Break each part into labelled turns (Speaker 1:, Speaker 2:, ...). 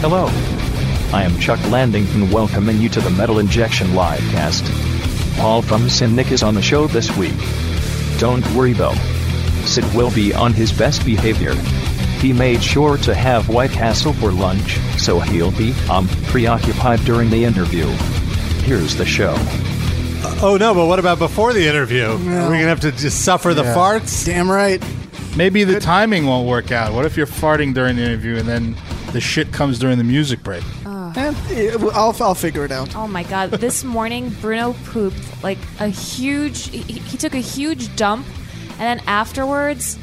Speaker 1: Hello. I am Chuck Landington welcoming you to the Metal Injection Livecast. Paul from Cynic is on the show this week. Don't worry though. Sid will be on his best behavior. He made sure to have White Castle for lunch, so he'll be, um, preoccupied during the interview. Here's the show.
Speaker 2: Oh no, but what about before the interview? We're gonna have to just suffer the
Speaker 3: Yeah.
Speaker 2: farts.
Speaker 3: Damn right.
Speaker 4: Maybe the timing won't work out. What if you're farting during the interview and then the shit comes during the music break?
Speaker 3: Eh, yeah, well, I'll, I'll figure it out.
Speaker 5: Oh my god! This morning, Bruno pooped like a huge. He, he took a huge dump, and then afterwards,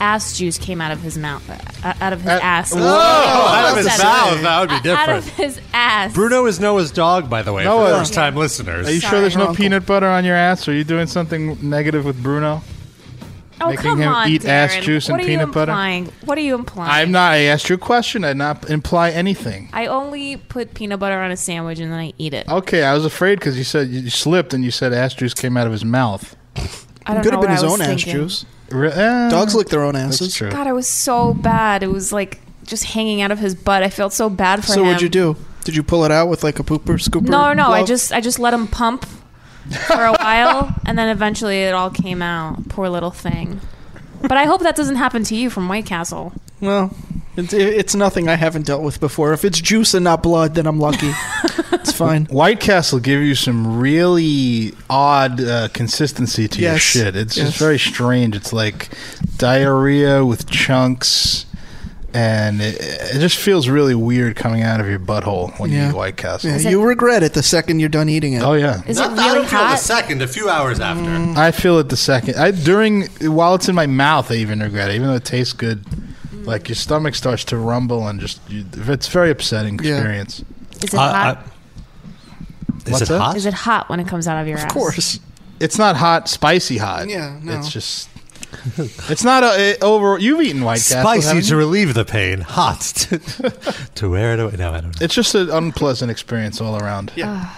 Speaker 5: ass juice came out of his mouth, uh, out of his ass.
Speaker 2: Oh, out of his
Speaker 5: Said it.
Speaker 2: mouth, that would be
Speaker 5: Uh, Out of
Speaker 2: different.
Speaker 5: his ass.
Speaker 2: Bruno is Noah's dog, by the way, for
Speaker 4: Noah.
Speaker 2: first time
Speaker 4: uh, Are you
Speaker 2: listeners.
Speaker 4: sure there's
Speaker 5: Sorry,
Speaker 4: no
Speaker 5: Uncle.
Speaker 4: peanut butter on your ass? Are you doing something negative with Bruno?
Speaker 5: oh,
Speaker 4: making
Speaker 5: come
Speaker 4: him
Speaker 5: on,
Speaker 4: eat
Speaker 5: Darren.
Speaker 4: ass juice and
Speaker 5: what are you
Speaker 4: peanut butter?
Speaker 5: implying? What are you implying?
Speaker 4: I'm not. I asked you a question. I did not imply anything.
Speaker 5: I only put peanut butter on a sandwich and then I eat it.
Speaker 4: Okay, I was afraid because you said you slipped and you said ass juice came out of his mouth.
Speaker 5: I don't
Speaker 3: Could
Speaker 5: know
Speaker 3: have been
Speaker 5: what
Speaker 3: his
Speaker 5: I was
Speaker 3: own ass
Speaker 5: thinking.
Speaker 3: juice.
Speaker 4: Re- eh,
Speaker 3: Dogs lick their own asses.
Speaker 4: That's true.
Speaker 5: God, it was so bad. It was like just hanging out of his butt. I felt so bad for
Speaker 3: So
Speaker 5: him.
Speaker 3: what'd you do? Did you pull it out with like a pooper scooper?
Speaker 5: No, no, I
Speaker 3: glove?
Speaker 5: just I just let him pump for a while, and then eventually it all came out. Poor little thing. But I hope that doesn't happen to you from White Castle.
Speaker 3: Well, it's, it's nothing I haven't dealt with before. If it's juice and not blood, then I'm lucky. it's fine.
Speaker 4: White Castle give you some really odd uh, consistency to your
Speaker 3: Yes.
Speaker 4: shit. It's
Speaker 3: Yes.
Speaker 4: just very strange. It's like diarrhea with chunks, and it, it just feels really weird coming out of your butthole when you
Speaker 3: Yeah.
Speaker 4: eat White Castle.
Speaker 3: Yeah, you regret it the second you're done eating it.
Speaker 4: Oh yeah,
Speaker 5: Is
Speaker 2: Not-
Speaker 5: it
Speaker 2: I
Speaker 5: really
Speaker 2: don't feel the
Speaker 5: hot?
Speaker 2: second, a few hours after.
Speaker 3: Mm.
Speaker 4: I feel it the second I during while it's in my mouth. I even regret it, even though it tastes good.
Speaker 5: Mm.
Speaker 4: Like your stomach starts to rumble and just you, it's very upsetting
Speaker 3: Yeah.
Speaker 4: experience.
Speaker 5: Is it hot?
Speaker 2: is
Speaker 4: What's
Speaker 2: it
Speaker 4: that?
Speaker 2: hot?
Speaker 5: Is it hot when it comes out of your ass?
Speaker 3: Of course.
Speaker 4: It's not hot, spicy hot.
Speaker 3: Yeah, no.
Speaker 4: it's just. It's not a, it, over. You've eaten White Castle. haven't
Speaker 2: Spicy
Speaker 4: you?
Speaker 2: to relieve the pain, hot to, to wear it away. No, I don't know.
Speaker 4: It's just an unpleasant experience all around. Yeah.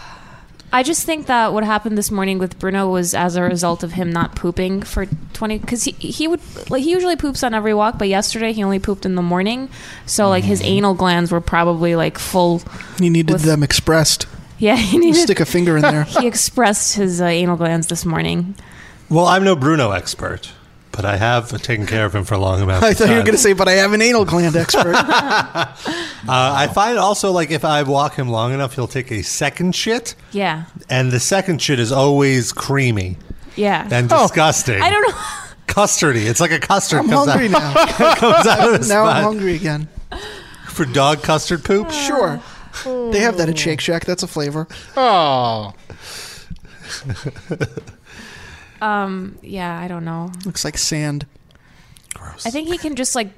Speaker 5: I just think that what happened this morning with Bruno was as a result of him not pooping for 20 cuz he he would like he usually poops on every walk but yesterday he only pooped in the morning so like his anal glands were probably like full
Speaker 3: Mm. You needed
Speaker 5: With-
Speaker 3: them expressed.
Speaker 5: yeah he
Speaker 3: You
Speaker 5: needed
Speaker 3: stick a finger in there.
Speaker 5: he expressed his uh, anal glands this morning
Speaker 2: Well, I'm no Bruno expert, but I have taken care of him for long amounts
Speaker 3: I
Speaker 2: of time.
Speaker 3: thought you were going to say, but I have an anal gland expert.
Speaker 2: Uh, I find also like if I walk him long enough, he'll take a second shit,
Speaker 5: yeah
Speaker 2: and the second shit is always creamy
Speaker 5: yeah
Speaker 2: and
Speaker 4: Oh.
Speaker 2: disgusting.
Speaker 5: I don't know
Speaker 2: Custardy. It's like a custard
Speaker 3: I'm
Speaker 2: comes
Speaker 3: hungry
Speaker 2: out,
Speaker 3: now.
Speaker 2: comes out of his
Speaker 3: now I'm
Speaker 2: butt.
Speaker 3: hungry again.
Speaker 2: for dog custard poop.
Speaker 3: Sure. They have that at Shake Shack. That's a flavor.
Speaker 4: Oh,
Speaker 5: um yeah I don't know
Speaker 3: Looks like sand.
Speaker 5: I think he can just like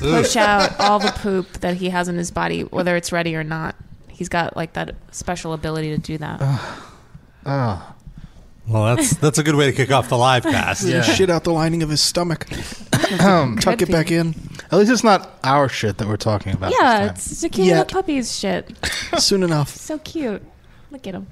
Speaker 5: push out all the poop that he has in his body, whether it's ready or not. He's got like that special ability to do that.
Speaker 2: Ah. Well, that's that's a good way to kick off the live cast.
Speaker 4: Yeah. Um,
Speaker 3: Shit out the lining of his stomach. Tuck
Speaker 5: Could
Speaker 3: it back
Speaker 5: be.
Speaker 3: in.
Speaker 4: at least it's not our shit that we're talking about. this
Speaker 5: Yeah,
Speaker 4: time.
Speaker 5: it's, it's a cute
Speaker 3: Yet.
Speaker 5: little puppy's shit.
Speaker 3: Soon enough.
Speaker 5: So cute. Look at him.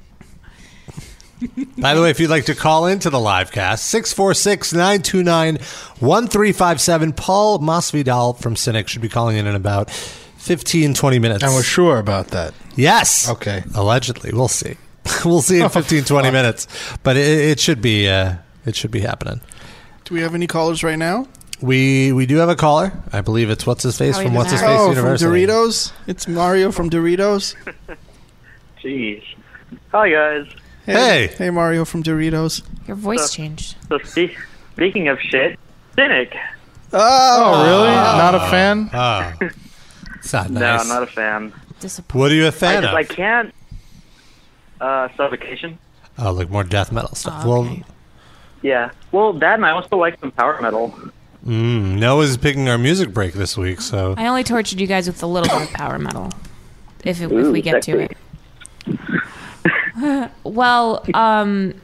Speaker 2: By the way, if you'd like to call into the live cast, 646 929 1357. Paul Masvidal from Cynic should be calling in in about 15, 20 minutes.
Speaker 4: and we're sure about that.
Speaker 2: yes.
Speaker 4: Okay.
Speaker 2: Allegedly. We'll see. we'll see in 15, 20 minutes. But it, it should be. Uh, it should be happening.
Speaker 3: Do we have any callers right now?
Speaker 2: We we do have a caller. I believe it's what's his face
Speaker 5: Howie
Speaker 2: from what's his face
Speaker 5: Mack.
Speaker 3: oh,
Speaker 2: University.
Speaker 3: from Doritos. It's Mario from Doritos.
Speaker 6: Jeez. Hi guys.
Speaker 2: Hey.
Speaker 3: Hey, Mario from Doritos.
Speaker 5: Your
Speaker 7: Uh,
Speaker 5: voice changed.
Speaker 6: So spe- speaking of shit, Cynic.
Speaker 3: Oh,
Speaker 4: Oh, really? not a fan?
Speaker 2: Oh, it's not nice.
Speaker 6: No, I'm not a fan.
Speaker 5: Disappointing.
Speaker 2: what are you a
Speaker 6: I
Speaker 2: fan
Speaker 6: just
Speaker 2: of?
Speaker 6: I can't. Uh, suffocation.
Speaker 2: oh, like more death metal stuff.
Speaker 5: Oh,
Speaker 2: Well,
Speaker 5: okay.
Speaker 6: Yeah. Well, that and I also like some power metal.
Speaker 2: Mm, Noah's picking our music break this week, so
Speaker 5: I only tortured you guys with a little bit of power metal. If, it, if we get to it. Well, um,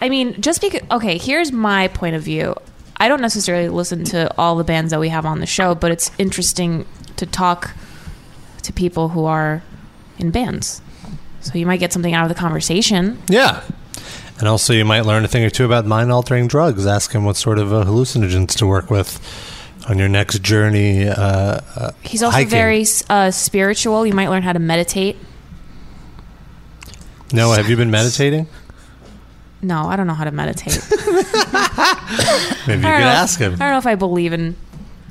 Speaker 5: I mean, just because. Okay, here's my point of view. I don't necessarily listen to all the bands that we have on the show, but it's interesting to talk to people who are in bands. So you might get something out of the conversation.
Speaker 2: yeah. And also, you might learn a thing or two about mind altering drugs. Ask him what sort of uh, hallucinogens to work with on your next journey. Uh, uh,
Speaker 5: He's also
Speaker 2: hiking.
Speaker 5: very uh, spiritual. You might learn how to meditate.
Speaker 2: Noah, have you been meditating?
Speaker 5: No, I don't know how to meditate.
Speaker 2: Maybe you could
Speaker 5: I don't know if-
Speaker 2: ask him.
Speaker 5: I don't know if I believe in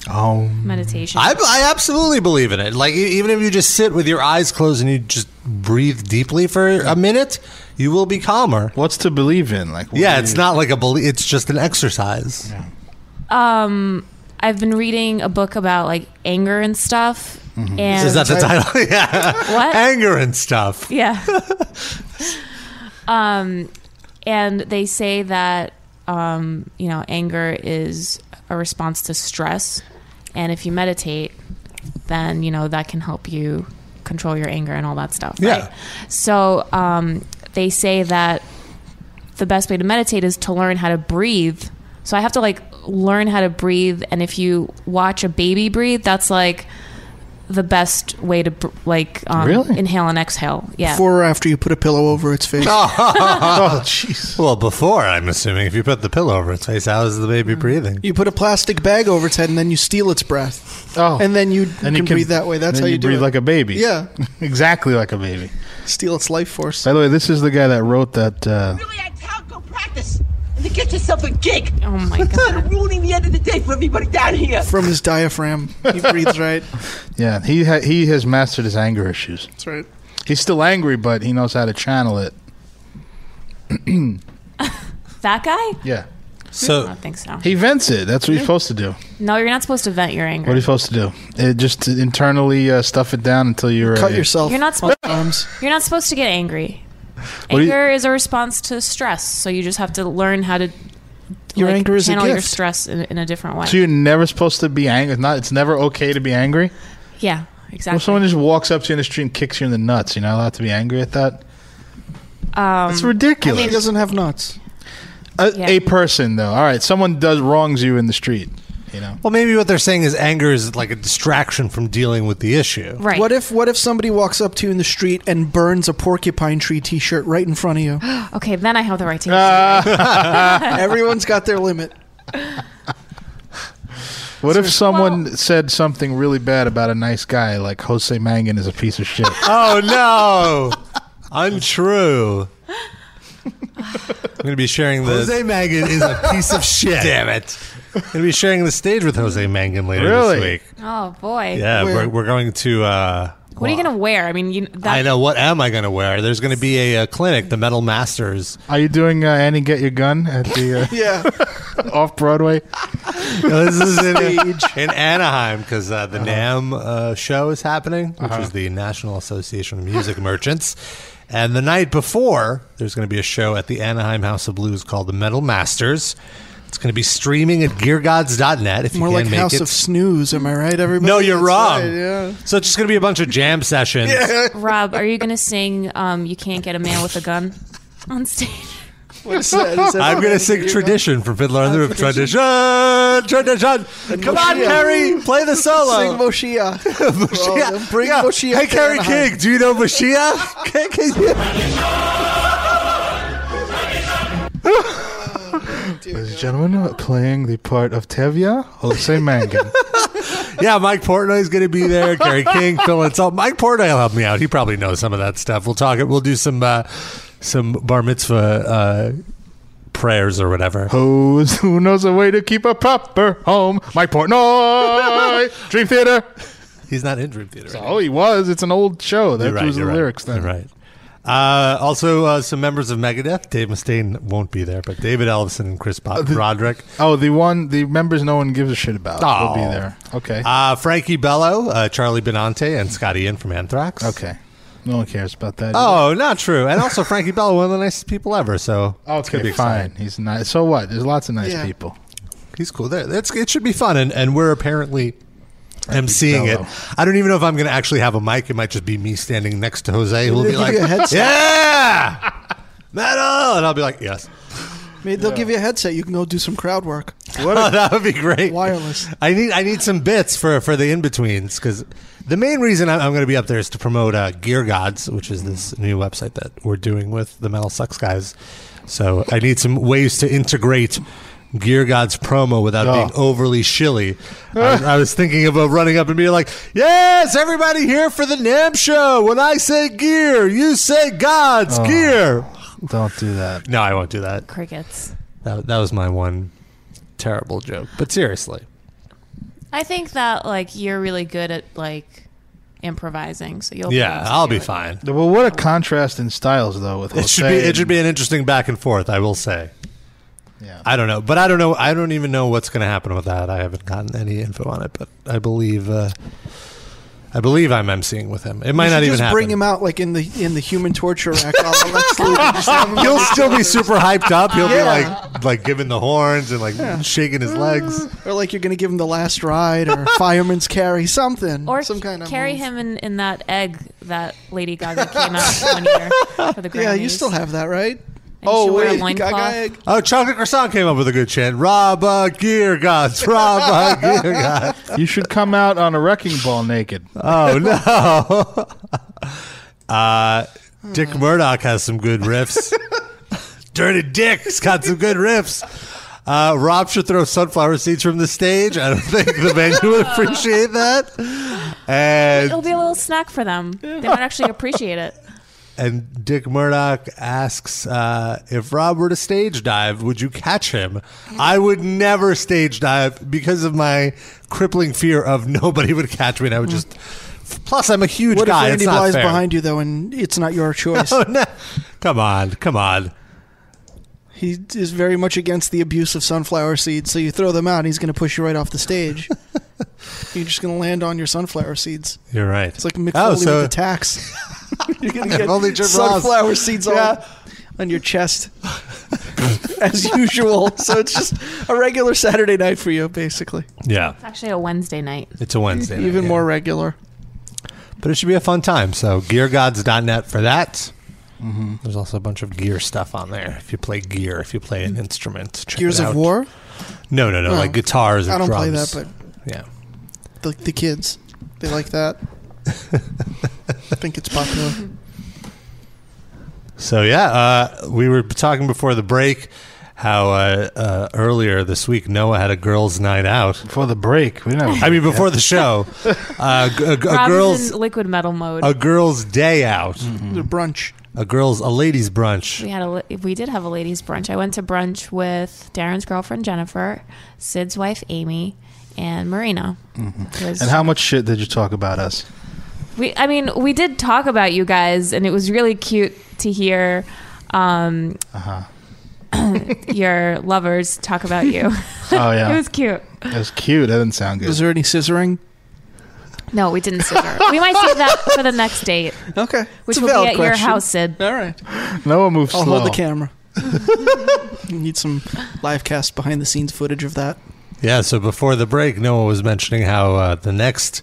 Speaker 4: Oh,
Speaker 5: meditation.
Speaker 2: I, I absolutely believe in it. Like e- even if you just sit with your eyes closed and you just breathe deeply for a minute, you will be calmer.
Speaker 4: what's to believe in? Like, what
Speaker 2: Yeah,
Speaker 4: do
Speaker 2: it's
Speaker 4: you-
Speaker 2: not like a belief. It's just an exercise.
Speaker 5: um, I've been reading a book about like anger and stuff. And
Speaker 2: Mm-hmm. Is that the title? yeah,
Speaker 5: what?
Speaker 2: anger and stuff.
Speaker 5: Yeah. um, and they say that um, you know anger is a response to stress, and if you meditate, then you know that can help you control your anger and all that stuff.
Speaker 2: Yeah.
Speaker 5: right? So um, they say that the best way to meditate is to learn how to breathe. So I have to like learn how to breathe, and if you watch a baby breathe, that's like the best way to br- like um,
Speaker 4: Really?
Speaker 5: inhale and exhale. Yeah.
Speaker 3: Before or after you put a pillow over its face.
Speaker 4: Oh, jeez.
Speaker 2: Well, before I'm assuming if you put the pillow over its face, how is the baby breathing?
Speaker 3: You put a plastic bag over its head and then you steal its breath.
Speaker 4: Oh,
Speaker 3: And then you
Speaker 4: And
Speaker 3: can, breathe that way. That's
Speaker 4: then
Speaker 3: how you, do
Speaker 4: breathe
Speaker 3: it.
Speaker 4: like a baby.
Speaker 3: Yeah.
Speaker 4: exactly like a baby.
Speaker 3: steal its life force.
Speaker 4: By the way, this is the guy that wrote that. Uh,
Speaker 8: Really, I tell go practice and then get yourself a gig.
Speaker 5: Oh my
Speaker 8: Instead of
Speaker 5: god.
Speaker 8: ruining the end of the day for everybody down here.
Speaker 3: From his diaphragm. He breathes right.
Speaker 4: yeah, he ha- he has mastered his anger issues.
Speaker 3: That's right.
Speaker 4: He's still angry, but he knows how to channel it.
Speaker 5: That guy?
Speaker 4: Yeah,
Speaker 5: I
Speaker 2: So
Speaker 5: don't think so.
Speaker 4: he vents it. That's what he's supposed to do.
Speaker 5: No, you're not supposed to vent your
Speaker 4: What are
Speaker 5: anger.
Speaker 4: you supposed to do? It just to internally uh, stuff it down until you're
Speaker 3: Cut
Speaker 4: uh,
Speaker 3: yourself.
Speaker 5: You're not
Speaker 3: all
Speaker 5: supposed-
Speaker 3: times.
Speaker 5: You're not supposed to get angry.
Speaker 4: What do you-
Speaker 5: Anger is a response to stress, so you just have to learn how to
Speaker 3: Your
Speaker 5: like,
Speaker 3: anger is a
Speaker 5: channel your
Speaker 3: gift.
Speaker 5: stress in, in a different way.
Speaker 4: So you're never supposed to be angry. It's Not it's never okay to be angry.
Speaker 5: yeah, exactly.
Speaker 4: If someone just walks up to you in the street and kicks you in the nuts, you're not allowed to be angry at that.
Speaker 5: um,
Speaker 4: It's
Speaker 3: He
Speaker 4: ridiculous.
Speaker 3: doesn't have nuts.
Speaker 4: a,
Speaker 5: yeah.
Speaker 4: a person though, all right, someone does wrongs you in the street. You know,
Speaker 2: well, maybe what they're saying is anger is like a distraction from dealing with the issue.
Speaker 5: right.
Speaker 3: What if what if somebody walks up to you in the street and burns a porcupine tree T-shirt right in front of you?
Speaker 5: okay, then I have the right to.
Speaker 3: Everyone's got their limit.
Speaker 4: what if someone
Speaker 5: Well-
Speaker 4: said something really bad about a nice guy like Jose Mangan is a piece of shit?
Speaker 2: Oh no! Untrue. I'm going to be sharing the Jose Mangan is a piece of shit. Damn it! I'm going to be sharing the stage with Jose Mangan later
Speaker 4: Really?
Speaker 2: this week.
Speaker 5: oh boy.
Speaker 2: Yeah, we're, we're going to. Uh,
Speaker 5: What are you gonna wear? I mean, you, that,
Speaker 2: I know. What am I going to wear? There's going to be a, uh clinic, the Metal Masters.
Speaker 4: Are you doing uh, Annie Get Your Gun at the
Speaker 3: Yeah.
Speaker 4: uh, off Broadway?
Speaker 2: Oh, this is in, uh, in Anaheim because uh, the NAM uh, show is happening, which is the National Association of Music Merchants. And the night before, there's going to be a show at the Anaheim House of Blues called the Metal Masters. It's going to be streaming at GearGods.net if
Speaker 3: More
Speaker 2: you can
Speaker 3: like
Speaker 2: make
Speaker 3: House
Speaker 2: it.
Speaker 3: of Snooze, am I right, everybody?
Speaker 2: no, you're
Speaker 3: That's
Speaker 2: wrong.
Speaker 3: right, yeah.
Speaker 2: So it's just going to be a bunch of jam sessions.
Speaker 5: Rob, are you gonna sing? Um, you can't get a man with a gun on stage.
Speaker 3: What is that? Is that
Speaker 4: "Oh,
Speaker 2: I'm going to
Speaker 3: already-
Speaker 2: sing
Speaker 3: you're
Speaker 2: Tradition from Fiddler on the Roof. Tradition,
Speaker 3: Tradition.
Speaker 2: tradition. Come on,
Speaker 3: Moshiach.
Speaker 2: Carrie, play the
Speaker 3: not-
Speaker 2: solo.
Speaker 3: Sing Moshiach.
Speaker 2: Moshiach.
Speaker 3: them. Bring Moshiach
Speaker 2: Hey,
Speaker 3: to
Speaker 2: Carrie
Speaker 3: Anaheim.
Speaker 2: King, do you know Moshiach? Can- can you-
Speaker 4: Ladies and gentlemen, playing the part of Tevya, Jose Mangan.
Speaker 2: yeah, Mike Portnoy's going to be there. Carrie King, Phil and Salt. Mike Portnoy will help me out. He probably knows some of that stuff. We'll talk. We'll do some uh, some bar mitzvah uh, prayers or whatever.
Speaker 4: Hose, who knows a way to keep a proper home? Mike Portnoy, Dream Theater.
Speaker 2: He's not in Dream Theater.
Speaker 4: Oh, he was. It's an old show. Oh, That
Speaker 2: You're right,
Speaker 4: was the
Speaker 2: you're right,
Speaker 4: lyrics then.
Speaker 2: You're right. Uh, also, uh, some members of Megadeth. Dave Mustaine won't be there, but David Ellison and Chris Bo- Broderick.
Speaker 4: Oh, the one, the members no one gives a shit about.
Speaker 2: Oh.
Speaker 4: will be there. Okay.
Speaker 2: Uh, Frankie Bello, uh, Charlie Benante, and Scotty Ian from Anthrax.
Speaker 4: okay. No one cares about that.
Speaker 2: Oh, not true. And also, Frankie Bello, one of the nicest people ever. So
Speaker 4: either.
Speaker 2: it's gonna
Speaker 4: Oh, okay,
Speaker 2: be exciting.
Speaker 4: fine. He's nice. So what? There's lots of nice
Speaker 3: Yeah.
Speaker 4: people.
Speaker 2: He's cool. There, that's it. Should be fun, and and we're apparently. I'm seeing it.
Speaker 4: Bello.
Speaker 2: I don't even know if I'm going to actually have a mic. It might just be me standing next to Jose, who will
Speaker 3: They
Speaker 2: be
Speaker 3: give
Speaker 2: like,
Speaker 3: you a headset.
Speaker 2: "Yeah, metal," and I'll be like, "Yes."
Speaker 3: Maybe they'll give you a headset. You can go do some crowd work.
Speaker 2: Oh, that would be great.
Speaker 3: Wireless.
Speaker 2: I need I need some bits for for the in betweens because the main reason I'm, I'm going to be up there is to promote uh, Gear Gods, which is this new website that we're doing with the Metal Sucks guys. So I need some ways to integrate Gear Gods promo without
Speaker 4: Oh.
Speaker 2: being overly shilly. I, was- I was thinking about running up and being like, "Yes, everybody here for the Nam Show. When I say gear, you say
Speaker 4: Oh.
Speaker 2: Gods gear."
Speaker 4: Don't do that.
Speaker 2: No, I won't do that.
Speaker 5: Crickets.
Speaker 2: That, that was my one terrible joke. But seriously,
Speaker 5: I think that like you're really good at like improvising, so you'll.
Speaker 2: yeah,
Speaker 5: able to
Speaker 2: I'll
Speaker 5: do
Speaker 2: be
Speaker 5: it.
Speaker 2: fine.
Speaker 4: Well, what a contrast in styles, though. With
Speaker 2: It should be it should be an interesting back and forth. I will say.
Speaker 4: Yeah.
Speaker 2: I don't know, but I don't know. I don't even know what's going to happen with that. I haven't gotten any info on it, but I believe uh, I believe I'm emceeing with him. It might
Speaker 3: You should
Speaker 2: not even
Speaker 3: just
Speaker 2: happen.
Speaker 3: bring him out like in the in the human torture rack. all the Lex Luthor, just have him-
Speaker 2: He'll still be super hyped up. He'll
Speaker 3: Yeah. Mm,
Speaker 2: be like like giving the horns and like shaking his legs.
Speaker 3: or like you're gonna give him the last ride or fireman's carry something
Speaker 5: Or
Speaker 3: some kind of
Speaker 5: carry
Speaker 3: move.
Speaker 5: him in, in that egg that Lady Gaga came out one year for the Grammys.
Speaker 3: Yeah, you still have that right?
Speaker 5: And
Speaker 3: Oh,
Speaker 5: you should wear a loincloth.
Speaker 3: egg.
Speaker 2: Oh, Chocolate Croissant came up with a good chant. Rabba Gear Gods, Rabba Gear Gods.
Speaker 4: You should come out on a wrecking ball naked.
Speaker 2: Oh no. Oh, Uh, Dick
Speaker 3: Hmm.
Speaker 2: Murdoch has some good riffs. Dirty Dick's got some good riffs. Uh, Rob should throw sunflower seeds from the stage. I don't think the venue would appreciate that.
Speaker 5: It'll
Speaker 2: And
Speaker 5: be a little snack for them. They might actually appreciate it.
Speaker 2: and Dick Murdoch asks uh, if Rob were to stage dive, would you catch him? I would never stage dive because of my crippling fear of nobody would catch me, and I would just. Plus, I'm a huge
Speaker 3: Hmm. What if
Speaker 2: guy.
Speaker 3: Randy
Speaker 2: It's not
Speaker 3: lies
Speaker 2: fair.
Speaker 3: behind you though, and it's not your choice?
Speaker 2: Oh no! Come on, come on.
Speaker 3: He is very much against the abuse of sunflower seeds, so you throw them out, and he's going to push you right off the stage. You're just going to land on your sunflower seeds.
Speaker 2: You're right.
Speaker 3: It's like Mick
Speaker 2: Oh,
Speaker 3: Foley
Speaker 2: so-
Speaker 3: with the tax. You're going
Speaker 2: If only
Speaker 3: to
Speaker 2: Jim
Speaker 3: get
Speaker 2: Ross-
Speaker 3: sunflower seeds all
Speaker 2: Yeah.
Speaker 3: on your chest, as usual. So it's just a regular Saturday night for you, basically.
Speaker 2: Yeah,
Speaker 5: It's actually a Wednesday night.
Speaker 2: it's a Wednesday. night,
Speaker 3: Even
Speaker 2: yeah.
Speaker 3: more regular.
Speaker 2: but it should be a fun time. So GearGods.net for that. There's also a bunch of gear stuff on there. If you play gear, if you play an instrument, check
Speaker 3: Gears
Speaker 2: it
Speaker 3: of
Speaker 2: out.
Speaker 3: War?
Speaker 2: No, no, no,
Speaker 3: No.
Speaker 2: like guitars or
Speaker 3: I don't play
Speaker 2: drums.
Speaker 3: that, but
Speaker 2: but yeah.
Speaker 3: the, the kids. They like that. I think it's popular.
Speaker 2: So yeah, uh, we were talking before the break how uh, uh, earlier this week Noah had a girls' night out.
Speaker 4: Before the break, we didn't have.
Speaker 2: I mean, before the show, uh, g- a, g- a
Speaker 5: Rob's
Speaker 2: girls'
Speaker 5: in liquid metal mode.
Speaker 2: a girls' day out,
Speaker 3: The
Speaker 5: Mm-hmm.
Speaker 3: brunch.
Speaker 2: a girls' a ladies' brunch.
Speaker 5: we had a li- we did have a ladies brunch. I went to brunch with Darren's girlfriend Jennifer, Sid's wife Amy, and Marina. It was-
Speaker 4: and how much shit did you talk about us?
Speaker 5: We, I mean, we did talk about you guys, and it was really cute to hear um,
Speaker 3: Uh-huh.
Speaker 5: your lovers talk about you.
Speaker 4: Oh yeah,
Speaker 5: it was cute.
Speaker 4: cute. That didn't sound good.
Speaker 3: Is there any scissoring?
Speaker 5: No, we didn't scissor. we might save that for the next date,
Speaker 3: Okay.
Speaker 5: which
Speaker 3: It's a
Speaker 5: will be
Speaker 3: valid
Speaker 5: at your
Speaker 3: question.
Speaker 5: house, Sid.
Speaker 3: All right.
Speaker 4: Noah moves
Speaker 3: I'll
Speaker 4: slow.
Speaker 3: hold the camera. You Need some live cast behind the scenes footage of that.
Speaker 2: Yeah, so before the break, Noah was mentioning how uh, the next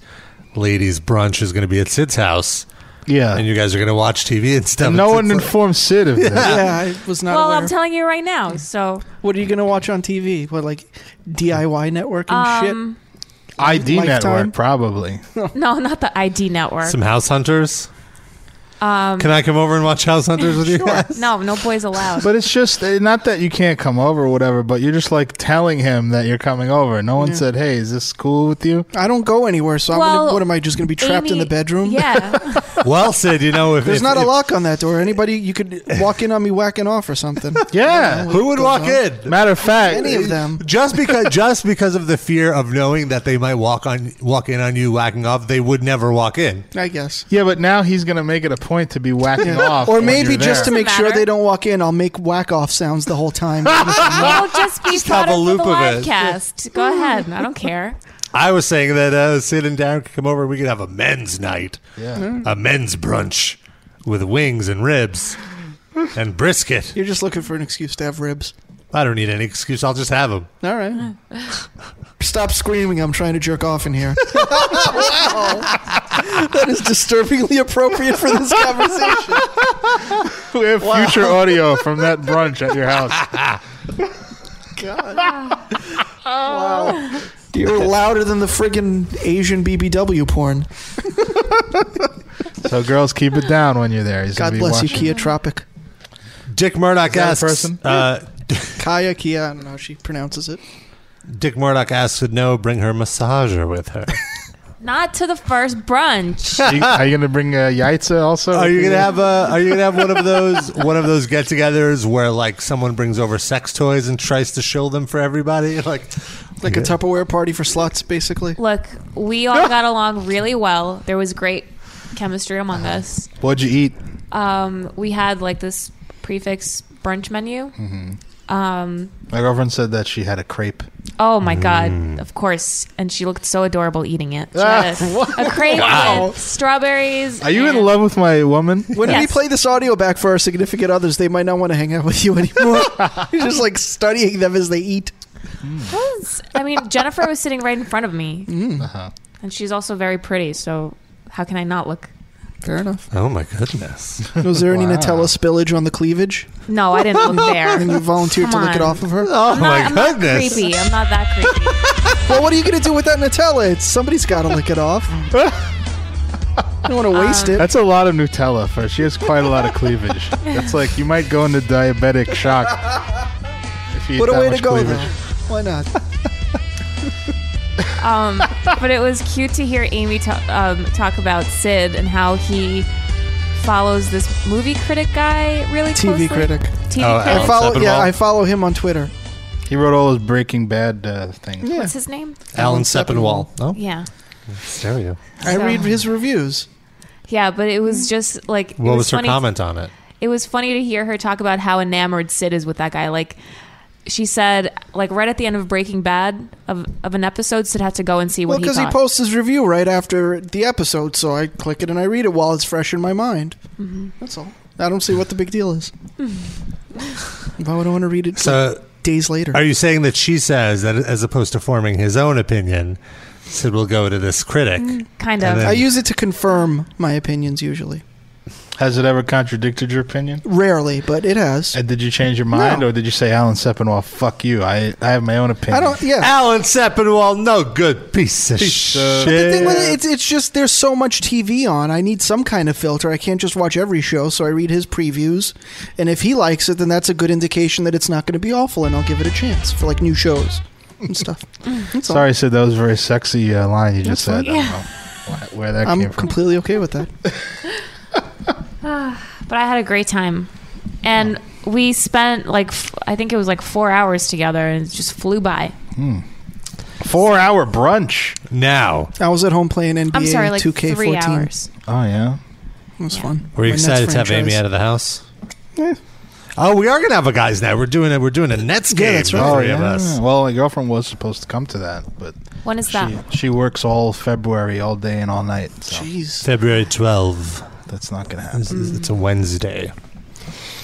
Speaker 2: ladies' brunch is going to be at Sid's house,
Speaker 4: Yeah.
Speaker 2: and you guys are going to watch TV and stuff.
Speaker 4: And no
Speaker 2: It's-
Speaker 4: one
Speaker 2: it's
Speaker 4: informed Sid of this.
Speaker 3: Yeah, I was not
Speaker 5: Well,
Speaker 3: aware.
Speaker 5: I'm telling you right now. So,
Speaker 3: what are you gonna watch on TV? What like DIY network and
Speaker 5: um,
Speaker 4: ID
Speaker 3: Lifetime.
Speaker 4: network probably.
Speaker 5: no, not the ID network.
Speaker 2: like some House Hunters.
Speaker 5: Um,
Speaker 2: Can I come over and watch House Hunters with you?
Speaker 5: sure.
Speaker 2: guys?
Speaker 5: No, no boys
Speaker 3: Oh.
Speaker 5: allowed.
Speaker 4: But it's just eh, not that you can't come over or whatever, but you're just like telling him that you're coming over. No one said, "Hey, is this cool with you?"
Speaker 3: shit? I don't go anywhere, so I'm
Speaker 5: Well,
Speaker 3: gonna, what am I just gonna be trapped in
Speaker 5: Amy-
Speaker 3: the bedroom?
Speaker 5: Yeah,
Speaker 2: Well, Sid, you know if
Speaker 3: There's
Speaker 2: if-
Speaker 3: not
Speaker 2: if-
Speaker 3: a lock on that door. Anybody, you could walk in on me whacking off or something.
Speaker 4: Yeah.
Speaker 2: Who would walk in?
Speaker 4: Matter of fact,
Speaker 3: Any of them.
Speaker 2: Just because, just because of the fear of knowing that they might walk on, walk in on you whacking off, they would never walk in.
Speaker 3: I guess.
Speaker 4: Yeah, but now he's gonna make it a point to be whacking off.
Speaker 3: Or
Speaker 4: when
Speaker 3: maybe
Speaker 4: you're
Speaker 3: just to
Speaker 4: there.
Speaker 3: make sure
Speaker 5: matter.
Speaker 3: they don't walk in, I'll make whack off sounds the whole time.
Speaker 5: we'll just be
Speaker 2: have
Speaker 5: part
Speaker 2: a
Speaker 5: of
Speaker 2: loop
Speaker 5: the
Speaker 2: of
Speaker 5: live
Speaker 2: it.
Speaker 5: cast. Go ahead. I don't care.
Speaker 2: I was saying that uh, Sid and Darren could come over. and We could have a men's night,
Speaker 4: Yeah.
Speaker 5: Hmm.
Speaker 2: a men's brunch with wings and ribs and brisket.
Speaker 3: You're just looking for an excuse to have ribs.
Speaker 2: I don't need any excuse. I'll just have them.
Speaker 3: All right. Stop screaming. I'm trying to jerk off in here. that is disturbingly appropriate for this conversation.
Speaker 4: we have future audio from that brunch at your house.
Speaker 3: You're louder than the friggin' Asian BBW porn.
Speaker 4: So girls, keep it down when you're there. He's
Speaker 3: God
Speaker 4: gonna be
Speaker 3: bless you,
Speaker 4: watching.
Speaker 3: Kia Tropic.
Speaker 2: Dick Murdoch
Speaker 4: that a
Speaker 2: asks.
Speaker 4: person?
Speaker 2: Uh,
Speaker 3: Kaya Kia. I don't know how she pronounces it.
Speaker 2: Dick Murdoch asks would no bring her massager with her.
Speaker 5: Not to the first brunch.
Speaker 4: Are you, are you gonna bring uh, Yaitza also?
Speaker 2: Are you gonna have a? Are you gonna have one of those one of those get-togethers where like someone brings over sex toys and tries to show them for everybody?
Speaker 3: Like
Speaker 2: Like,
Speaker 3: a Tupperware party for sluts, basically.
Speaker 5: Look, we all got along really well. There was great chemistry among
Speaker 3: Uh-huh.
Speaker 5: us.
Speaker 4: What'd you eat?
Speaker 5: Um, we had like this prefix brunch menu.
Speaker 4: Mm-hmm.
Speaker 3: Mm-hmm.
Speaker 5: Um,
Speaker 4: My girlfriend said that she had a crepe.
Speaker 5: oh my
Speaker 3: Mm.
Speaker 5: god, of course. And she looked so adorable eating it. She had
Speaker 4: Ah, what?
Speaker 5: a, a crepe
Speaker 4: Wow.
Speaker 5: with strawberries.
Speaker 4: Are you in
Speaker 5: and-
Speaker 4: love with my woman?
Speaker 3: When we
Speaker 5: Yes.
Speaker 3: play this audio back for our significant others, they might not want to hang out with you anymore. You're just like studying them as they eat.
Speaker 5: was. I mean, Jennifer was sitting right in front of me,
Speaker 3: Mm.
Speaker 4: Uh-huh.
Speaker 5: and she's also very pretty. So how can I not look?
Speaker 3: Fair enough.
Speaker 2: oh my goodness,
Speaker 3: Was there any
Speaker 4: Wow.
Speaker 3: Nutella spillage on the cleavage?
Speaker 5: No, I didn't look there.
Speaker 3: And you volunteered to
Speaker 5: Come
Speaker 3: lick it
Speaker 5: on.
Speaker 3: off of her?
Speaker 2: oh
Speaker 5: I'm
Speaker 2: my
Speaker 5: not, I'm not
Speaker 2: goodness.
Speaker 5: creepy. I'm not that creepy.
Speaker 3: Well, what are you going to do with that Nutella? It's, somebody's got to lick it off. You don't want to waste it.
Speaker 4: That's a lot of Nutella for her. She has quite a lot of cleavage. That's like you might go into diabetic shock. If you eat
Speaker 3: What a
Speaker 4: that
Speaker 3: way
Speaker 4: much
Speaker 3: to go,
Speaker 4: cleavage.
Speaker 3: though. Why not?
Speaker 5: Um, but it was cute to hear Amy ta- um, talk about Sid and how he follows this movie critic guy really
Speaker 3: TV
Speaker 5: closely.
Speaker 3: critic.
Speaker 5: TV
Speaker 2: Oh,
Speaker 5: critic.
Speaker 3: I
Speaker 2: Alex
Speaker 3: follow, yeah,
Speaker 2: Sepinwall.
Speaker 3: I follow him on Twitter.
Speaker 4: He wrote all his Breaking Bad uh, things.
Speaker 5: What's his name?
Speaker 2: Alan Sepinwall. Oh,
Speaker 5: Yeah.
Speaker 2: stereo.
Speaker 3: I
Speaker 5: So-
Speaker 3: read his reviews.
Speaker 5: Yeah, but it was just like it
Speaker 2: What was, her
Speaker 5: funny
Speaker 2: comment on it?
Speaker 5: it was funny to hear her talk about how enamored Sid is with that guy. Like she said, like right at the end of Breaking Bad of, of an episode, Sid had to go and see
Speaker 3: Well,
Speaker 5: what
Speaker 3: because
Speaker 5: he
Speaker 3: he,
Speaker 5: thought.
Speaker 3: posts his review right after the episode, so I click it and I read it while it's fresh in my mind.
Speaker 5: Mm-hmm.
Speaker 3: That's all. I don't see what the big deal is. If I would want to read it
Speaker 2: So,
Speaker 3: days later.
Speaker 2: are you saying that she says that as opposed to forming his own opinion, Sid will go to this critic?
Speaker 5: Mm, kind
Speaker 2: and
Speaker 5: of.
Speaker 2: then-
Speaker 3: I use it to confirm my opinions usually.
Speaker 4: Has it ever contradicted your opinion?
Speaker 3: Rarely, but it has.
Speaker 4: And did you change your mind,
Speaker 3: No.
Speaker 4: or did you say Alan Sepinwall? Fuck you. I I have my own opinion.
Speaker 3: I don't. Yeah.
Speaker 2: Alan Sepinwall, no good piece of
Speaker 4: Piece of-
Speaker 2: shit.
Speaker 4: But
Speaker 3: The thing with it, it's, it's just there's so much TV on. I need some kind of filter. I can't just watch every show, so I read his previews. And if he likes it, then that's a good indication that it's not going to be awful, and I'll give it a chance for like new shows and stuff. That's all.
Speaker 4: Sorry, Sid. That was a very sexy uh, line you just said. I don't know why- where that
Speaker 3: I'm
Speaker 4: came from.
Speaker 3: completely okay with that.
Speaker 5: but I had a great time, and we spent like f- I think it was like four hours together, and it just flew by.
Speaker 4: Four hour brunch.
Speaker 2: now,
Speaker 3: I was at home playing NBA
Speaker 5: I'm sorry, like
Speaker 3: 2K14.
Speaker 5: three hours.
Speaker 4: Oh yeah.
Speaker 3: It was fun.
Speaker 2: were you
Speaker 3: My Nets
Speaker 2: excited to have Amy
Speaker 3: franchise.
Speaker 2: out of the house? Oh, we are gonna have a guys' night. We're doing a we're doing a Nets game.
Speaker 3: that's
Speaker 2: the
Speaker 3: right.
Speaker 2: three of us.
Speaker 4: Well, my girlfriend was supposed to come to that, but
Speaker 5: When is that?
Speaker 4: she, she works all February, all day and all night. So
Speaker 3: Jeez.
Speaker 2: February twelfth.
Speaker 4: that's not gonna happen.
Speaker 2: It's, it's a Wednesday.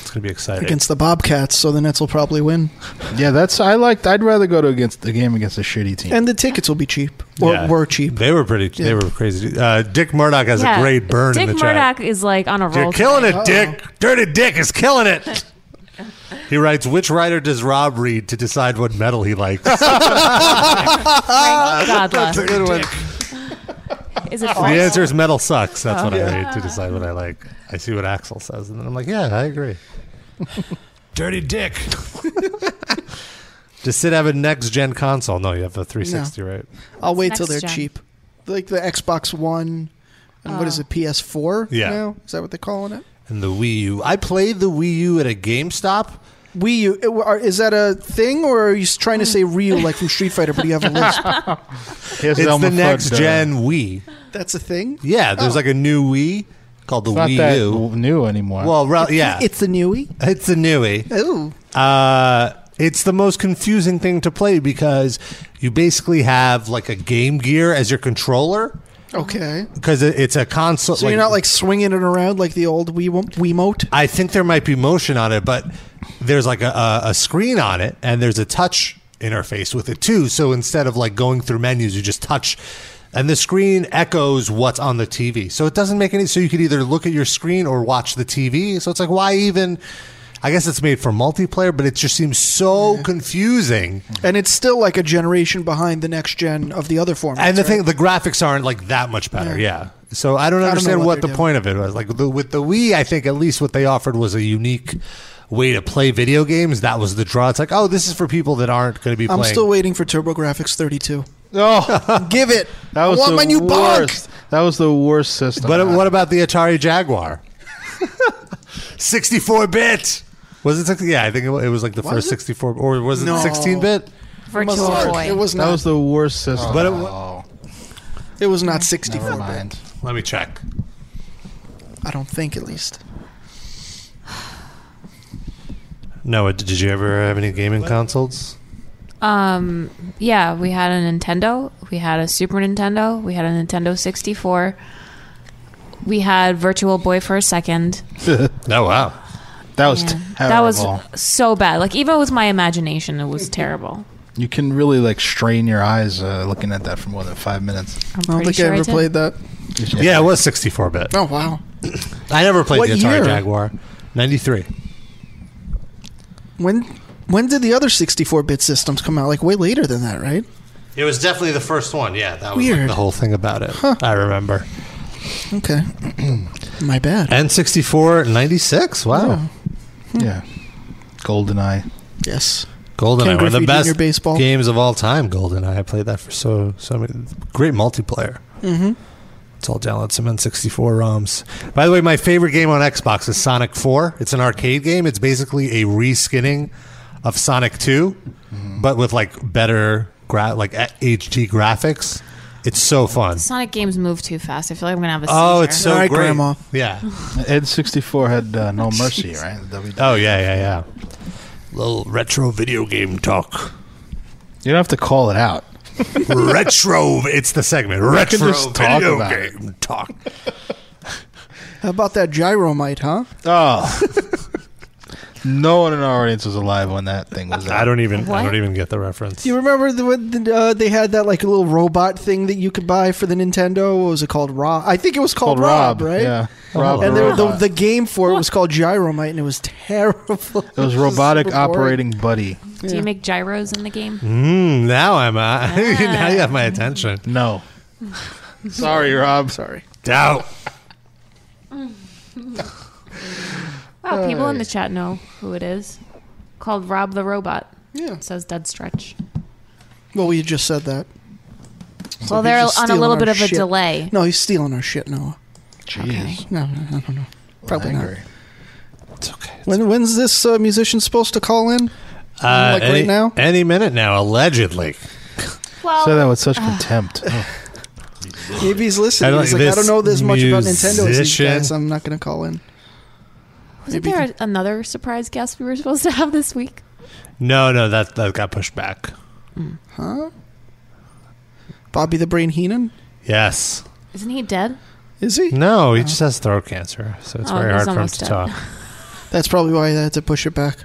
Speaker 2: It's gonna be exciting.
Speaker 3: Against the Bobcats, so the Nets will probably win,
Speaker 4: Yeah, that's I liked. I'd rather go to against the game against a shitty team.
Speaker 3: and the tickets will be cheap or
Speaker 2: Yeah.
Speaker 3: were cheap.
Speaker 2: They were pretty. They
Speaker 3: Yeah.
Speaker 2: were crazy. Uh, Dick Murdoch has
Speaker 5: Yeah.
Speaker 2: a great burn
Speaker 5: Dick
Speaker 2: in the chat.
Speaker 5: Murdoch is like on a roll.
Speaker 2: You're killing it,
Speaker 3: Uh-oh.
Speaker 2: Dick. Dirty Dick is killing it. He writes, which writer does Rob read to decide what metal he likes?
Speaker 5: Frank Godla.
Speaker 2: good one.
Speaker 5: Is it
Speaker 2: The
Speaker 5: Frank?
Speaker 2: answer is metal sucks. That's what
Speaker 3: Uh-huh.
Speaker 2: I read to decide what I like. I see what Axel says, and then I'm like, yeah, I agree. Dirty Dick. does Sid have a next gen console? No, you have a 360, right?
Speaker 3: I'll wait
Speaker 5: Next
Speaker 3: till they're
Speaker 5: gen.
Speaker 3: cheap. Like the Xbox One and what is
Speaker 5: Uh.
Speaker 3: it, PS4
Speaker 2: Yeah.
Speaker 3: now? Is that what they're calling it?
Speaker 2: And the Wii U. I played the Wii U at a GameStop.
Speaker 3: Wii U. it- are- Is that a thing, or are you s- trying to
Speaker 5: Mm.
Speaker 3: say Ryu like from Street Fighter, but you have a list?
Speaker 4: Here's
Speaker 2: It's
Speaker 4: Elmer
Speaker 2: the
Speaker 4: Fudd,
Speaker 2: next
Speaker 4: uh,
Speaker 2: gen Wii.
Speaker 3: That's a thing?
Speaker 2: Yeah,
Speaker 3: Oh.
Speaker 2: there's like a new Wii called the
Speaker 4: It's not
Speaker 2: Wii
Speaker 4: that
Speaker 2: U.
Speaker 4: new anymore.
Speaker 2: Well, re- yeah, it's,
Speaker 3: It's the newie?
Speaker 2: a newie.
Speaker 3: Oh.
Speaker 2: Uh, it's the most confusing thing to play because you basically have like a Game Gear as your controller
Speaker 5: Oh.
Speaker 3: Okay.
Speaker 2: because it's a console.
Speaker 3: So you're not like swinging it around like the old Wii Wiimote?
Speaker 2: I think there might be motion on it, but there's like a, a, a screen on it, and there's a touch interface with it too. So instead of like going through menus, you just touch, and the screen echoes what's on the TV. So it doesn't make any. So you could either look at your screen or watch the TV. So it's like why even? I guess it's made for multiplayer, but it just seems so confusing.
Speaker 3: And it's still like a generation behind the next gen of the other formats.
Speaker 2: And the
Speaker 3: right?
Speaker 2: thing, the graphics aren't like that much better. Yeah. So I don't
Speaker 3: know
Speaker 2: understand
Speaker 3: what
Speaker 2: what,
Speaker 3: they're
Speaker 2: the
Speaker 3: doing.
Speaker 2: point of it was. Like the, with the Wii, I think at least what they offered was a unique way to play video games. That was the draw. It's like, oh, this is for people that aren't going to be
Speaker 3: I'm
Speaker 2: playing.
Speaker 3: still waiting for TurboGrafx 32.
Speaker 4: Oh,
Speaker 3: give it!
Speaker 4: That was
Speaker 3: I want
Speaker 4: the
Speaker 3: my new bug.
Speaker 4: worst. That was the worst system.
Speaker 2: but what about the Atari Jaguar? 64 bit. Was it 60? Yeah, I think it wa- it was like the first 64 or was it
Speaker 3: No.
Speaker 2: 16 bit?
Speaker 5: Virtual
Speaker 3: Mark,
Speaker 5: Boy.
Speaker 3: It was
Speaker 4: that
Speaker 3: not.
Speaker 4: was the worst system.
Speaker 2: But it
Speaker 4: oh,
Speaker 3: it was not 64.
Speaker 4: never mind.
Speaker 2: Let me check.
Speaker 3: I don't think, at least.
Speaker 2: Noah, did you ever have any gaming consoles?
Speaker 5: Um, yeah, we had a Nintendo, we had a Super Nintendo, we had a Nintendo 64. We had Virtual Boy for a second.
Speaker 2: Oh, wow.
Speaker 4: That was
Speaker 5: Yeah.
Speaker 4: terrible.
Speaker 5: That was so bad. Like even with my imagination, it was terrible.
Speaker 4: you can really like strain your eyes uh, looking at that for more than five minutes.
Speaker 5: I'm
Speaker 3: I don't
Speaker 5: pretty
Speaker 3: think
Speaker 5: sure
Speaker 3: I ever
Speaker 5: did.
Speaker 3: played that.
Speaker 2: Yeah, it was 64 bit.
Speaker 3: Oh, wow.
Speaker 2: I never played
Speaker 3: What
Speaker 2: the Atari
Speaker 3: year?
Speaker 2: Jaguar. 93.
Speaker 3: When when did the other 64 bit systems come out? Like way later than that, right?
Speaker 2: It was definitely the first one. Yeah,
Speaker 3: like,
Speaker 2: that was Weird.
Speaker 3: Weird.
Speaker 2: the
Speaker 3: the
Speaker 2: whole thing about it. I remember.
Speaker 3: Okay. my bad.
Speaker 2: N64 96. Wow.
Speaker 3: Hmm.
Speaker 4: Yeah. GoldenEye.
Speaker 3: Yes.
Speaker 2: GoldenEye,
Speaker 3: Ken
Speaker 2: one of the
Speaker 3: Griffey
Speaker 2: best
Speaker 3: Jr. baseball.
Speaker 2: games of all time. GoldenEye, I played that for so so many great multiplayer. Mm-hmm. It's all download some N64 ROMs. By the way, my favorite game on Xbox is Sonic 4. It's an arcade game. It's basically a reskinning of Sonic 2,
Speaker 4: Mm-hmm.
Speaker 2: but with like better gra- like a- HD graphics. It's so fun.
Speaker 5: Sonic games move too fast. I feel like I'm gonna have a.
Speaker 2: Oh,
Speaker 5: seizure.
Speaker 2: it's so
Speaker 3: All right,
Speaker 2: great.
Speaker 3: Grandma.
Speaker 2: Yeah.
Speaker 4: Ed 64 had uh, No Mercy, right? W-
Speaker 2: Oh yeah, yeah, yeah. Little retro video game talk.
Speaker 4: You don't have to call it out.
Speaker 2: retro. It's the segment. Retro
Speaker 4: just talk
Speaker 2: video
Speaker 4: about it.
Speaker 2: game talk.
Speaker 3: How about that Gyromite, huh?
Speaker 4: Oh. no one in our audience was alive when that thing was out.
Speaker 2: I don't even. I
Speaker 5: What?
Speaker 2: don't even get the reference.
Speaker 3: Do you remember the, when uh, they had that like little robot thing that you could buy for the Nintendo? What was it called? Rob? I think it was called, Rob, right? Uh-huh.
Speaker 4: Yeah. Rob
Speaker 3: And
Speaker 4: the
Speaker 3: there, the,
Speaker 4: robot.
Speaker 3: the game for it was called Gyromite, and it was terrible.
Speaker 4: it was robotic operating buddy.
Speaker 5: Do you make gyros in the game?
Speaker 2: Mm, now I'm. Uh, now you have my attention.
Speaker 4: Ah. No. Sorry, Rob.
Speaker 3: Sorry.
Speaker 2: Doubt.
Speaker 5: Oh, people in the chat know who it is. Called Rob the Robot.
Speaker 3: Yeah.
Speaker 5: It says Dead Stretch.
Speaker 3: Well, we just said that.
Speaker 5: well,
Speaker 3: he's
Speaker 5: they're
Speaker 3: just
Speaker 5: on a
Speaker 3: stealing
Speaker 5: little
Speaker 3: our
Speaker 5: bit of a
Speaker 3: shit.
Speaker 5: delay.
Speaker 3: No, he's stealing our shit, Noah.
Speaker 4: Jeez.
Speaker 3: No, no, no, no, no. Probably not.
Speaker 4: Angry.
Speaker 2: It's okay.
Speaker 3: When, when's this uh, musician supposed to call in?
Speaker 2: Uh,
Speaker 3: Like right
Speaker 2: any,
Speaker 3: now?
Speaker 2: Any minute now, allegedly.
Speaker 5: Well,
Speaker 4: Say that with
Speaker 5: Uh,
Speaker 4: such contempt.
Speaker 3: Maybe he's listening.
Speaker 2: I don't
Speaker 3: he's
Speaker 2: like
Speaker 3: like, I don't
Speaker 2: this
Speaker 3: know this much about Nintendo as these
Speaker 2: musician.
Speaker 3: guys. I'm not going to call in.
Speaker 5: wasn't there a- another surprise guest we were supposed to have this week?
Speaker 2: No, no, that that got pushed back.
Speaker 3: Bobby the Brain Heenan?
Speaker 2: Yes.
Speaker 5: Isn't he dead?
Speaker 3: Is he?
Speaker 2: No,
Speaker 4: Oh.
Speaker 2: he just has throat cancer, so it's
Speaker 5: Oh, he's
Speaker 2: very hard for him
Speaker 5: almost
Speaker 2: to
Speaker 5: dead.
Speaker 2: talk.
Speaker 3: That's probably why I had to push it back.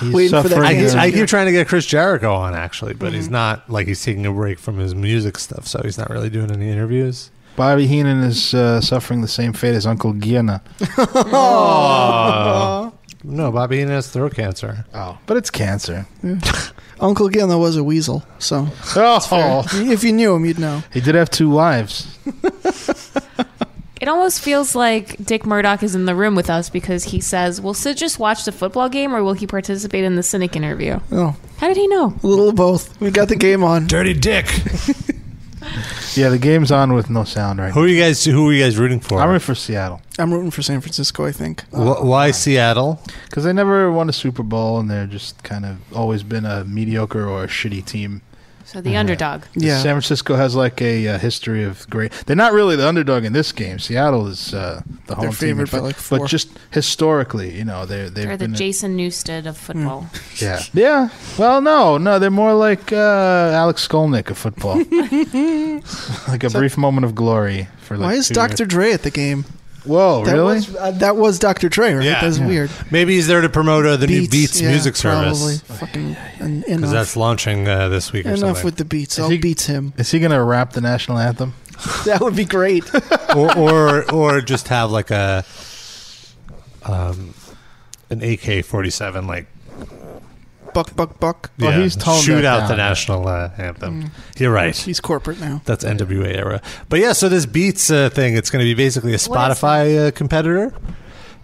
Speaker 4: He's
Speaker 3: Waiting for that
Speaker 2: I,
Speaker 4: suffering.
Speaker 3: cancer.
Speaker 2: keep-
Speaker 4: uh,
Speaker 2: I keep trying to get Chris Jericho on actually, but
Speaker 5: Mm-hmm.
Speaker 2: he's not like he's taking a break from his music stuff, so he's not really doing any interviews.
Speaker 4: Bobby Heenan is uh, suffering the same fate as Uncle Gianna. Oh.
Speaker 2: No, Bobby Heenan has throat cancer.
Speaker 4: Oh. But it's cancer.
Speaker 3: Uncle Gilna was a weasel, so
Speaker 4: Oh.
Speaker 3: if you knew him, you'd know.
Speaker 4: He did have two wives.
Speaker 5: It almost feels like Dick Murdoch is in the room with us because he says, "Will Sid just watch the football game, or will he participate in the cynic interview?"
Speaker 3: Oh,
Speaker 5: How did he know?
Speaker 3: a little of both. We got the game on.
Speaker 2: Dirty Dick.
Speaker 4: Yeah, the game's on with no sound right now.
Speaker 2: who are you guys? Who are you guys rooting for?
Speaker 4: I'm rooting for Seattle
Speaker 3: I'm rooting for San Francisco, I think.
Speaker 2: Wh- why Seattle?
Speaker 4: because they never won a Super Bowl and they're just kind of always been a mediocre or a shitty team.
Speaker 5: So
Speaker 3: Uh,
Speaker 5: the underdog.
Speaker 3: Yeah.
Speaker 4: San Francisco has like a uh, history of great. They're not really the underdog in this game. Seattle is uh, the home team, in
Speaker 3: favored by,
Speaker 4: fact-
Speaker 3: like, four.
Speaker 4: but just historically, you know, they're they've
Speaker 5: They're the
Speaker 4: been a-
Speaker 5: Jason Newsted
Speaker 3: Hmm.
Speaker 5: of football.
Speaker 4: yeah, yeah. Well, no, no, they're more like uh, Alex Skolnick of football, like a brief moment of glory for. Like
Speaker 3: Why is
Speaker 4: two
Speaker 3: Dr. Dre at the game?
Speaker 4: years. Whoa,
Speaker 3: That
Speaker 4: really?
Speaker 3: Was, uh, that was Dr. Dre, right?
Speaker 2: Yeah.
Speaker 3: That's
Speaker 2: Yeah.
Speaker 3: weird.
Speaker 2: Maybe he's there to promote uh, the new Beats
Speaker 3: yeah,
Speaker 2: music
Speaker 3: probably.
Speaker 2: service
Speaker 3: Fucking en-
Speaker 2: because
Speaker 3: enough.
Speaker 2: that's launching uh, this week or
Speaker 3: Enough
Speaker 2: something.
Speaker 3: with the beats. I'll
Speaker 4: he-
Speaker 3: beats him.
Speaker 4: Is he gonna rap the national anthem?
Speaker 3: That would be great.
Speaker 2: or, or or just have like a um an AK forty seven like
Speaker 3: buck, buck, buck.
Speaker 4: Well,
Speaker 2: yeah,
Speaker 4: he's toned
Speaker 2: shoot
Speaker 4: that
Speaker 2: out the
Speaker 4: down.
Speaker 2: national uh, anthem. You're right.
Speaker 3: Mm. He's corporate now.
Speaker 2: That's NWA era. But yeah, so this Beats uh, thing, it's going to be basically a
Speaker 5: What is
Speaker 2: Spotify uh, competitor.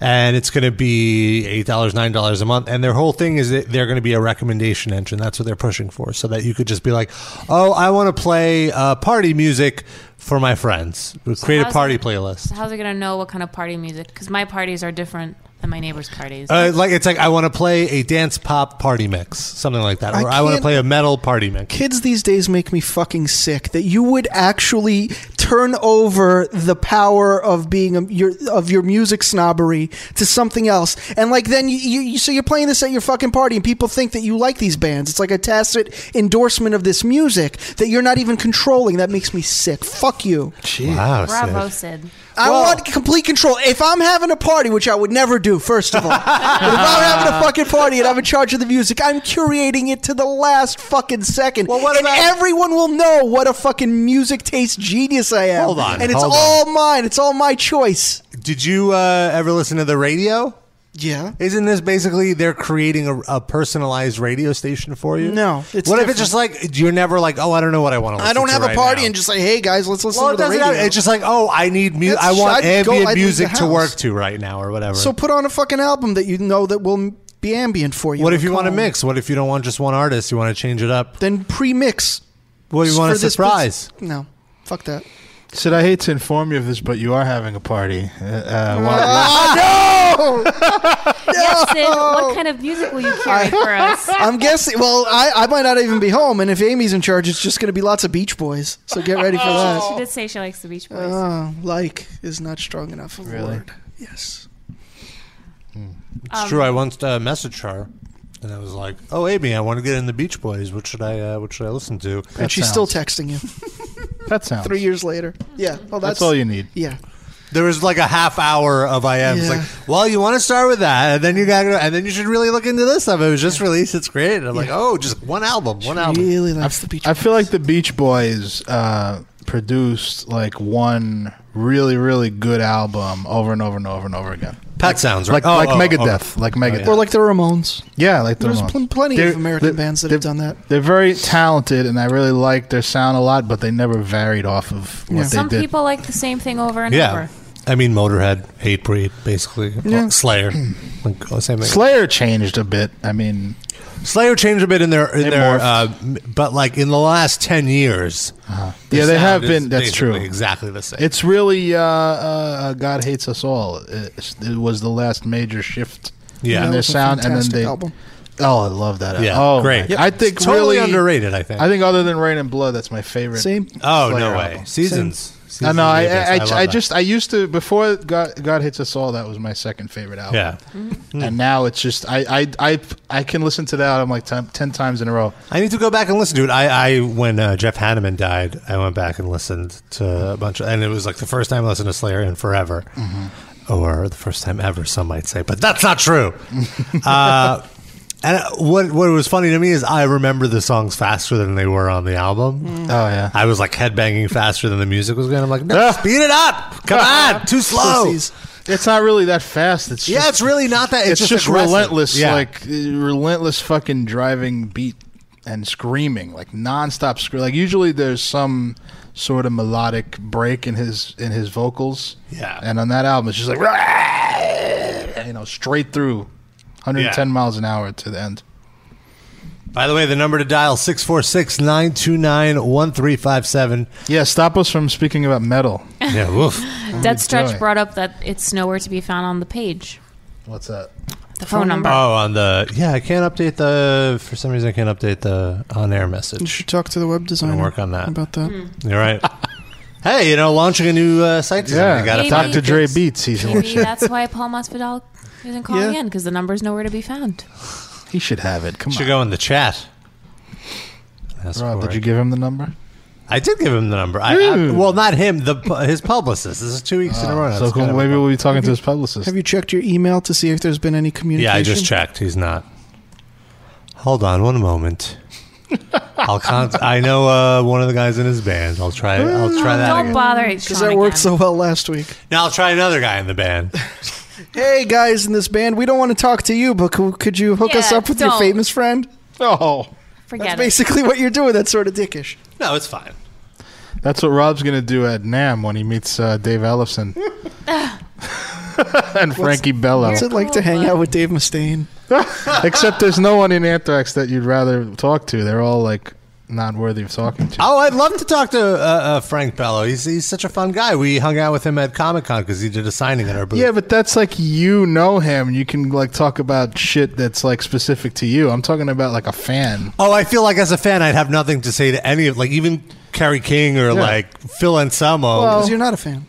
Speaker 2: and it's going to be eight dollars, nine dollars a month. And their whole thing is that they're going to be a recommendation engine. That's what they're pushing for, so that you could just be like, "Oh, I want to play uh, party music for my friends. Create a
Speaker 5: how's
Speaker 2: party
Speaker 5: it-
Speaker 2: playlist."
Speaker 5: So how's it gonna know what kind of party music? Because my parties are different than my neighbors' parties.
Speaker 2: Uh, like it's like I want to play a dance pop party mix, something like that,
Speaker 3: I
Speaker 2: or I want to
Speaker 3: can't-
Speaker 2: play a metal party mix.
Speaker 3: Kids these days make me fucking sick that you would actually turn over the power of being a, your of your music snobbery to something else. And like then you, you you- so you're playing this at your fucking party and people think that you like these bands. It's like a tacit endorsement of this music that you're not even controlling. That makes me sick. Fuck you.
Speaker 2: Wow,
Speaker 5: Bravo,
Speaker 2: Sid.
Speaker 5: Sid.
Speaker 3: I want complete control. If I'm having a party, which I would never do, first of all, but if I'm having a fucking party and I'm in charge of the music, I'm curating it to the last fucking second.
Speaker 2: Well, what
Speaker 3: and
Speaker 2: about-
Speaker 3: everyone will know what a fucking music taste genius I am.
Speaker 2: Hold on,
Speaker 3: And it's
Speaker 2: hold on.
Speaker 3: all mine. It's all my choice.
Speaker 2: Did you uh, ever listen to the radio?
Speaker 3: Yeah.
Speaker 2: Isn't this basically they're creating a, a personalized radio station for you?
Speaker 3: No, it's
Speaker 2: What if it's
Speaker 3: different.
Speaker 2: just like you're never like, oh, I don't know what I want to. listen
Speaker 3: I don't
Speaker 2: to
Speaker 3: have
Speaker 2: right
Speaker 3: a party
Speaker 2: now."
Speaker 3: and just say, hey guys, let's listen
Speaker 2: Well, it
Speaker 3: to the
Speaker 2: doesn't
Speaker 3: radio.
Speaker 2: have, it's just like, oh, I need music. I
Speaker 3: That's-
Speaker 2: want
Speaker 3: I'd go-
Speaker 2: ambient
Speaker 3: I'd leave
Speaker 2: music
Speaker 3: the
Speaker 2: to work
Speaker 3: house.
Speaker 2: to right now or whatever.
Speaker 3: so put on a fucking album that you know that will be ambient for you.
Speaker 2: what if you want to
Speaker 3: Calm.
Speaker 2: mix? What if you don't want just one artist? You want to change it up?
Speaker 3: Then pre-mix.
Speaker 2: Well, you want
Speaker 3: for
Speaker 2: a
Speaker 3: this-
Speaker 2: surprise.
Speaker 3: No. Fuck that.
Speaker 4: Sid, I hate to inform you of this, but you are having a party. Uh, uh, one-
Speaker 5: Yes, Sid. What kind of music will you carry for us?
Speaker 3: I'm guessing. Well, I, I might not even be home, and if Amy's in charge, it's just going to be lots of Beach Boys. So get ready for
Speaker 5: She
Speaker 3: that.
Speaker 5: did say she likes the Beach Boys.
Speaker 3: Oh, like is not strong enough of a
Speaker 4: Really?
Speaker 3: word. Yes.
Speaker 2: It's
Speaker 3: um,
Speaker 2: true. I once uh, messaged her, and I was like, "Oh, Amy, I want to get in the Beach Boys. What should I? Uh, what should I listen to?"
Speaker 3: And
Speaker 4: That
Speaker 3: she's
Speaker 4: sounds-
Speaker 3: still texting you
Speaker 4: That sounds.
Speaker 3: three years later. Yeah. Well,
Speaker 4: That's,
Speaker 3: that's,
Speaker 4: all you need.
Speaker 3: Yeah.
Speaker 2: There was like a half hour of IMs. It's
Speaker 3: Yeah.
Speaker 2: Like, well, you want to start with that, and then you got, to and then you should really look into this stuff. It was just released. It's great. And I'm like, oh, just one album, one album.
Speaker 3: Really likes the Beach.
Speaker 4: I feel like the Beach Boys uh, produced like one really, really good album over and over and over and over again.
Speaker 2: Pet sounds right. Oh,
Speaker 4: Like like Megadeth, like Megadeth.
Speaker 2: yeah.
Speaker 3: or like the Ramones.
Speaker 4: yeah. like the
Speaker 3: There's
Speaker 4: Ramones.
Speaker 3: pl- plenty
Speaker 4: They're-
Speaker 3: of American
Speaker 4: they're-
Speaker 3: bands that have done that.
Speaker 4: They're very talented, and I really like their sound a lot, but they never varied off of what
Speaker 3: Yeah.
Speaker 4: they
Speaker 5: Some
Speaker 4: did.
Speaker 5: people like the same thing over and
Speaker 2: yeah.
Speaker 5: over.
Speaker 2: I mean, Motorhead, Hate Breed, basically Well, Slayer. like, oh, same thing.
Speaker 4: Slayer changed a bit. I mean,
Speaker 2: Slayer changed a bit in their in
Speaker 4: They
Speaker 2: their,
Speaker 4: morphed. Uh-huh.
Speaker 2: uh, m- but like in the last ten years. their
Speaker 4: Yeah, they have
Speaker 2: sound is
Speaker 4: been- that's
Speaker 2: basically
Speaker 4: true.
Speaker 2: Exactly the same.
Speaker 4: It's really uh, uh, God hates us all. It, it was the last major shift in
Speaker 2: Yeah. That
Speaker 4: their
Speaker 3: was a
Speaker 4: sound, and then
Speaker 3: fantastic
Speaker 4: they.
Speaker 3: album.
Speaker 4: Oh, I love that.
Speaker 2: yeah,
Speaker 4: album. Oh,
Speaker 2: great.
Speaker 4: my- I think
Speaker 2: It's totally
Speaker 4: really
Speaker 2: underrated. I think.
Speaker 4: I think other than Rain and Blood, that's my favorite.
Speaker 3: Same.
Speaker 2: oh
Speaker 4: Slayer
Speaker 2: no way.
Speaker 4: album.
Speaker 2: Seasons.
Speaker 4: I
Speaker 2: Seasons
Speaker 4: know. I
Speaker 2: of the
Speaker 4: I,
Speaker 2: Abyss.
Speaker 4: I,
Speaker 2: love
Speaker 4: I
Speaker 2: that.
Speaker 4: just I used to before God, God hits us all. That was my second favorite album.
Speaker 2: yeah. Mm-hmm.
Speaker 4: And now it's just I I I, I can listen to that album like ten, 10 times in a row.
Speaker 2: I need to go back and listen to it. I, I when uh, Jeff Hanneman died, I went back and listened to a bunch of, and it was like the first time I listened to Slayer in forever,
Speaker 4: Mm.
Speaker 2: or the first time ever, some might say, but that's not true. uh, and what what was funny to me is I remember the songs faster than they were on the album.
Speaker 4: Oh yeah.
Speaker 2: I was like headbanging faster than the music was going. I'm like, no,
Speaker 4: Ah.
Speaker 2: speed it up! Come on, too slow.
Speaker 3: Pussies.
Speaker 4: It's not really that fast. It's
Speaker 2: Yeah,
Speaker 4: just,
Speaker 2: it's really not that. It's,
Speaker 4: it's, just,
Speaker 2: aggressive.
Speaker 4: relentless,
Speaker 2: Yeah.
Speaker 4: like uh, relentless fucking driving beat and screaming, like nonstop scream. Like usually there's some sort of melodic break in his in his vocals.
Speaker 2: Yeah.
Speaker 4: and on that album it's just like you know straight through, 110
Speaker 2: Yeah.
Speaker 4: miles an hour to the end.
Speaker 2: By the way, the number to dial 646-929-1357.
Speaker 4: Yeah, stop us from speaking about metal.
Speaker 2: Yeah, woof.
Speaker 5: Dead Stretch
Speaker 4: Joy.
Speaker 5: brought up that it's nowhere to be found on the page.
Speaker 4: What's that?
Speaker 5: The phone number.
Speaker 2: Oh, on the yeah, I can't update the. For some reason, I can't update the on-air
Speaker 3: You
Speaker 2: message.
Speaker 3: should talk to the web designer.
Speaker 2: work on that. Mm.
Speaker 3: About that.
Speaker 5: Hmm.
Speaker 2: You're right. hey, you know, launching a new uh, site design.
Speaker 4: Yeah,
Speaker 2: you gotta
Speaker 5: Maybe-
Speaker 2: talk
Speaker 4: Dr.
Speaker 2: to.
Speaker 4: Dre beats. He's
Speaker 5: Maybe that's why Paul Masvidal isn't calling
Speaker 3: Yeah.
Speaker 5: in because the number's nowhere to be found.
Speaker 4: he should have it. Come
Speaker 2: Should
Speaker 4: on,
Speaker 2: go in the chat. That's
Speaker 4: Rob,
Speaker 2: for
Speaker 4: did
Speaker 2: it.
Speaker 4: you give him the number?
Speaker 2: I did give him the number. I, I- well, not him. The pu- his publicist. This is two weeks in a row. now.
Speaker 4: Oh. So
Speaker 2: It's kind of a
Speaker 4: maybe
Speaker 2: bummer.
Speaker 4: we'll be talking to his publicist.
Speaker 3: Have you checked your email to see if there's been any communication?
Speaker 2: Yeah, I just checked. He's not. Hold on one moment. I'll con- I know uh, one of the guys in his band. I'll try. I'll try that.
Speaker 5: Mm, Don't
Speaker 2: Again.
Speaker 5: bother it
Speaker 3: Because that worked so well last week.
Speaker 2: Now I'll try another guy in the band.
Speaker 3: Hey guys in this band, we don't want to talk to you, but could, could you hook us
Speaker 5: Yeah,
Speaker 3: up with your
Speaker 5: don't.
Speaker 3: famous friend?
Speaker 4: Oh.
Speaker 5: Forget
Speaker 3: That's
Speaker 5: it.
Speaker 3: basically what you're doing. That's sort of dickish.
Speaker 2: No, it's fine.
Speaker 4: That's what Rob's gonna do at Nam when he meets uh, Dave Ellison. and Frankie Bello.
Speaker 3: What's it like to hang out with Dave Mustaine?
Speaker 4: Except there's no one in Anthrax that you'd rather talk to. They're all like not worthy of talking to.
Speaker 2: Oh, I'd love to talk to uh, uh, Frank Bello. He's he's such a fun guy. We hung out with him at Comic Con because he did a signing in our booth.
Speaker 4: Yeah, but that's like you know him. You can like talk about shit that's like specific to you. I'm talking about like a fan.
Speaker 2: Oh, I feel like as a fan, I'd have nothing to say to any of like even Carrie King or like Phil Anselmo.
Speaker 3: Because you're not a fan.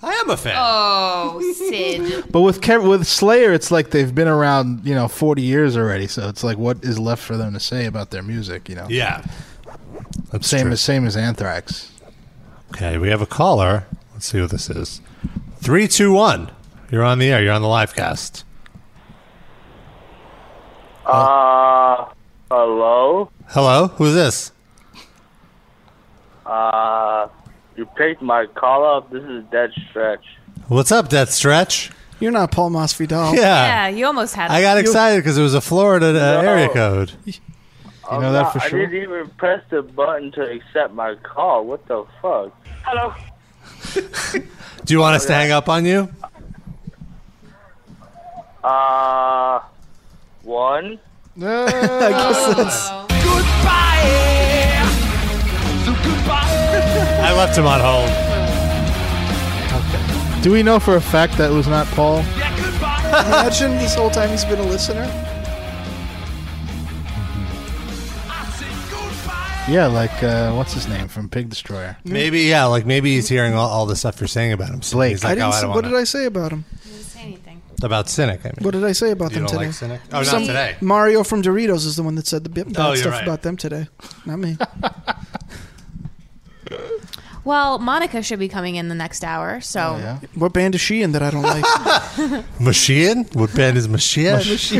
Speaker 2: I am a fan.
Speaker 9: Oh, Sid.
Speaker 4: But with Kev- with Slayer, it's like they've been around, you know, 40 years already. So it's like what is left for them to say about their music, you know?
Speaker 2: Yeah. That's
Speaker 4: Same
Speaker 2: true.
Speaker 4: as same as Anthrax.
Speaker 2: Okay, we have a caller. Let's see who this is. Three, two, one. You're on the air. You're on the live cast.
Speaker 7: Uh, hello?
Speaker 2: Hello, who's this?
Speaker 7: Uh, you picked my call up. This is Dead Stretch.
Speaker 2: What's up, Death Stretch?
Speaker 3: You're not Paul Masvidal.
Speaker 2: Yeah,
Speaker 5: Yeah, you almost had.
Speaker 2: Oh. I
Speaker 5: it.
Speaker 2: got excited because it was a Florida uh,
Speaker 7: No.
Speaker 2: area code.
Speaker 4: You know that for
Speaker 7: I
Speaker 4: sure?
Speaker 7: didn't even press the button to accept my call. What the fuck?
Speaker 8: Hello.
Speaker 2: Do you want us to hang up on you?
Speaker 7: Uh, one?
Speaker 4: Uh,
Speaker 5: Oh.
Speaker 2: I left him on hold.
Speaker 4: Do we know for a fact that was not Paul?
Speaker 3: Imagine this whole time he's been a listener.
Speaker 4: Yeah, like uh, what's his name from Pig Destroyer?
Speaker 2: Maybe yeah, like maybe he's hearing all, all the stuff you're saying about him. So
Speaker 4: Blake.
Speaker 2: he's
Speaker 3: I
Speaker 2: like,
Speaker 3: didn't.
Speaker 2: oh, I
Speaker 3: say-
Speaker 2: don't
Speaker 3: what did
Speaker 2: wanna-
Speaker 3: I say about him?
Speaker 5: Say anything.
Speaker 2: about Cynic? I mean,
Speaker 3: What did I say about
Speaker 2: you
Speaker 3: them
Speaker 2: don't
Speaker 3: today?
Speaker 2: like Cynic? Oh,
Speaker 3: Some-
Speaker 2: not today.
Speaker 3: Mario from Doritos is the one that said the bit
Speaker 2: Oh,
Speaker 3: bad
Speaker 2: you're
Speaker 3: stuff
Speaker 2: right.
Speaker 3: about them today. Not me.
Speaker 5: Well, Monica should be coming in the next hour,
Speaker 2: Oh,
Speaker 5: so
Speaker 4: Yeah.
Speaker 3: what band is she in that I don't like?
Speaker 2: Machine? What band is Machine?
Speaker 5: she,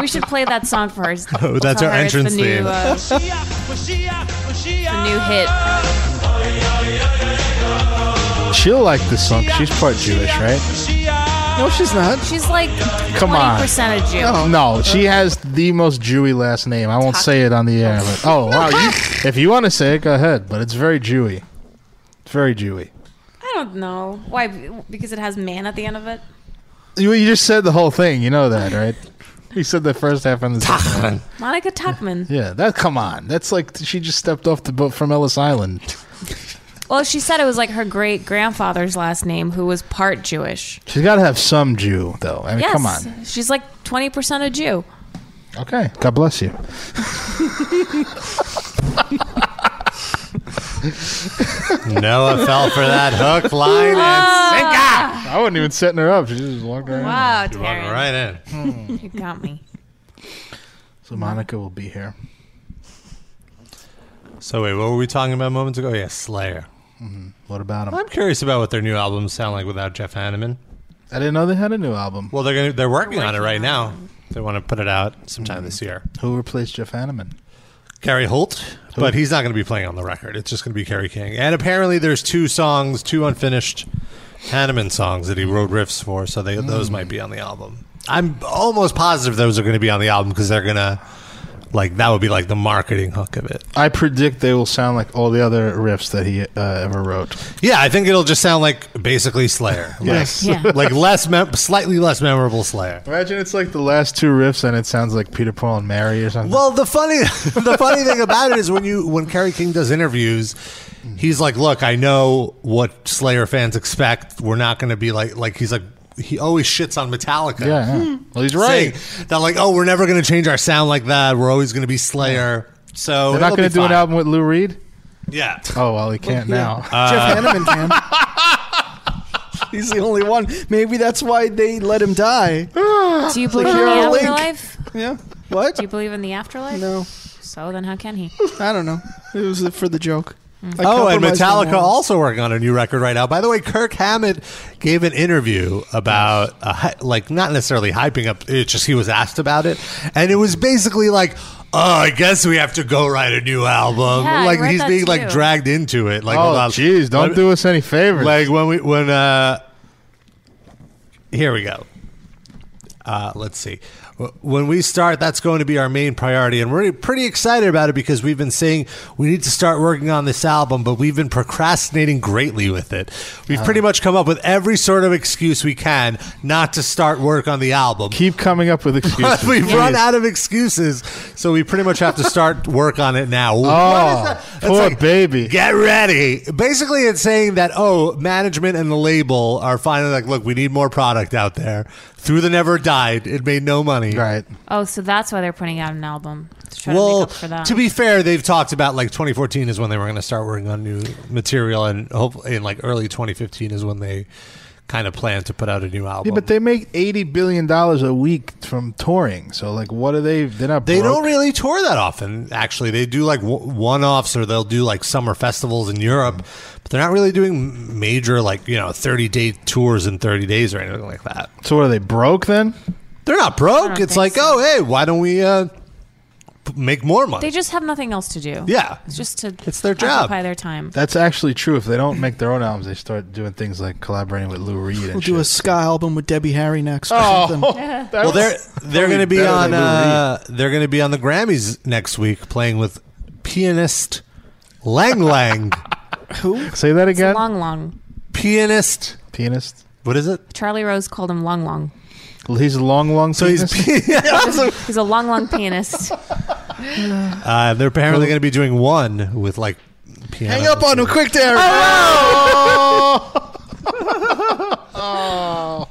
Speaker 5: we should play that song first.
Speaker 2: Oh, that's
Speaker 5: Tell
Speaker 2: our
Speaker 5: her it's
Speaker 2: entrance
Speaker 5: the new,
Speaker 2: theme.
Speaker 5: uh, the new hit.
Speaker 4: She'll like this song. She's part Jewish, right?
Speaker 3: no, she's not.
Speaker 5: She's like
Speaker 4: Come on.
Speaker 5: twenty percent of Jew.
Speaker 3: No.
Speaker 4: No, she has the most Jewy last name. I won't say it on the air. But, oh wow! You, if you want to say it, go ahead. But it's very Jewy. It's very Jewy.
Speaker 5: I don't know why, because it has man at the end of it.
Speaker 4: You, you just said the whole thing. You know that, right? You said the first half and the second. half.
Speaker 5: Monica Tuckman.
Speaker 4: Yeah, that. Come on, that's like she just stepped off the boat from Ellis Island.
Speaker 5: Well, she said it was like her great grandfather's last name, who was part Jewish.
Speaker 4: She's got to have some Jew, though. I mean,
Speaker 5: Yes,
Speaker 4: come on.
Speaker 5: she's like twenty percent of Jew.
Speaker 4: Okay, God bless you.
Speaker 2: Noah fell for that hook, line, and
Speaker 4: I wasn't even setting her up. She just walked around.
Speaker 5: Ah.
Speaker 4: Hmm.
Speaker 5: Wow,
Speaker 2: sinker. Walking
Speaker 5: Terry,
Speaker 2: right in.
Speaker 5: you got me.
Speaker 4: So Monica will be here.
Speaker 2: So wait, what were we talking about moments ago? Yeah, Slayer.
Speaker 4: What about him?
Speaker 2: I'm curious about what their new albums sound like without Jeff Hanneman.
Speaker 4: I didn't know they had a new album.
Speaker 2: Well, they're gonna they're working, on it right now. They want to put it out sometime this year.
Speaker 4: Mm-hmm. Who replaced Jeff Hanneman?
Speaker 2: Gary Holt, but he's not going to be playing on the record. It's just going to be Kerry King. And apparently, there's two songs, two unfinished Hanneman songs that he wrote riffs for, so they,
Speaker 4: Mm.
Speaker 2: those might be on the album. I'm almost positive those are going to be on the album because they're going to like that would be like the marketing hook of it.
Speaker 4: I predict they will sound like all the other riffs that he uh, ever wrote.
Speaker 2: Yeah, I think it'll just sound like basically Slayer.
Speaker 4: Yes.
Speaker 5: Yeah.
Speaker 2: Like, like less, mem- slightly less memorable Slayer.
Speaker 4: Imagine it's like the last two riffs and it sounds like Peter Paul and Mary or something.
Speaker 2: Well, the funny the funny thing about it is when you when Kerry King does interviews, he's like, "Look, I know what Slayer fans expect. We're not going to be like like he's like he always shits on Metallica." Hmm.
Speaker 4: yeah, yeah. Well, he's
Speaker 2: Saying
Speaker 4: right.
Speaker 2: that like, "Oh, we're never going to change our sound like that. We're always going to be Slayer." So
Speaker 4: They're not
Speaker 2: it'll
Speaker 4: going
Speaker 2: be
Speaker 4: to do an
Speaker 2: fine.
Speaker 4: album with Lou Reed?
Speaker 2: Yeah,
Speaker 4: Oh, well, he can't now.
Speaker 2: Uh,
Speaker 3: Jeff Hanneman can. He's the only one. Maybe that's why they let him die.
Speaker 5: Do you believe in
Speaker 3: you're
Speaker 5: the
Speaker 3: a link.
Speaker 5: afterlife?
Speaker 3: Yeah. What?
Speaker 5: Do you believe in the afterlife?
Speaker 3: No,
Speaker 5: So then, how can he? Mm.
Speaker 3: I don't know. It was for the joke. I
Speaker 2: Oh, and
Speaker 3: compromised on
Speaker 2: Metallica
Speaker 3: one.
Speaker 2: also working on a new record right now. By the way, Kirk Hammett gave an interview about a, hy- like not necessarily hyping up. It's just he was asked about it, and it was basically like, "Oh, I guess we have to go write a new album."
Speaker 5: Yeah, I
Speaker 2: like
Speaker 5: read
Speaker 2: he's
Speaker 5: that
Speaker 2: being
Speaker 5: too.
Speaker 2: like dragged into it. Like, hold
Speaker 4: oh,
Speaker 2: on.
Speaker 4: jeez, don't
Speaker 2: Let-
Speaker 4: do us any favors.
Speaker 2: Like when we when uh, here we go. Uh, let's see. W- When we start, that's going to be our main priority. And we're pretty excited about it because we've been saying we need to start working on this album, but we've been procrastinating greatly with it. We've
Speaker 4: Uh.
Speaker 2: pretty much come up with every sort of excuse we can not to start work on the album.
Speaker 4: Keep coming up with excuses.
Speaker 2: we've run
Speaker 4: please.
Speaker 2: out of excuses, so we pretty much have to start work on it now.
Speaker 4: Oh,
Speaker 2: It's
Speaker 4: poor baby.
Speaker 2: Get ready. Basically, it's saying that oh, management and the label are finally like, look, we need more product out there. Through the Never Died, it made no money.
Speaker 4: Right.
Speaker 5: Oh, so that's why they're putting out an album to try to
Speaker 2: Well,
Speaker 5: make up for that.
Speaker 2: to be fair, they've talked about like 2014 is when they were going to start working on new material, and hope in like early 2015 is when they kind of plan to put out a new album.
Speaker 4: Yeah, but they make eighty billion dollars a week from touring. So like, what are they? They're not.
Speaker 2: They
Speaker 4: broke.
Speaker 2: don't really tour that often, actually. They do like w- one offs or they'll do like summer festivals in Europe, but they're not really doing major, like, you know, 30 day tours in 30 days or anything like that.
Speaker 4: So what are they broke then?
Speaker 2: They're not
Speaker 5: I
Speaker 2: broke.
Speaker 5: don't
Speaker 2: It's
Speaker 5: think
Speaker 2: like,
Speaker 5: so.
Speaker 2: oh, hey, why don't we uh, p- make more money?
Speaker 5: they just have nothing else to do.
Speaker 2: yeah.
Speaker 5: It's just to
Speaker 2: It's their job.
Speaker 5: occupy their time.
Speaker 4: That's actually true. If they don't make their own albums, they start doing things like collaborating with Lou Reed. And
Speaker 3: We'll do a
Speaker 4: shit.
Speaker 3: ska album with Debbie Harry next. Or
Speaker 10: Oh.
Speaker 2: Oh.
Speaker 3: something.
Speaker 2: Well, they're
Speaker 4: probably
Speaker 2: they're going to be
Speaker 4: better than Lou
Speaker 2: on
Speaker 4: Reed.
Speaker 2: uh, they're going to be on the Grammys next week playing with pianist Lang Lang,
Speaker 4: Say that
Speaker 5: It's
Speaker 4: again.
Speaker 5: long, long.
Speaker 2: pianist.
Speaker 4: Pianist.
Speaker 2: What is it?
Speaker 5: Charlie Rose called him long, long.
Speaker 4: Well, He's a long, long.
Speaker 2: So he's
Speaker 4: pianist?
Speaker 5: He's a long, long pianist.
Speaker 2: Uh, they're apparently going to be doing one with like piano.
Speaker 3: Hang up on him quick there.
Speaker 5: Oh.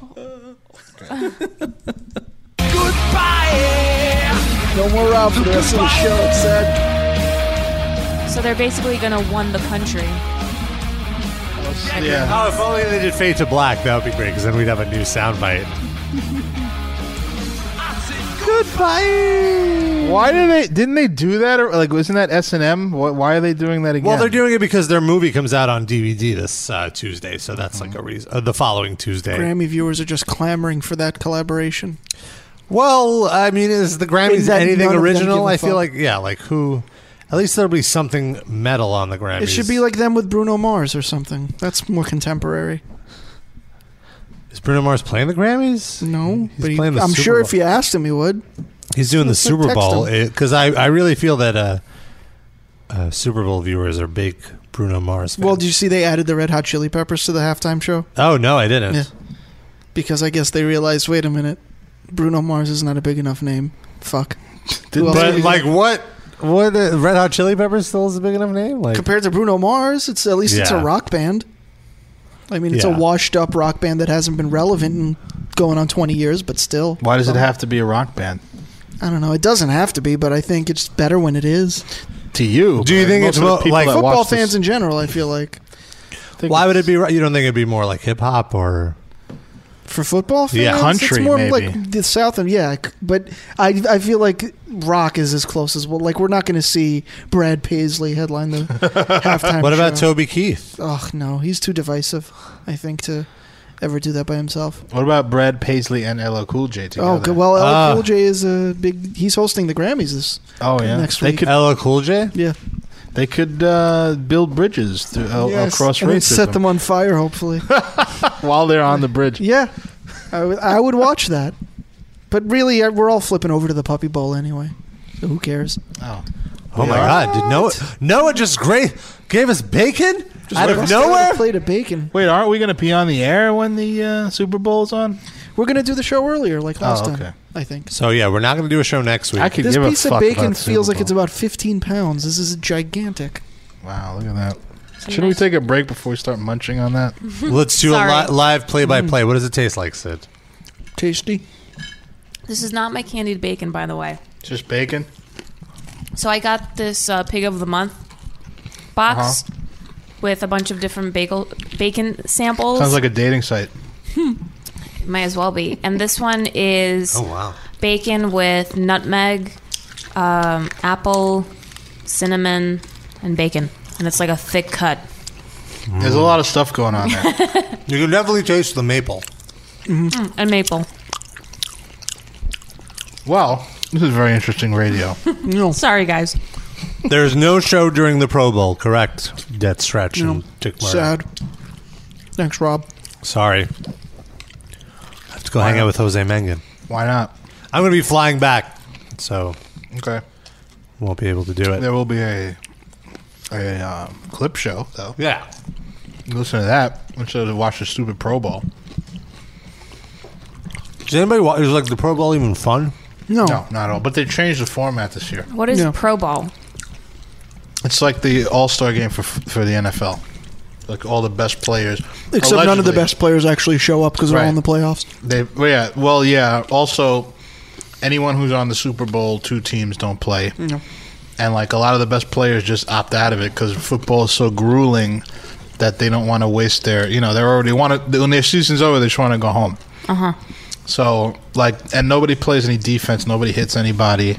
Speaker 4: no more Ralph for the rest of the show. It said.
Speaker 5: so they're basically going to won the country.
Speaker 4: Yeah.
Speaker 2: Oh, if only they did fade to black. That would be great because then we'd have a new soundbite. Goodbye.
Speaker 4: Why did they? Didn't they do that? Or like, wasn't that S and M? Why are they doing that again?
Speaker 2: Well, they're doing it because their movie comes out on DVD this uh, Tuesday, so that's like a reason. Uh, the following Tuesday.
Speaker 3: Grammy viewers are just clamoring for that collaboration.
Speaker 2: well, I mean, is the Grammys
Speaker 3: Is that
Speaker 2: anything
Speaker 3: none of them give
Speaker 2: original?
Speaker 3: a
Speaker 2: I feel
Speaker 3: fuck?
Speaker 2: like yeah, like who? At least there'll be something metal on the Grammys.
Speaker 3: It should be like them with Bruno Mars or something. That's more contemporary.
Speaker 2: is Bruno Mars playing the Grammys?
Speaker 3: No,
Speaker 2: He's
Speaker 3: but he-
Speaker 2: playing the
Speaker 3: I'm
Speaker 2: Super
Speaker 3: sure
Speaker 2: Bowl.
Speaker 3: if you asked him, he would.
Speaker 2: He's doing the Super
Speaker 3: text
Speaker 2: Bowl
Speaker 3: him.
Speaker 2: because I, I really feel that uh, uh, Super Bowl viewers are big Bruno Mars fans.
Speaker 3: Well, did you see they added the Red Hot Chili Peppers to the halftime show?
Speaker 2: oh no, I didn't.
Speaker 3: Yeah. Because I guess they realized, wait a minute, Bruno Mars is not a big enough name. Fuck. Who else are
Speaker 2: But
Speaker 3: we
Speaker 2: like what? What uh, Red Hot Chili Peppers still is a big enough name? Like
Speaker 3: compared to Bruno Mars, it's at least it's a
Speaker 2: Yeah.
Speaker 3: rock band. I mean, it's
Speaker 2: Yeah.
Speaker 3: a washed-up rock band that hasn't been relevant in going on 20 years, but still.
Speaker 4: Why does it have to be a rock band?
Speaker 3: I don't know. It doesn't have to be, but I think it's better when it is.
Speaker 4: To you.
Speaker 2: Do you
Speaker 4: but
Speaker 2: think
Speaker 4: most
Speaker 2: it's
Speaker 4: of the
Speaker 2: mo-
Speaker 4: people
Speaker 2: like-
Speaker 4: that
Speaker 3: Football
Speaker 4: watch this-
Speaker 3: fans in general, I feel like.
Speaker 4: think
Speaker 2: why
Speaker 4: it's-
Speaker 2: would it be? ro- You don't think it'd be more like hip hop or?
Speaker 3: For football fans,
Speaker 2: Yeah,
Speaker 4: country,
Speaker 3: it's more
Speaker 4: maybe.
Speaker 3: like the South and yeah, c- but I I feel like rock is as close as well. Like we're not going to see Brad Paisley headline the halftime.
Speaker 2: What about
Speaker 3: show.
Speaker 2: Toby Keith?
Speaker 3: Oh no, he's too divisive. I think to ever do that by himself.
Speaker 4: What about Brad Paisley and LL Cool J together?
Speaker 3: Oh good. Well, LL
Speaker 2: Ah.
Speaker 3: Cool J is a big. He's hosting the Grammys this.
Speaker 4: oh yeah.
Speaker 3: next
Speaker 4: they
Speaker 3: week.
Speaker 4: could
Speaker 2: LL Cool J.
Speaker 3: Yeah,
Speaker 4: they could uh, build bridges through, uh, across
Speaker 3: and then
Speaker 4: race
Speaker 3: set them on fire. Hopefully,
Speaker 4: while they're on the bridge.
Speaker 3: yeah. I would I would watch that, but really I, we're all flipping over to the Puppy Bowl anyway. So who cares?
Speaker 4: Oh.
Speaker 2: Oh my God! Did Noah Noah just great gave us bacon out
Speaker 3: Let's
Speaker 2: of
Speaker 3: throw
Speaker 2: nowhere?
Speaker 3: a plate of bacon.
Speaker 4: Wait, aren't we going to be on the air when the uh, Super Bowl's on?
Speaker 3: We're gonna do the show earlier, like last
Speaker 4: Oh, okay.
Speaker 3: time. I think
Speaker 2: So yeah, we're not going to do a show next week.
Speaker 4: I could
Speaker 3: this
Speaker 4: give
Speaker 3: piece
Speaker 4: a
Speaker 3: of
Speaker 4: fuck
Speaker 3: bacon
Speaker 4: about Super
Speaker 3: feels like it's
Speaker 4: Bowl.
Speaker 3: about 15 pounds. This is gigantic.
Speaker 4: Wow, Oh, look at that. Shouldn't we take a break before we start munching on that?
Speaker 2: Let's do a
Speaker 5: Sorry.
Speaker 2: li- live play by
Speaker 4: Mm.
Speaker 2: play. What does it taste like, Sid?
Speaker 3: Tasty.
Speaker 5: This is not my candied bacon, by the way.
Speaker 4: Just bacon.
Speaker 5: So I got this uh, pig of the month box
Speaker 2: Uh-huh.
Speaker 5: with a bunch of different bagel bacon samples.
Speaker 4: Sounds like a dating site.
Speaker 5: Might as well be. And this one is
Speaker 2: Oh, wow!
Speaker 5: bacon with nutmeg, um, apple, cinnamon, and bacon. And it's like a thick cut.
Speaker 4: There's a lot of stuff going on there.
Speaker 2: Mm. You can definitely taste the maple.
Speaker 5: And maple.
Speaker 4: well, this is very interesting radio.
Speaker 5: Sorry, guys.
Speaker 2: There's no show during the Pro Bowl, correct? Death Stretch
Speaker 3: No.
Speaker 2: and Dick Murray.
Speaker 3: Sad. Thanks, Rob.
Speaker 2: Sorry. I have to go hang out with Jose Mengen.
Speaker 4: Why not?
Speaker 2: I'm going to be flying back, so
Speaker 4: okay,
Speaker 2: won't be able to do it.
Speaker 4: There will be a a um, clip show though.
Speaker 2: Yeah,
Speaker 4: You listen to that instead of watch the stupid Pro Bowl.
Speaker 2: Does anybody watch? Is like the Pro Bowl even fun?
Speaker 3: No,
Speaker 4: no, not at all. But they changed the format this year.
Speaker 5: What is Pro Bowl?
Speaker 4: It's like the All Star game for for the NFL. Like all the best players,
Speaker 3: Except none of the
Speaker 4: Allegedly.
Speaker 3: best players actually show up because they're all
Speaker 4: Right.
Speaker 3: in the playoffs.
Speaker 4: They, well, yeah, well, yeah. Also, anyone who's on the Super Bowl, two teams don't play, and like a lot of the best players just opt out of it because football is so grueling that they don't want to waste their. You know, they're already want to when their season's over, they just want to go home.
Speaker 5: Uh huh.
Speaker 4: So like, and nobody plays any defense, nobody hits anybody,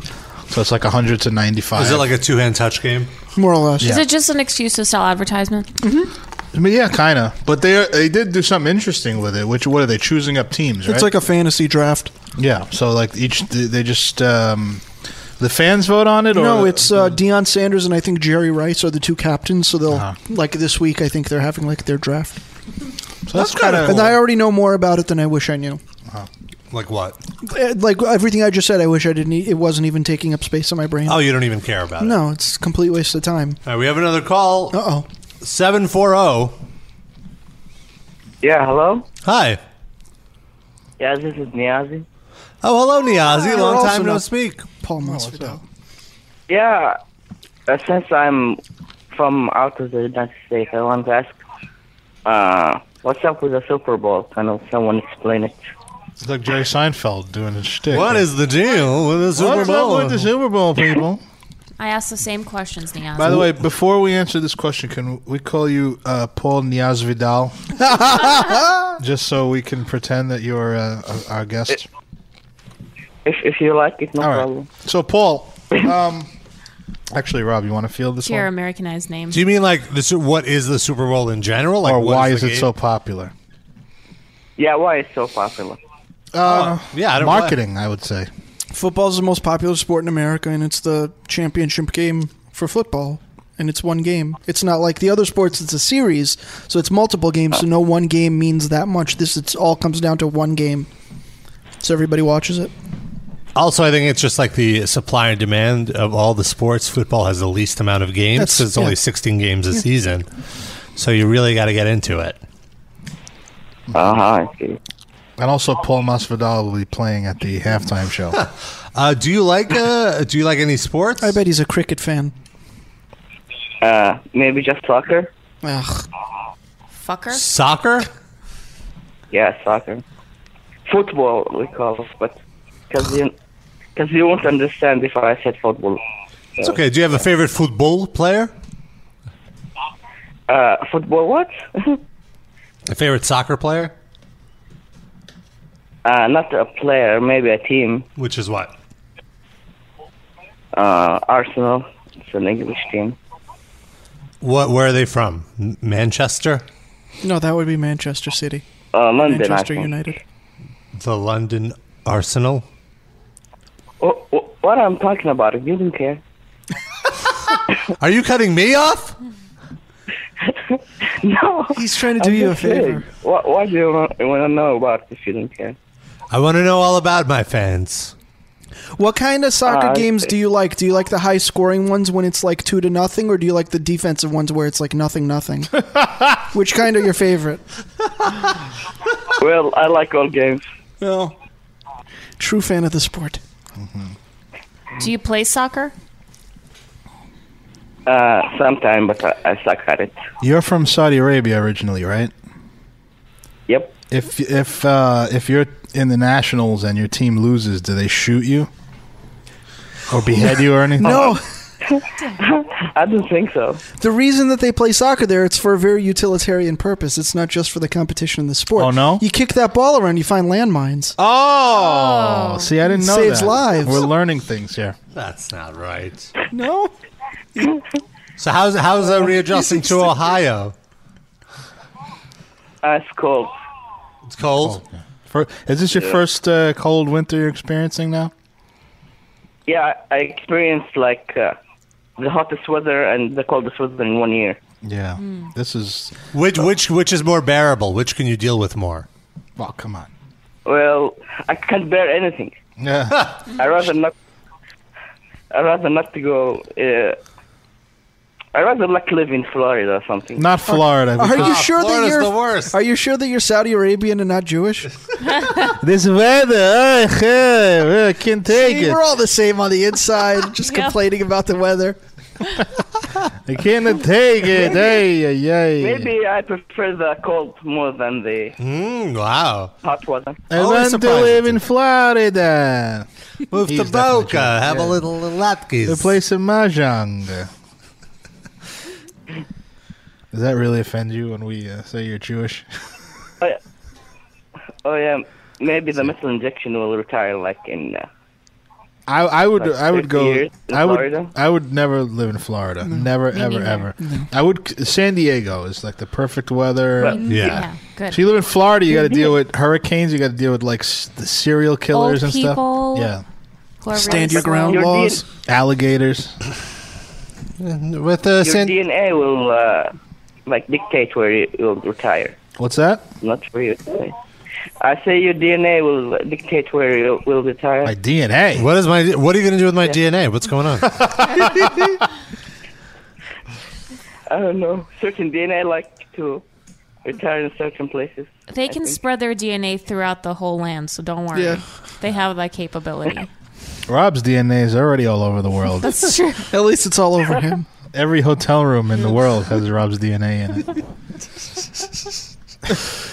Speaker 4: so it's like hundred to ninety five.
Speaker 2: Is it like a two hand touch game?
Speaker 3: More or less.
Speaker 5: Is it just an excuse to sell advertisement? Mm-hmm.
Speaker 4: I mean, yeah, kind of. But they they did do something interesting with it. Which what are they choosing up teams? Right?
Speaker 3: It's like a fantasy draft.
Speaker 4: yeah. So like each they just um, the fans vote on it. Or
Speaker 3: no, it's uh, Deion Sanders and I think Jerry Rice are the two captains. So they'll like this week. I think they're having like their draft.
Speaker 4: Uh-huh. So that's kinda
Speaker 3: And
Speaker 4: cool.
Speaker 3: I already know more about it than I wish I knew.
Speaker 2: Like what?
Speaker 3: Eh, Like everything I just said, I wish I didn't. e- It wasn't even taking up space in my brain.
Speaker 2: Oh, you don't even care about it.
Speaker 3: no, it's a complete waste of time.
Speaker 2: All right, we have another call.
Speaker 3: Uh oh.
Speaker 2: Seven four oh. zero.
Speaker 7: Yeah, hello?
Speaker 2: Hi.
Speaker 7: Yeah, this is Niazi.
Speaker 2: Oh, hello, Niazi.
Speaker 7: Hi,
Speaker 2: Long
Speaker 7: we're
Speaker 2: time
Speaker 7: also
Speaker 2: no
Speaker 7: not-
Speaker 2: speak.
Speaker 3: Paul Masvidal.
Speaker 7: Yeah, uh, since I'm from out of the United States, I want to ask, uh, what's up with the Super Bowl? Can someone explain it?
Speaker 4: It's like Jerry Seinfeld doing his shtick.
Speaker 2: What is the deal with the Super
Speaker 4: What's
Speaker 2: Bowl?
Speaker 4: up with the Super Bowl, people?
Speaker 5: I asked the same questions, Niaz.
Speaker 4: By the way, before we answer this question, can we call you uh, Paul Niaz Vidal? Just so we can pretend that you're uh, our- our guest.
Speaker 7: If, if you like it, no
Speaker 4: right.
Speaker 7: problem.
Speaker 4: So, Paul, um, actually, Rob, you want to feel this
Speaker 5: It's your
Speaker 4: one?
Speaker 5: Americanized name.
Speaker 2: Do you mean like the, su- what is the Super Bowl in general? Like
Speaker 4: or
Speaker 2: what
Speaker 4: why is,
Speaker 2: the
Speaker 4: it
Speaker 2: game?
Speaker 4: so popular?
Speaker 7: Yeah, why it's so popular?
Speaker 4: Uh,
Speaker 2: yeah, I don't-
Speaker 4: marketing, I would say.
Speaker 3: Football's the most popular sport in America, and it's the championship game for football. And it's one game. It's not like the other sports; it's a series, so it's multiple games. So no one game means that much. This it's all comes down to one game. So everybody watches it.
Speaker 2: Also, I think it's just like the supply and demand of all the sports. Football has the least amount of games
Speaker 3: That's-
Speaker 2: 'cause it's
Speaker 3: yeah.
Speaker 2: only 16 games a
Speaker 3: Yeah.
Speaker 2: season. So you really got to get into it.
Speaker 7: Uh-huh, I see.
Speaker 4: And also, Paul Masvidal will be playing at the halftime show.
Speaker 2: Uh, do you like uh, do you like any sports? I
Speaker 3: bet he's a cricket fan.
Speaker 7: Uh, maybe just soccer?
Speaker 3: Ugh.
Speaker 5: Fucker.
Speaker 2: Soccer?
Speaker 7: Yeah, soccer. Football, we call it, but because you, cause you won't understand if I said football.
Speaker 2: It's okay. Do you have a favorite football player?
Speaker 7: Uh, football what?
Speaker 2: A favorite soccer player?
Speaker 7: uh, not a player, maybe a team.
Speaker 2: Which is what?
Speaker 7: Uh, Arsenal. It's an English team.
Speaker 2: What? Where are they from? M- Manchester,
Speaker 3: No, that would be Manchester City,
Speaker 7: Uh, London, I
Speaker 3: Manchester
Speaker 7: think.
Speaker 3: United.
Speaker 2: the London Arsenal.
Speaker 7: Oh, oh, what I'm talking about, you don't care.
Speaker 2: Are you cutting me off?
Speaker 7: no.
Speaker 3: He's trying to do you a favor.
Speaker 7: What, what do you want to know about if you don't care?
Speaker 2: I want to know all about my fans.
Speaker 3: What kind of soccer
Speaker 7: Uh, I
Speaker 3: games
Speaker 7: see.
Speaker 3: do you like? Do you like the high scoring ones when it's like two to nothing, or do you like the defensive ones where it's like nothing nothing? Which kind are your favorite?
Speaker 7: well, I like all games.
Speaker 3: No. True fan of the sport.
Speaker 5: Do you play soccer?
Speaker 7: Uh, sometime, but I, I suck at it.
Speaker 4: You're from Saudi Arabia originally, right?
Speaker 7: Yep.
Speaker 4: If if uh, if you're in the nationals and your team loses, do they shoot you or behead you or anything?
Speaker 3: No,
Speaker 7: I don't think so.
Speaker 3: the reason that they play soccer there, it's for a very utilitarian purpose. It's not just for the competition in the sport.
Speaker 4: Oh, no?
Speaker 3: You kick that ball around, you find landmines.
Speaker 4: Oh,
Speaker 3: Oh.
Speaker 4: see, I didn't know
Speaker 3: Saves
Speaker 4: that.
Speaker 3: lives.
Speaker 4: We're learning things here.
Speaker 2: That's not right.
Speaker 3: No,
Speaker 2: So how's how's uh, readjusting to Ohio?
Speaker 7: Uh, it's cold.
Speaker 2: It's cold.
Speaker 4: Fir- Oh, is this your
Speaker 7: Yeah.
Speaker 4: first uh, cold winter you're experiencing now?
Speaker 7: Yeah, I, I experienced like uh, the hottest weather and the coldest weather in one year.
Speaker 4: Yeah, this is.
Speaker 2: Which which which is more bearable? Which can you deal with more?
Speaker 4: Well, come on.
Speaker 7: Well, I can't bear anything.
Speaker 4: Yeah.
Speaker 7: I rather not. I rather not to go. Uh, I rather like live in Florida or something.
Speaker 4: Not Florida.
Speaker 3: Are you
Speaker 4: because-
Speaker 3: sure that
Speaker 2: Florida's
Speaker 3: you're
Speaker 2: the worst.
Speaker 3: Are you sure that you're Saudi Arabian and not Jewish?
Speaker 11: This weather, uh, uh, I can't take
Speaker 3: See,
Speaker 11: it.
Speaker 3: we're all the same on the inside, just
Speaker 5: Yeah.
Speaker 3: complaining about the weather.
Speaker 11: I can't take it. Ay, ay, ay.
Speaker 7: Maybe I prefer the cold more than the
Speaker 2: Mm, wow.
Speaker 7: hot weather.
Speaker 11: I
Speaker 2: Always
Speaker 11: want to
Speaker 2: surprising
Speaker 11: live in
Speaker 2: to-
Speaker 11: Florida.
Speaker 2: Move to
Speaker 4: He's definitely
Speaker 2: Boca. Have a little latkes.
Speaker 11: They play some mahjong.
Speaker 4: Does that really offend you when we uh, say you're Jewish?
Speaker 7: Oh yeah. Oh yeah. Maybe the missile injection will retire like in. Uh,
Speaker 4: I, I would
Speaker 7: Like
Speaker 4: I would
Speaker 7: 50
Speaker 4: go
Speaker 7: years in
Speaker 4: I would
Speaker 7: Florida?
Speaker 4: I would never live in Florida. Never ever
Speaker 5: neither.
Speaker 4: ever. I would San Diego is like the perfect weather.
Speaker 7: Well-
Speaker 2: Yeah.
Speaker 5: Good.
Speaker 4: So you live in Florida, you got to deal with hurricanes, you got to deal with like s- the serial
Speaker 5: Old
Speaker 4: killers and
Speaker 5: people.
Speaker 4: stuff.
Speaker 5: Who are
Speaker 3: Stand your
Speaker 5: slow.
Speaker 3: ground
Speaker 7: Your
Speaker 3: laws.
Speaker 4: Yeah. Alligators.
Speaker 2: With uh,
Speaker 7: your
Speaker 2: San-
Speaker 7: DNA will uh, like dictate where you will retire.
Speaker 4: What's that?
Speaker 7: Not for you. I say your DNA will dictate where you will retire.
Speaker 4: My DNA.
Speaker 2: What is my? What are you going to do with my DNA? What's going on?
Speaker 7: I don't know. Certain DNA like to retire in certain places.
Speaker 5: They can spread their DNA throughout the whole land, so don't worry.
Speaker 3: Yeah.
Speaker 5: They have that capability.
Speaker 4: Rob's DNA is already all over the world.
Speaker 5: That's true.
Speaker 3: At least it's all over him.
Speaker 4: Every hotel room in the world has Rob's DNA in it.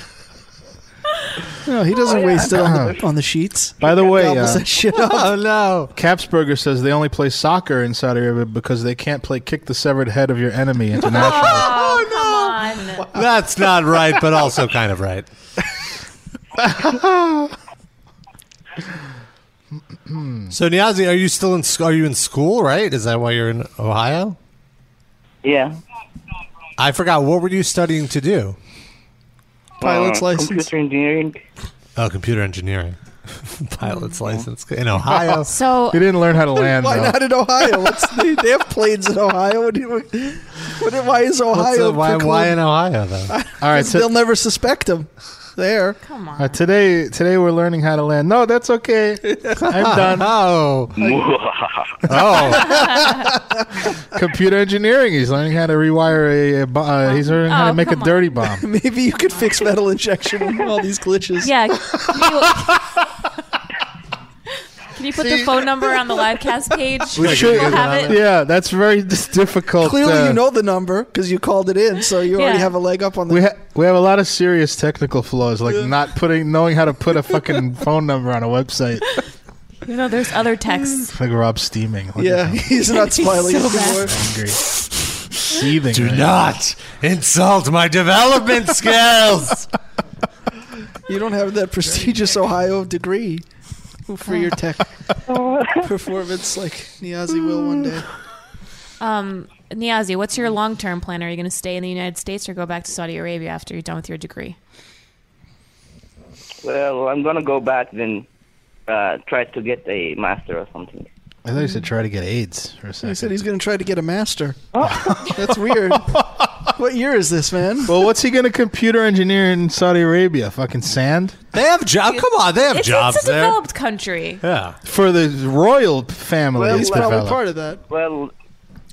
Speaker 3: No, he
Speaker 7: Oh,
Speaker 3: doesn't waste it on the, on the sheets.
Speaker 4: By the way,
Speaker 3: Gobbles
Speaker 4: uh,
Speaker 3: that shit up.
Speaker 2: oh no!
Speaker 4: Capsberger says they only play soccer in Saudi Arabia because they can't play kick the severed head of your enemy internationally.
Speaker 5: Oh, come on.
Speaker 2: That's not right, but also kind of right. so Niazi, are you still in? sc- Are you in school? Right? Is that why you're in Ohio?
Speaker 7: Yeah.
Speaker 2: I forgot. What were you studying to do?
Speaker 3: Pilot's
Speaker 7: Uh,
Speaker 3: license.
Speaker 7: Computer engineering.
Speaker 2: Oh, computer engineering, pilot's license in Ohio.
Speaker 5: So
Speaker 4: He didn't learn how to land.
Speaker 3: Why
Speaker 4: though.
Speaker 3: not in Ohio? Let's, they, they have planes in Ohio. What do you, what, do- why is
Speaker 2: What's
Speaker 3: Ohio?
Speaker 2: the- why,
Speaker 3: preclude-
Speaker 2: why in Ohio though?
Speaker 4: All right, so-
Speaker 3: They'll never suspect him. There.
Speaker 5: come
Speaker 4: Uh,
Speaker 5: on.
Speaker 4: today, today we're learning how to land. No, that's okay. I'm done.
Speaker 2: Oh,
Speaker 4: Oh, computer engineering. He's learning how to rewire a. a bo- uh, he's learning how
Speaker 5: Oh,
Speaker 4: to make a
Speaker 5: come on.
Speaker 4: dirty bomb.
Speaker 3: Maybe you could fix metal injection with all these glitches.
Speaker 5: Yeah. you- can you put the phone number on the live cast page? We
Speaker 2: should.
Speaker 5: have it.
Speaker 4: yeah, that's very dis- difficult.
Speaker 3: Clearly,
Speaker 4: uh,
Speaker 3: you know the number because you called it in, so you already
Speaker 5: Yeah.
Speaker 3: have a leg up on the.
Speaker 4: We ha- we have a lot of serious technical flaws, like not putting, knowing how to put a fucking phone number on a website.
Speaker 5: You know, there's other texts.
Speaker 4: Like Rob's steaming. Look at
Speaker 3: yeah,
Speaker 4: him,
Speaker 3: he's not smiling
Speaker 5: so bad.
Speaker 3: anymore.
Speaker 4: angry, seething.
Speaker 2: do
Speaker 4: right
Speaker 2: not insult my development skills.
Speaker 3: You don't have that prestigious Ohio degree for
Speaker 5: Oh.
Speaker 3: your tech performance like Niazi will one day.
Speaker 5: Um, Niazi, what's your long term plan? Are you going to stay in the United States or go back to Saudi Arabia after you're done with your degree?
Speaker 7: Well, I'm gonna go back then. Uh, try to get a master or something.
Speaker 4: now. I thought he said try to get AIDS for a second.
Speaker 3: He said he's going to try to get a master.
Speaker 4: Oh,
Speaker 3: That's weird. What year is this, man?
Speaker 4: well, what's he going to computer engineer in Saudi Arabia? Fucking sand.
Speaker 2: They have job. Come on, they have
Speaker 5: It's,
Speaker 2: jobs
Speaker 5: it's a
Speaker 2: there.
Speaker 5: developed country.
Speaker 2: Yeah.
Speaker 4: for the royal family.
Speaker 3: Well,
Speaker 4: it's
Speaker 3: he's probably
Speaker 4: developed.
Speaker 3: part of that.
Speaker 7: Well,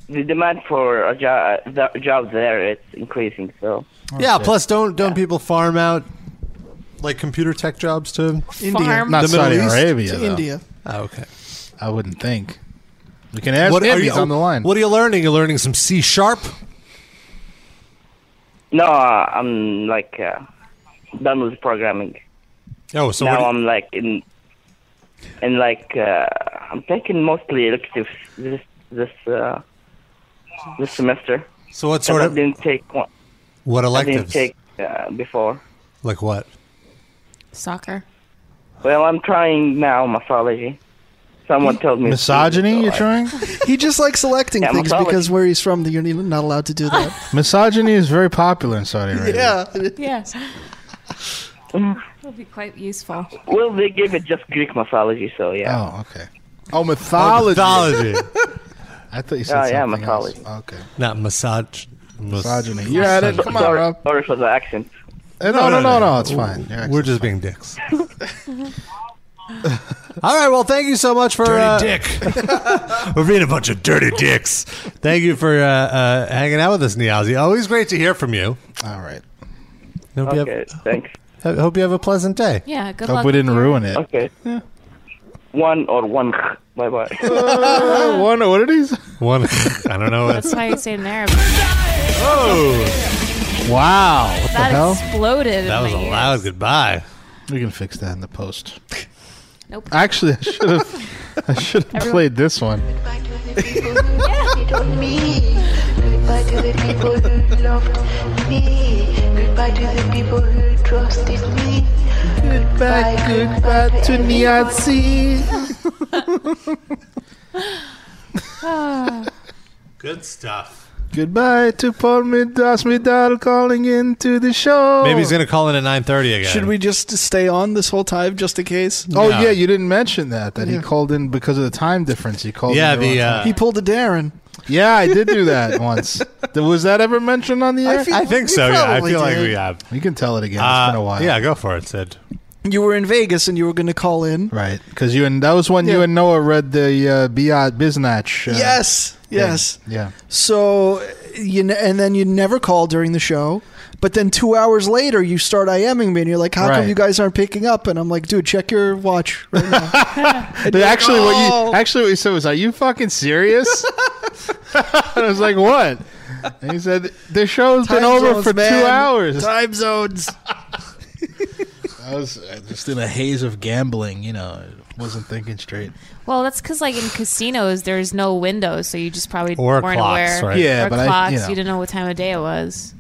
Speaker 7: the demand for a job, the job there, it's increasing. So
Speaker 4: Oh,
Speaker 2: yeah. Plus, don't don't people farm out like computer tech jobs to?
Speaker 3: India.
Speaker 5: Farm.
Speaker 4: Not
Speaker 2: The Middle
Speaker 4: Saudi
Speaker 2: East
Speaker 4: Arabia,
Speaker 3: to
Speaker 4: though.
Speaker 3: India.
Speaker 2: Oh, okay.
Speaker 4: I wouldn't think. You can ask him. He's on the line.
Speaker 2: What are you learning? You're learning some C sharp.
Speaker 7: no, uh, I'm like uh, done with programming.
Speaker 2: Oh, so
Speaker 7: now
Speaker 2: what do
Speaker 7: I'm like in, and like uh, I'm taking mostly electives this this uh, this semester.
Speaker 2: you- so what
Speaker 7: 'Cause
Speaker 2: sort
Speaker 7: I
Speaker 2: of
Speaker 7: didn't take one.
Speaker 2: what
Speaker 7: I didn't
Speaker 2: electives?
Speaker 7: take uh, before.
Speaker 2: Like what?
Speaker 5: Soccer.
Speaker 7: Well, I'm trying now massology. Someone told me
Speaker 4: Misogyny? You're trying?
Speaker 3: He just likes selecting
Speaker 7: Yeah,
Speaker 3: things
Speaker 7: mythology.
Speaker 3: because where he's from, you're not allowed to do that.
Speaker 4: Misogyny is very popular in Saudi Arabia.
Speaker 3: yeah.
Speaker 5: Yes. It'll be quite useful.
Speaker 7: Well, they gave it just Greek massology, so yeah.
Speaker 4: Oh, okay. Oh, mythology.
Speaker 2: Mythology,
Speaker 4: I thought you said
Speaker 7: Oh, yeah,
Speaker 4: something
Speaker 7: mythology.
Speaker 4: else. Okay.
Speaker 2: not massage.
Speaker 4: Misogyny. You had it. Come on,
Speaker 7: sorry,
Speaker 4: Rob.
Speaker 7: sorry for the accent.
Speaker 12: Oh.
Speaker 4: Eh, No, no, no, no. It's fine. You're
Speaker 2: We're
Speaker 4: excellent.
Speaker 2: just being dicks. All right. Well, thank you so much for
Speaker 13: Dirty
Speaker 2: uh,
Speaker 13: dick.
Speaker 2: We're being a bunch of dirty dicks. Thank you for uh, uh, hanging out with us, Niazi. Always great to hear from you.
Speaker 4: All right.
Speaker 2: Hope you have-
Speaker 7: Okay, thanks.
Speaker 2: ho- hope you have a pleasant day.
Speaker 5: Yeah, good
Speaker 2: Hope luck we didn't with your- ruin it.
Speaker 7: Okay. One or one. Bye bye.
Speaker 4: Uh, one, what it is?
Speaker 2: One. I don't know.
Speaker 5: That's why you say it in Arabic.
Speaker 2: Oh. Wow. What
Speaker 5: That exploded. in
Speaker 4: That was
Speaker 5: my
Speaker 4: a
Speaker 5: ear.
Speaker 2: loud goodbye.
Speaker 4: We can fix that in the post.
Speaker 5: Nope.
Speaker 4: Actually, I should have. I should have
Speaker 5: Everyone-
Speaker 4: played this one.
Speaker 10: Goodbye to the people who loved me. Goodbye to the people who trusted me. Goodbye, goodbye, to Niazi.
Speaker 2: Good stuff.
Speaker 4: Goodbye to Paul Midasmidal calling into the show.
Speaker 2: Maybe he's gonna call in at nine thirty again.
Speaker 3: Should we just stay on this whole time just in case?
Speaker 4: Oh yeah, you didn't mention that that
Speaker 3: Yeah.
Speaker 4: he called in because of the time difference. He called.
Speaker 2: Yeah,
Speaker 4: in
Speaker 2: the,
Speaker 4: wrong
Speaker 2: uh,
Speaker 4: time.
Speaker 3: he pulled a Darren.
Speaker 4: yeah, I did do that once. Th- Was that ever mentioned on the
Speaker 3: I
Speaker 4: air?
Speaker 3: feel- I think we so, yeah. I probably feel like did. we Uh,
Speaker 2: have.
Speaker 4: You can tell it again. It's been a while.
Speaker 2: Yeah, go for it, Sid.
Speaker 3: You were in Vegas and you were going to call in.
Speaker 4: Right, because you and that was when you and Noah read the uh, Biat Biznatch. Uh,
Speaker 3: yes,
Speaker 4: thing.
Speaker 3: yes.
Speaker 4: Yeah.
Speaker 3: So you ne- and then you never call during the show, but then two hours later you start IMing me and you're like, "How
Speaker 4: Right.
Speaker 3: come you guys aren't picking up?" And I'm like, "Dude, check your watch." Right now.
Speaker 4: But actually,
Speaker 3: "Oh."
Speaker 4: what you actually what you said was, "Are you fucking serious?" and I was like, "What?" And he said, "The show's been
Speaker 3: Time
Speaker 4: over
Speaker 3: zones,
Speaker 4: for
Speaker 3: man.
Speaker 4: two hours."
Speaker 3: Time zones.
Speaker 4: I was uh, just in a haze of gambling. You know, I wasn't thinking straight.
Speaker 5: Well, that's because like in casinos, there's no windows, so you just probably
Speaker 4: Or
Speaker 5: weren't
Speaker 4: clocks,
Speaker 5: aware.
Speaker 4: right? Yeah,
Speaker 5: or
Speaker 4: but I- you
Speaker 5: clocks. you,
Speaker 4: know.
Speaker 5: didn't know what time of day it was.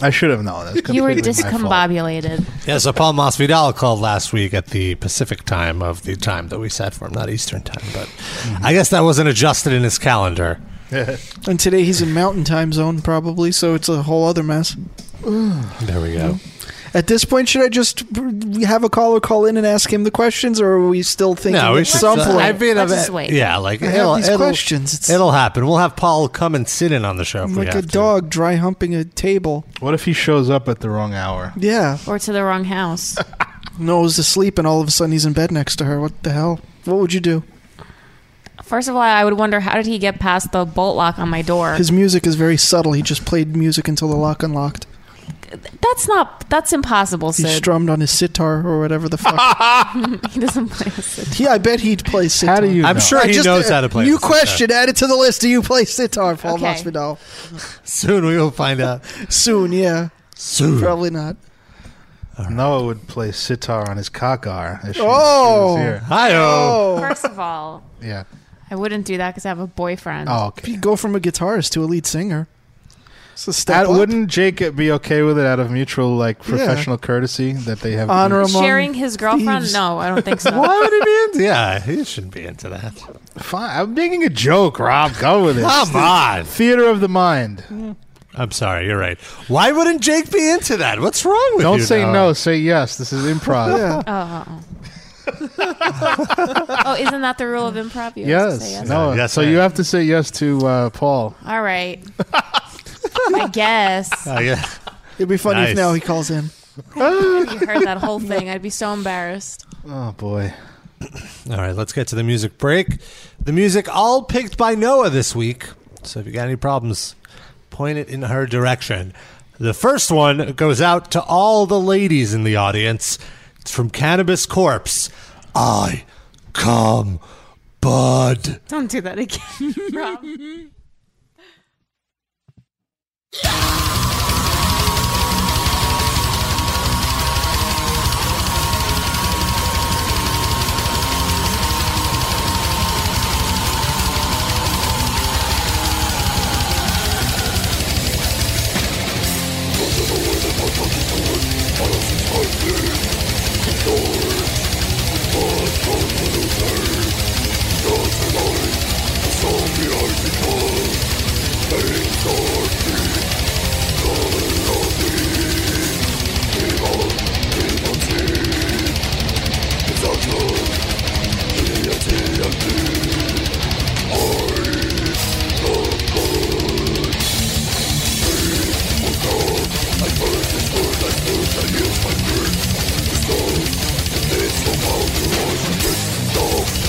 Speaker 4: I should have known. That's
Speaker 5: You were
Speaker 4: completely my fault.
Speaker 5: discombobulated.
Speaker 2: Yeah, so Paul Masvidal called last week at the Pacific time of the time that we set for him, not Eastern time, but
Speaker 3: Mm-hmm.
Speaker 2: I guess that wasn't adjusted in his calendar.
Speaker 3: and today he's in Mountain Time Zone probably, so it's a whole other mess.
Speaker 2: There we go.
Speaker 3: At this point, should I just have a caller call in and ask him the questions, or are we still thinking
Speaker 2: no, we
Speaker 3: at
Speaker 2: should.
Speaker 3: some point?
Speaker 2: I'd be in a- Yeah, like
Speaker 3: I have
Speaker 2: it'll,
Speaker 3: these
Speaker 2: it'll-
Speaker 3: questions. It's
Speaker 2: It'll happen. We'll have Paul come and sit in on the show if
Speaker 3: I'm
Speaker 2: we
Speaker 3: like a
Speaker 2: have.
Speaker 3: dog dry humping a table.
Speaker 4: What if he shows up at the wrong hour?
Speaker 3: Yeah,
Speaker 5: or to the wrong house.
Speaker 3: Noah's asleep, and all of a sudden he's in bed next to her. What the hell? What would you do?
Speaker 5: First of all, I would wonder how did he get past the bolt lock on my door?
Speaker 3: His music is very subtle. He just played music until the lock unlocked.
Speaker 5: That's not. That's impossible,
Speaker 3: He
Speaker 5: Sid.
Speaker 3: strummed on his sitar or whatever the fuck.
Speaker 5: he doesn't play a sitar.
Speaker 3: yeah, I bet he plays sitar. How do
Speaker 2: you I'm know? sure he knows how to play
Speaker 3: New
Speaker 2: the sitar.
Speaker 3: question added to the list. Do you play sitar, Paul
Speaker 5: Okay.
Speaker 3: Masvidal?
Speaker 2: Soon we will find out.
Speaker 3: Soon, yeah.
Speaker 2: Soon.
Speaker 3: Probably not.
Speaker 4: Noah would play sitar on his cockar. If she,
Speaker 3: Oh.
Speaker 4: she was here. Oh!
Speaker 5: First of all,
Speaker 4: Yeah.
Speaker 5: I wouldn't do that because I have a boyfriend.
Speaker 3: If you go from a guitarist to a lead singer, it's a step
Speaker 4: Ad-
Speaker 3: up.
Speaker 4: wouldn't Jake be okay with it out of mutual like professional courtesy that they have
Speaker 3: Honor
Speaker 5: Sharing his girlfriend? No, I don't think so.
Speaker 4: Why would he be
Speaker 2: into? Yeah, he shouldn't be into that.
Speaker 4: Fine, I'm making a joke, Rob. Go with it.
Speaker 2: Come
Speaker 4: It's the
Speaker 2: on.
Speaker 4: theater of the mind.
Speaker 2: I'm sorry, you're right. Why wouldn't Jake be into that? What's wrong with
Speaker 4: Don't
Speaker 2: you?
Speaker 4: say
Speaker 2: Noah?
Speaker 4: no, say yes. This is improv.
Speaker 5: Oh, oh, oh. oh, isn't that the rule of improv? You have to
Speaker 4: Yes,
Speaker 5: say yes.
Speaker 4: no.
Speaker 2: Yes,
Speaker 4: so you have to say yes to uh, Paul.
Speaker 5: All right. I guess.
Speaker 2: Uh,
Speaker 4: Oh,
Speaker 2: yeah.
Speaker 3: It'd be funny
Speaker 4: Nice.
Speaker 3: if now he calls in.
Speaker 5: if you heard that whole thing, I'd be so embarrassed.
Speaker 4: Oh boy.
Speaker 2: All right, let's get to the music break. The music all picked by Noah this week. So if you got any problems, point it in her direction. The first one goes out to all the ladies in the audience. It's from Cannabis Corpse. I come, bud.
Speaker 5: Don't do that again, Rob.
Speaker 10: It's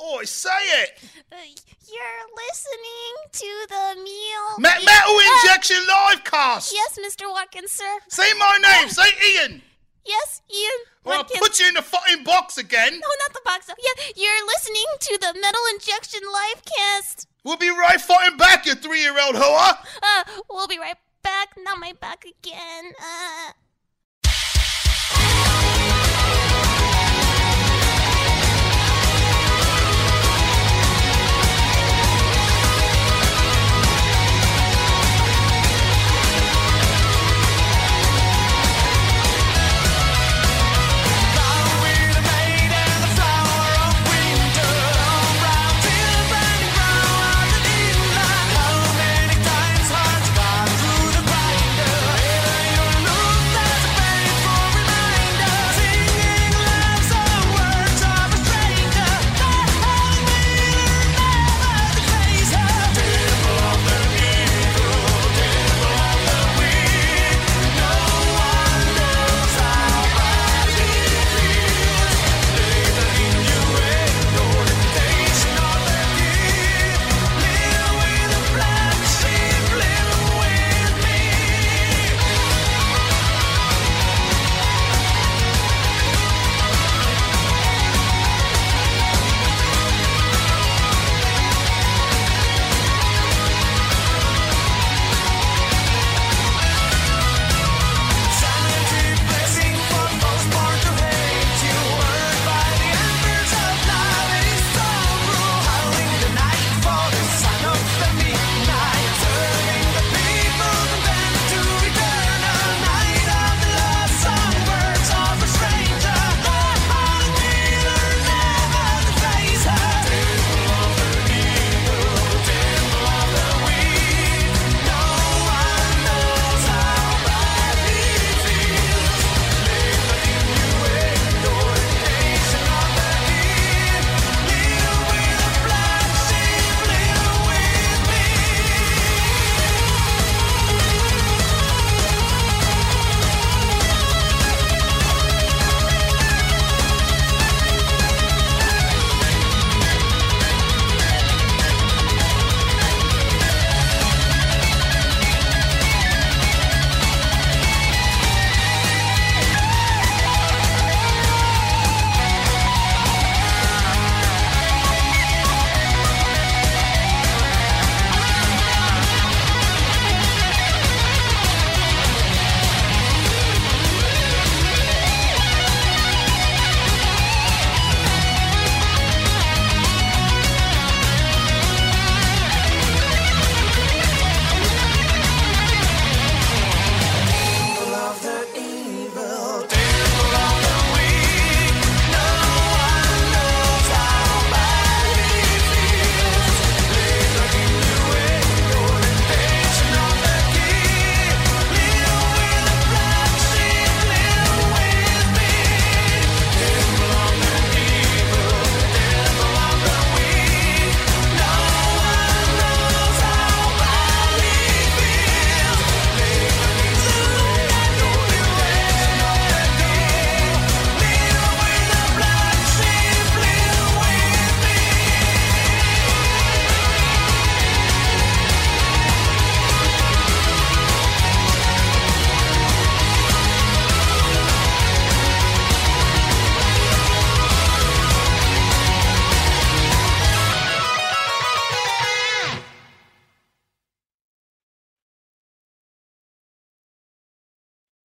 Speaker 10: Oi, say it!
Speaker 5: You're listening to the meal.
Speaker 10: Me- metal Injection
Speaker 5: Uh,
Speaker 10: Livecast!
Speaker 5: Yes, Mr. Watkins, sir.
Speaker 10: Say my name! Say Ian!
Speaker 5: Yes, Ian.
Speaker 10: Or I'll put you in the fucking box again!
Speaker 5: No, not the box. Yeah, you're listening to the Metal Injection Livecast.
Speaker 10: We'll be right fucking back, you three year old whore!
Speaker 5: Uh, we'll be right back. Not my back again. Uh.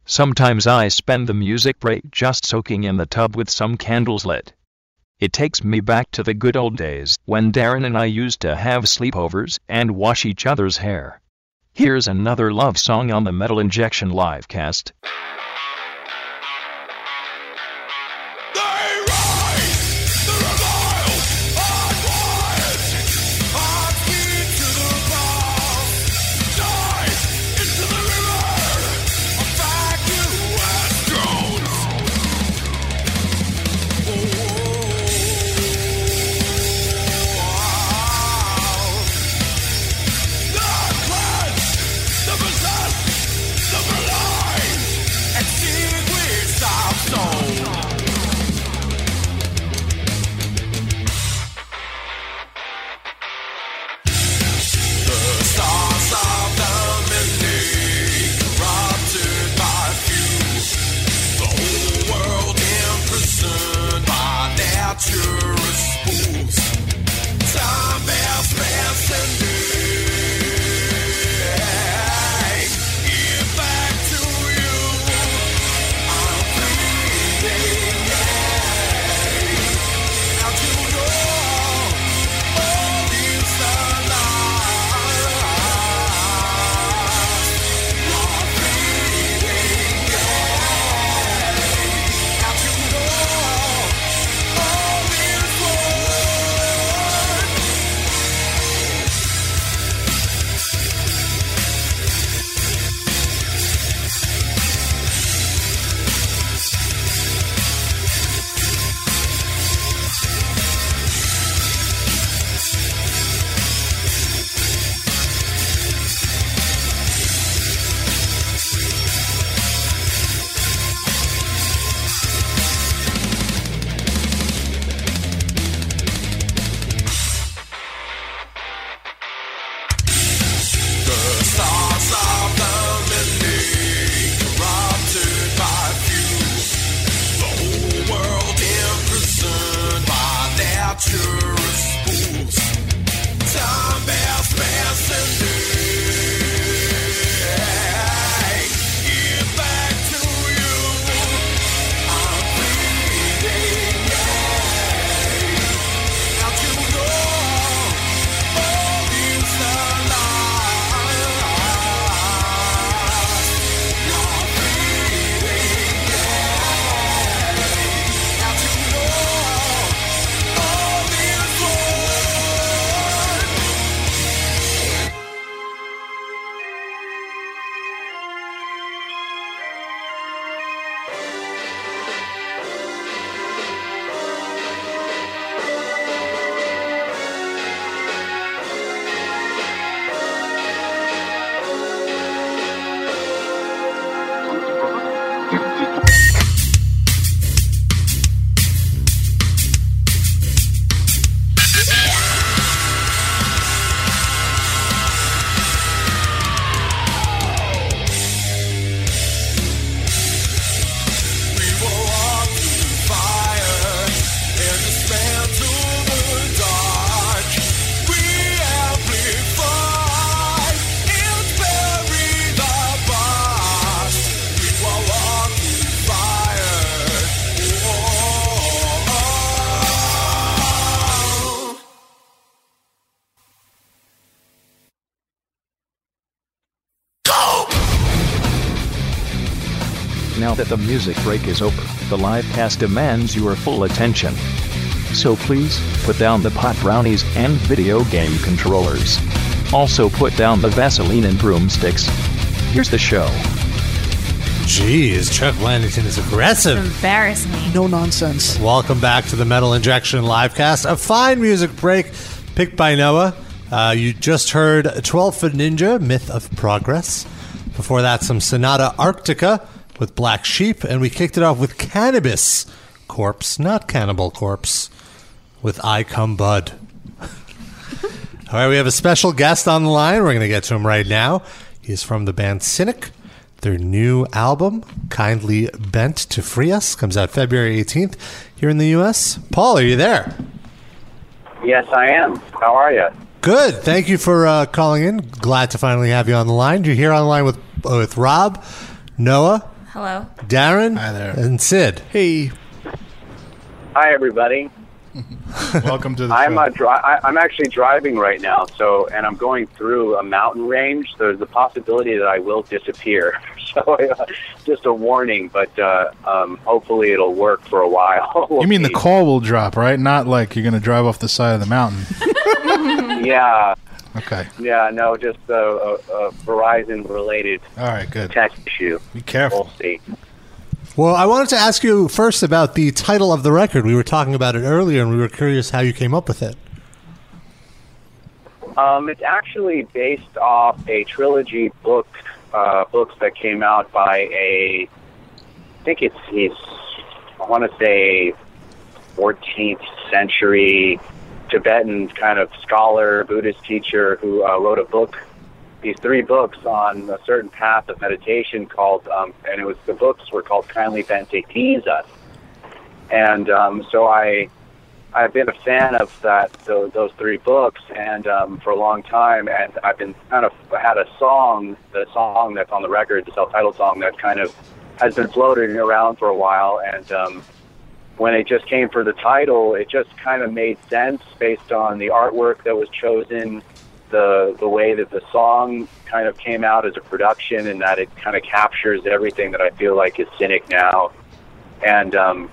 Speaker 1: Sometimes I spend the music break just soaking in the tub with some candles lit. It takes me back to the good old days when Darren and I used to have sleepovers and wash each other's hair. Here's another love song on the Metal Injection Livecast.
Speaker 14: The possessed, the blind,
Speaker 1: now that the music break is over, the live cast demands your full attention. So please, put down the pot brownies and video game controllers. Also, put down the Vaseline and broomsticks. Here's the show.
Speaker 2: Jeez, Chuck Landington is aggressive.
Speaker 5: Embarrass me.
Speaker 3: No nonsense.
Speaker 2: Welcome back to the Metal Injection Livecast, a fine music break picked by Noah. Uh, you just heard 12 Foot Ninja, Myth of Progress. Before that, some Sonata Arctica with Black Sheep, and we kicked it off with Cannabis Corpse, not Cannibal Corpse, with I Come Bud. All right, we have a special guest on the line. We're going to get to him right now. He's from the band Cynic. Their new album, Kindly Bent to Free Us, comes out February 18th here in the U.S. Paul, are you there?
Speaker 15: Yes, I am. How are you?
Speaker 2: Good. Thank you for uh, calling in. Glad to finally have you on the line. You're here on the line with, uh, with Rob, Noah,
Speaker 5: Hello.
Speaker 2: Darren, and Sid. Hey.
Speaker 15: Hi, everybody.
Speaker 4: Welcome to the
Speaker 15: I'm
Speaker 4: show.
Speaker 15: uh, dri- I, I'm actually driving right now, so and I'm going through a mountain range. So there's the possibility that I will disappear. So uh, just a warning, but uh, um, hopefully it'll work for a while.
Speaker 4: You mean the call will drop, right? Not like you're going to drive off the side of the mountain.
Speaker 15: yeah,
Speaker 4: Okay.
Speaker 15: yeah, no, just uh, a, a Verizon related.
Speaker 4: All right, good.
Speaker 15: Tech issue.
Speaker 4: Be careful.
Speaker 15: We'll see.
Speaker 2: Well, I wanted to ask you first about the title of the record. We were talking about it earlier, and we were curious how you came up with it.
Speaker 15: Um, it's actually based off a trilogy book, uh, books that came out by a, I think it's he's, I want to say, 14th century Tibetan kind of scholar, Buddhist teacher who uh, wrote a book, these three books on a certain path of meditation called, um, and it was the books were called Kindly Bente Tease Us, and um, so I. I've been a fan of that those, those three books, and um, for a long time, and I've been kind of had a song, the song that's on the record, the self-titled song that kind of has been floating around for a while, and um, when it just came for the title, it just kind of made sense based on the artwork that was chosen, the the way that the song kind of came out as a production, and that it kind of captures everything that I feel like is cynic now, and um,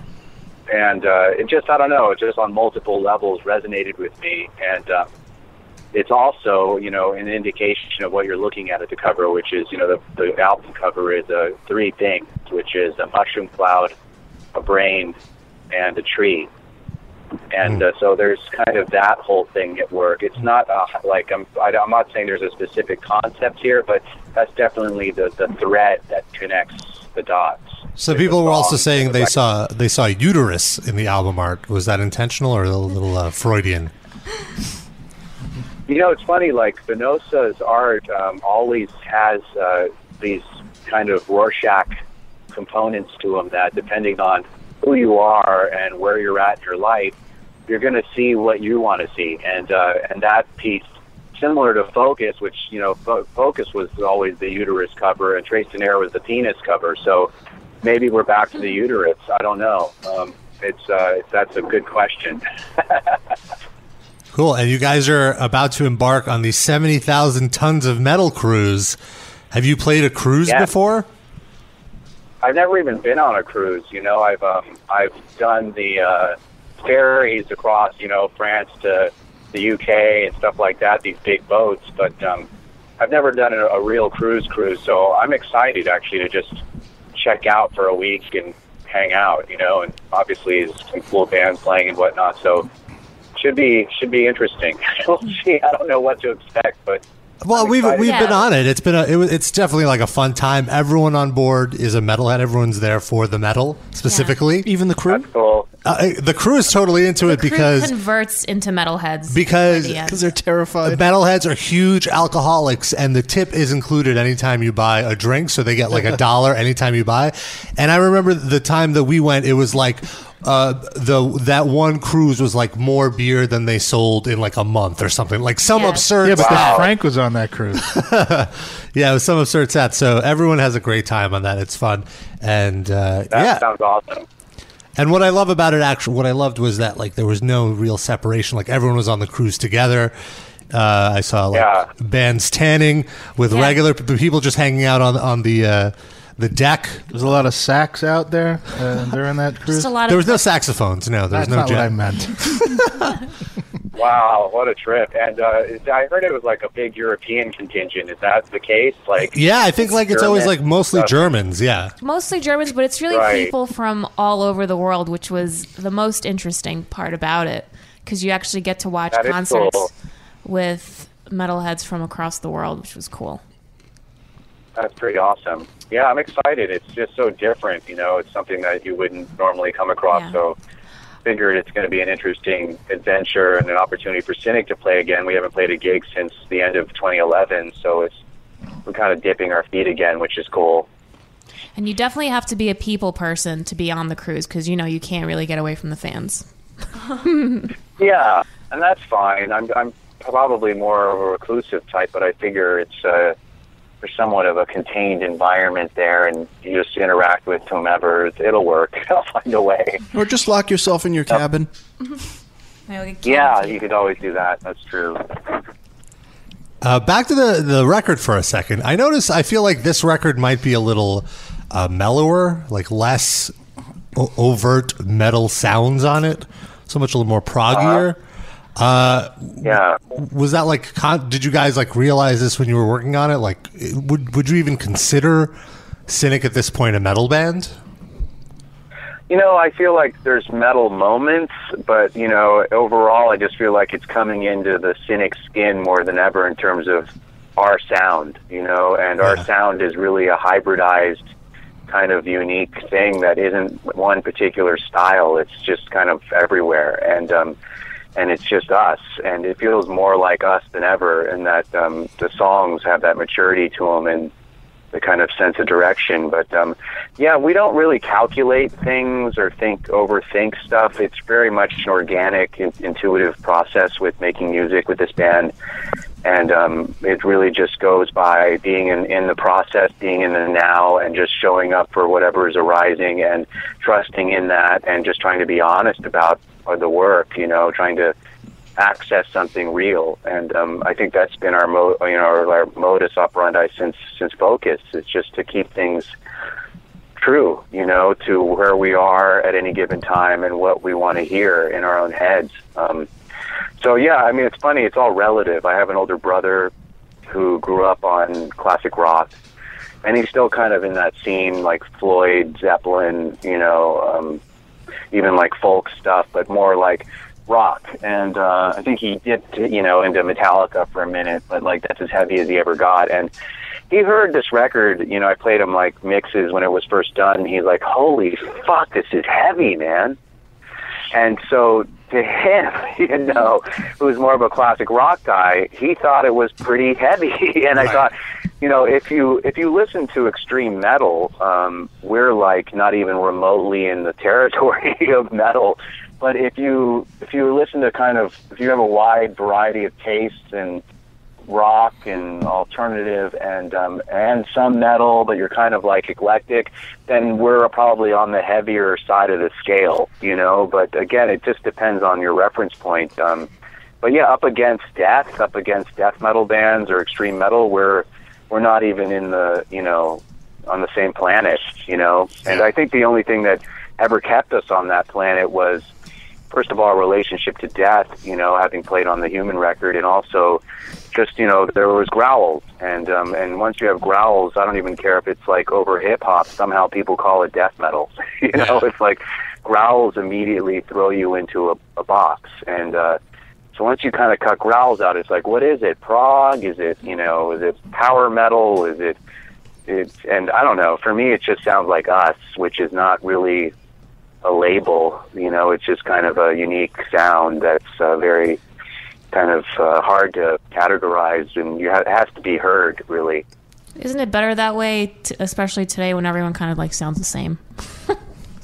Speaker 15: and uh, it just I don't know, it just on multiple levels resonated with me, and um, it's also you know an indication of what you're looking at at the cover, which is you know the, the album cover is uh, three things, which is a mushroom cloud, a brain, and a tree. And uh, so there's kind of that whole thing at work. It's not uh, like I'm. I, I'm not saying there's a specific concept here, but that's definitely the the thread that connects the dots.
Speaker 2: So people were also saying they saw they saw uterus in the album art. Was that intentional or a little uh, Freudian?
Speaker 15: You know, it's funny. Like Spinoza's art um, always has uh, these kind of Rorschach components to them that, depending on who you are and where you're at in your life, you're going to see what you want to see. And uh, and that piece, similar to Focus, which you know, Fo- Focus was always the uterus cover, and Trace and Air was the penis cover. So maybe we're back to the uterus. I don't know. Um, it's uh, that's a good question.
Speaker 2: Cool. And you guys are about to embark on the seventy thousand tons of metal cruise. Have you played a cruise
Speaker 15: Yeah.
Speaker 2: before?
Speaker 15: I've never even been on a cruise. You know, I've um, I've done the uh, ferries across you know France to the UK and stuff like that. These big boats, but um, I've never done a, a real cruise cruise. So I'm excited actually to just check out for a week and hang out. You know, and obviously there's some cool bands playing and whatnot. So should be should be interesting. we'll see. I don't know what to expect, but
Speaker 2: Well, we've
Speaker 15: excited.
Speaker 2: we've been
Speaker 15: Yeah.
Speaker 2: on it. It's been a, it, was- it's definitely like a fun time. Everyone on board is a metalhead. Everyone's there for the metal specifically.
Speaker 3: Even the crew.
Speaker 15: cool.
Speaker 2: Uh, the crew is totally into it because
Speaker 5: converts into metalheads
Speaker 2: because
Speaker 5: Yeah.
Speaker 2: they're terrified. Uh, Metalheads are huge alcoholics, and the tip is included anytime you buy a drink, so they get like a dollar anytime you buy. And I remember the time that we went, it was like. Uh, the that one cruise was like more beer than they sold in like a month or something like some absurd
Speaker 4: Yeah, but then
Speaker 2: stat.
Speaker 4: Frank was on that cruise.
Speaker 2: yeah it was some absurd stat so everyone has a great time on that it's fun and uh, yeah
Speaker 15: sounds awesome.
Speaker 2: And what I love about it, actually, what I loved was that like there was no real separation. Like everyone was on the cruise together. Uh, I saw like bands tanning with regular p- people just hanging out on on the uh, the deck.
Speaker 4: There's a lot of sax out there uh, during that cruise.
Speaker 5: a lot of-
Speaker 2: there was no saxophones. No, there was
Speaker 4: That's
Speaker 2: no.
Speaker 4: not what
Speaker 2: jet-
Speaker 4: I meant.
Speaker 15: Wow, what a trip! And uh, is- I heard it was like a big European contingent. Is that the case? Like,
Speaker 2: Yeah, I think like it's always like mostly Germans. Yeah.
Speaker 5: Mostly Germans, but it's really
Speaker 2: Right.
Speaker 5: people from all over the world, which was the most interesting part about it because you actually get to watch
Speaker 15: That is
Speaker 5: concerts
Speaker 15: cool.
Speaker 5: with metalheads from across the world, which was cool.
Speaker 15: That's pretty awesome. Yeah, I'm excited. It's just so different. You know, it's something that you wouldn't normally come across. So, figured it's going to be an interesting adventure and an opportunity for Cynic to play again. We haven't played a gig since the end of 2011, so it's we're kind of dipping our feet again, which is cool.
Speaker 5: And you definitely have to be a people person to be on the cruise because you know you can't really get away from the fans.
Speaker 15: Yeah, and that's fine. I'm I'm probably more of a reclusive type, but I figure it's uh, there's somewhat of a contained environment there, and you just interact with whomever. It'll work. I'll find a way.
Speaker 3: Or just lock yourself in your cabin.
Speaker 15: Yeah, you could always do that. That's true.
Speaker 2: Uh, back to the, the record for a second. I notice I feel like this record might be a little uh, mellower, like less o- overt metal sounds on it. So much a little more proggier. Uh,
Speaker 15: yeah.
Speaker 2: Was that like? Con- did you guys like realize this when you were working on it? Like, it- would would you even consider Cynic at this point a metal band?
Speaker 15: You know, I feel like there's metal moments, but you know, overall, I just feel like it's coming into the cynic skin more than ever in terms of our sound. You know, and our sound is really a hybridized kind of unique thing that isn't one particular style. It's just kind of everywhere, and um, and it's just us, and it feels more like us than ever. And that um, the songs have that maturity to them, and the kind of sense of direction. But um, yeah, we don't really calculate things or think overthink stuff. It's very much an organic, in- intuitive process with making music with this band, and um, it really just goes by being in, in the process, being in the now, and just showing up for whatever is arising and trusting in that, and just trying to be honest about uh, the work. You know, trying to access something real. And um, I think that's been our mo- you know our, our modus operandi since since Focus. It's just to keep things true, you know, to where we are at any given time and what we want to hear in our own heads. Um, so yeah, I mean, it's funny. It's all relative. I have an older brother who grew up on classic rock. And he's still kind of in that scene, like Floyd, Zeppelin, you know, um, even like folk stuff, but more like rock. And uh, I think he dipped, you know, into Metallica for a minute, but like that's as heavy as he ever got. And he heard this record, you know, I played him like mixes when it was first done. And he's like, holy fuck, this is heavy, man. And so to him, you know, who was more of a classic rock guy, he thought it was pretty heavy. And I thought, you know, if you if you listen to extreme metal, um, we're like not even remotely in the territory of metal. But if you if you listen to kind of if you have a wide variety of tastes and rock and alternative and um, and some metal, but you're kind of like eclectic, then we're probably on the heavier side of the scale, you know. But again, it just depends on your reference point. Um, but yeah, up against death, up against death metal bands or extreme metal, we're we're not even in the you know on the same planet, you know. And I think the only thing that ever kept us on that planet was first of all, our relationship to death, you know, having played on the human record, and also just, you know, there was growls. And, um, and once you have growls, I don't even care if it's like over hip hop, somehow people call it death metal. you know, it's like growls immediately throw you into a, a box. And, uh, so once you kind of cut growls out, it's like, what is it? Prog? Is it, you know, is it power metal? Is it, it's, and I don't know. For me, it just sounds like us, which is not really a label. You know, it's just kind of a unique sound that's uh, very kind of uh, hard to categorize, and you ha- it has to be heard really.
Speaker 5: Isn't it better that way, t- especially today when everyone kind of like sounds the same?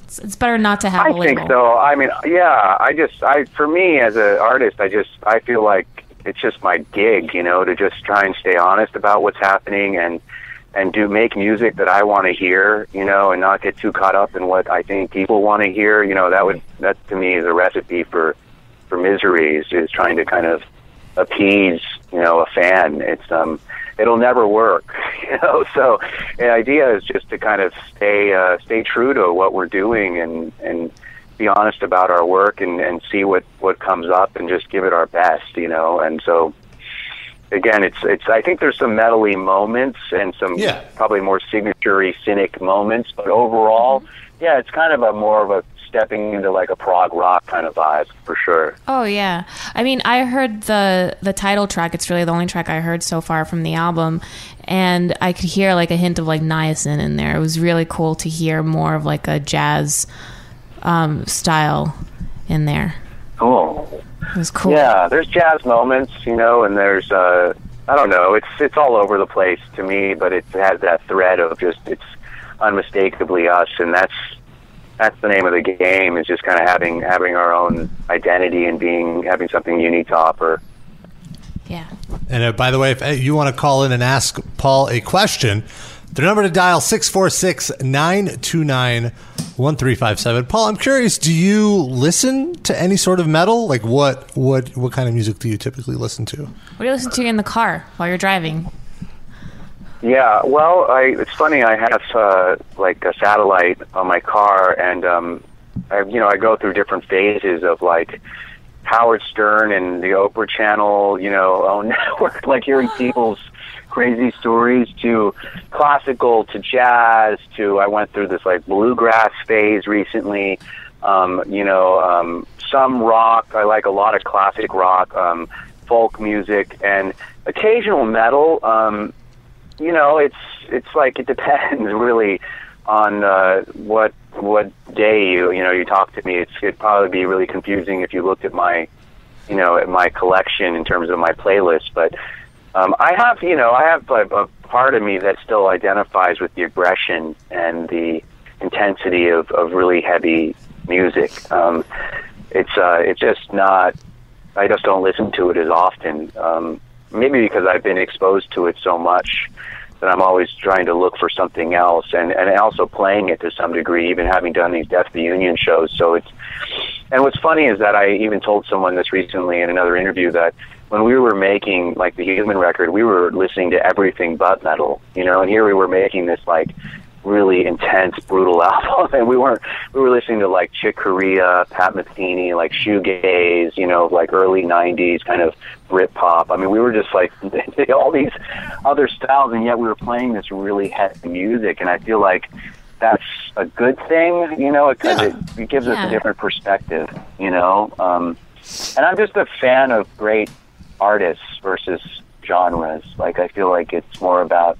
Speaker 5: it's, it's better not to have a
Speaker 15: I
Speaker 5: label.
Speaker 15: think so. I mean, yeah. I just, I for me as an artist, I just, I feel like it's just my gig, you know, to just try and stay honest about what's happening and and do make music that I want to hear, you know, and not get too caught up in what I think people want to hear. You know, that would that to me is a recipe for for misery is, is trying to kind of appease, you know, a fan. It's um, it'll never work. you know. So the idea is just to kind of stay uh, stay true to what we're doing and and be honest about our work and and see what what comes up and just give it our best, you know. And so again, it's it's I think there's some metally moments and some
Speaker 2: Yeah.
Speaker 15: probably more signature cynic moments, but overall, yeah, it's kind of a more of a stepping into like a prog rock kind of vibe for sure.
Speaker 5: Oh yeah. I mean, I heard the the title track. It's really the only track I heard so far from the album, and I could hear like a hint of like niacin in there. It was really cool to hear more of like a jazz um, style in there.
Speaker 15: Cool.
Speaker 5: It was cool.
Speaker 15: Yeah, there's jazz moments, you know, and there's uh I don't know, it's it's all over the place to me, but it has that thread of just it's unmistakably us and that's that's the name of the game is just kind of having having our own identity and being having something unique to offer.
Speaker 2: And uh, by the way, if uh, you want to call in and ask Paul a question, the number to dial 646 929 1357. Paul, I'm curious, do you listen to any sort of metal? Like what what what kind of music do you typically listen to?
Speaker 5: What do you listen to in the car while you're driving?
Speaker 15: Yeah, well, I it's funny. I have uh, like a satellite on my car, and um, I, you know, I go through different phases of like Howard Stern and the Oprah Channel, you know, own network, like hearing people's crazy stories to classical to jazz to I went through this like bluegrass phase recently. Um, you know, um, some rock. I like a lot of classic rock, um, folk music, and occasional metal. Um, you know, it's it's like it depends really on uh, what what day you you know you talk to me. It's it'd probably be really confusing if you looked at my you know at my collection in terms of my playlist. But um, I have you know I have a, a part of me that still identifies with the aggression and the intensity of, of really heavy music. Um, it's uh, it's just not. I just don't listen to it as often. Um, maybe because I've been exposed to it so much that I'm always trying to look for something else, and and also playing it to some degree, even having done these Death of the Union shows. So it's and what's funny is that I even told someone this recently in another interview that when we were making like the Human record, we were listening to everything but metal, you know, and here we were making this like really intense, brutal album, and we weren't we were listening to like Chick Corea, Pat Metheny, like shoegaze, you know, like early '90s kind of Britpop. I mean, we were just like all these other styles, and yet we were playing this really heavy music, and I feel like. That's a good thing, you know, because it, it gives us
Speaker 12: Yeah.
Speaker 15: a different perspective, you know. Um, and I'm just a fan of great artists versus genres. Like I feel like it's more about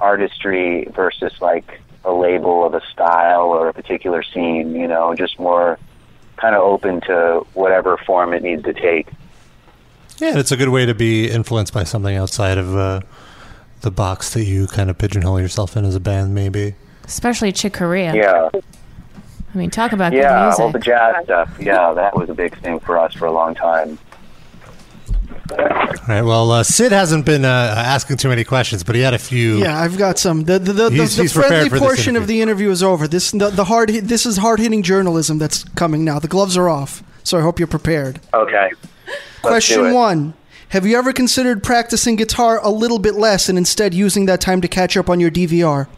Speaker 15: artistry versus like a label of a style or a particular scene. You know, just more kind of open to whatever form it needs to take.
Speaker 2: Yeah, and it's a good way to be influenced by something outside of uh, the box that you kind of pigeonhole yourself in as a band maybe.
Speaker 5: Especially Chick Corea.
Speaker 15: Yeah,
Speaker 5: I mean, talk about good
Speaker 15: yeah.
Speaker 5: music.
Speaker 15: Well, the jazz stuff. Yeah, that was a big thing for us for a long time.
Speaker 2: All right. Well, uh, Sid hasn't been uh, asking too many questions, but he had a few.
Speaker 3: Yeah, I've got some. The the, the, the,
Speaker 2: He's-
Speaker 3: the
Speaker 2: he's prepared
Speaker 3: friendly
Speaker 2: for this
Speaker 3: portion of the interview is over. This the, the hard hit- this is hard hitting journalism that's coming now. The gloves are off, so I hope you're prepared.
Speaker 15: Okay. Let's do
Speaker 3: Question
Speaker 15: it.
Speaker 3: one: Have you ever considered practicing guitar a little bit less and instead using that time to catch up on your DVR?